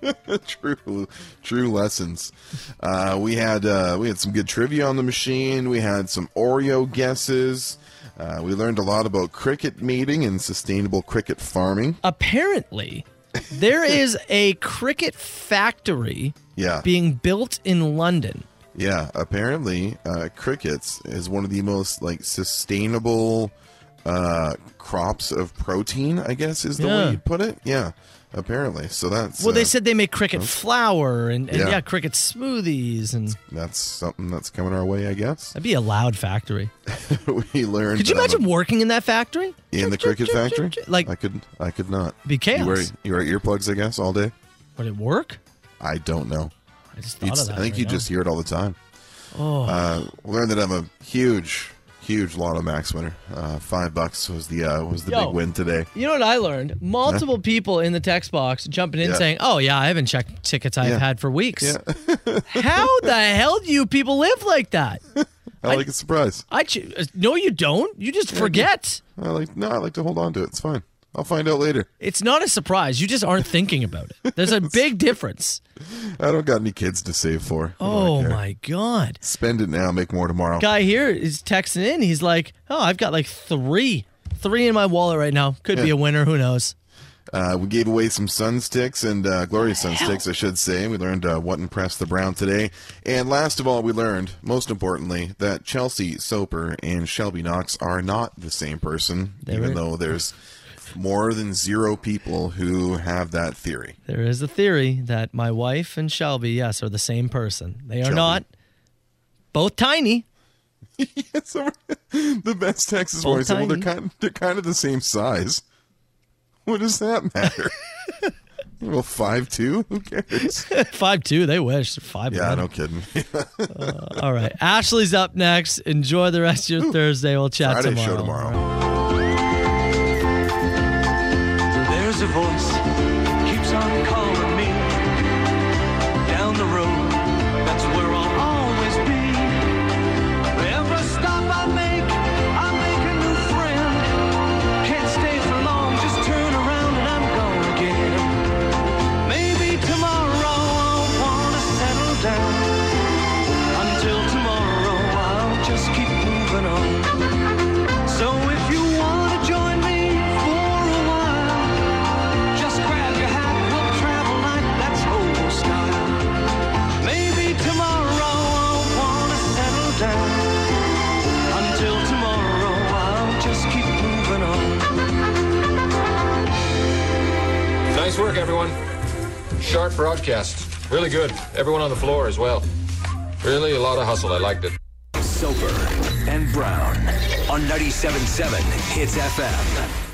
[SPEAKER 8] true, true lessons. Uh, we had uh, we had some good trivia on the machine. We had some Oreo guesses. Uh, we learned a lot about cricket mating and sustainable cricket farming.
[SPEAKER 7] Apparently, there is a cricket factory
[SPEAKER 8] Yeah.
[SPEAKER 7] being built in London.
[SPEAKER 8] Yeah, apparently uh, crickets is one of the most like sustainable uh, crops of protein. I guess is the
[SPEAKER 7] Yeah.
[SPEAKER 8] way you put it. Yeah, apparently. So that's
[SPEAKER 7] Well, they
[SPEAKER 8] uh,
[SPEAKER 7] said they make cricket
[SPEAKER 8] huh?
[SPEAKER 7] flour and, and
[SPEAKER 8] Yeah.
[SPEAKER 7] yeah, cricket smoothies, and
[SPEAKER 8] that's something that's coming our way. I guess [laughs]
[SPEAKER 7] [laughs] that'd be a loud factory.
[SPEAKER 8] we learned.
[SPEAKER 7] Could you
[SPEAKER 8] that I'm a-
[SPEAKER 7] imagine working in that factory?
[SPEAKER 8] in the cricket factory?
[SPEAKER 7] Like-
[SPEAKER 8] I could, I could not.
[SPEAKER 7] Be chaos.
[SPEAKER 8] You wear, you wear earplugs, I guess, all day.
[SPEAKER 7] Would it work?
[SPEAKER 8] I don't know.
[SPEAKER 7] I just
[SPEAKER 8] You'd
[SPEAKER 7] thought
[SPEAKER 8] s-
[SPEAKER 7] of that.
[SPEAKER 8] I think
[SPEAKER 7] right
[SPEAKER 8] you
[SPEAKER 7] now.
[SPEAKER 8] just hear it all the time.
[SPEAKER 7] Oh.
[SPEAKER 8] Uh, learned that I'm a huge, huge Lotto Max winner. Uh, five bucks was the uh, was the
[SPEAKER 7] Yo.
[SPEAKER 8] big win today.
[SPEAKER 7] You know what I learned? Multiple people in the text box jumping in
[SPEAKER 8] Yeah.
[SPEAKER 7] saying, "Oh yeah, I haven't checked tickets I've
[SPEAKER 8] Yeah.
[SPEAKER 7] had for weeks." [laughs] How the hell do you people live like that?
[SPEAKER 8] I, like a surprise.
[SPEAKER 7] I ch- uh, no, you don't. You just forget.
[SPEAKER 8] I like no, I like to hold on to it. It's fine. I'll find out later.
[SPEAKER 7] It's not a surprise. You just aren't thinking about it. There's a
[SPEAKER 8] [laughs]
[SPEAKER 7] big difference.
[SPEAKER 8] I don't got any kids to save for. I don't
[SPEAKER 7] Oh
[SPEAKER 8] care.
[SPEAKER 7] my god!
[SPEAKER 8] Spend it now, make more tomorrow.
[SPEAKER 7] Guy here is texting in. He's like, "Oh, I've got like three, three in my wallet right now. Could be
[SPEAKER 8] Yeah.
[SPEAKER 7] a winner. Who knows?"
[SPEAKER 8] Uh, we gave away some sunsticks and uh, glorious sunsticks, I should say. We learned uh, what impressed the Brown today. And last of all, we learned, most importantly, that Chelsea Soper and Shelby Knox are not the same person,
[SPEAKER 7] They
[SPEAKER 8] even
[SPEAKER 7] were-
[SPEAKER 8] though there's more than zero people who have that [laughs] theory.
[SPEAKER 7] There is a theory that my wife and Shelby, yes, are the same person. They are
[SPEAKER 8] Shelby.
[SPEAKER 7] not. Both tiny.
[SPEAKER 8] yes, [laughs] the best Texas
[SPEAKER 7] Both
[SPEAKER 8] boy said, well, they're
[SPEAKER 7] tiny.
[SPEAKER 8] kind, they're kind of the same size. What does that [laughs] matter? well, 5'2"? Who cares?
[SPEAKER 7] five two. They wish They're five.
[SPEAKER 8] Yeah,
[SPEAKER 7] one.
[SPEAKER 8] no kidding. [laughs]
[SPEAKER 7] All right. Ashley's up next. Enjoy the rest of your Thursday. We'll chat
[SPEAKER 8] Friday
[SPEAKER 7] tomorrow.
[SPEAKER 8] show tomorrow.
[SPEAKER 2] There's a voice keeps on calling me down the road. That's where I'll always be. Every stop I make, I make a new friend. Can't stay for long, just turn around and I'm gone again. Maybe tomorrow I'll wanna settle down. Nice work, everyone. Sharp broadcast. Really good. Everyone on the floor as well. Really a lot of hustle. I liked it.
[SPEAKER 5] Soper and Brown on 97.7 Hits FM.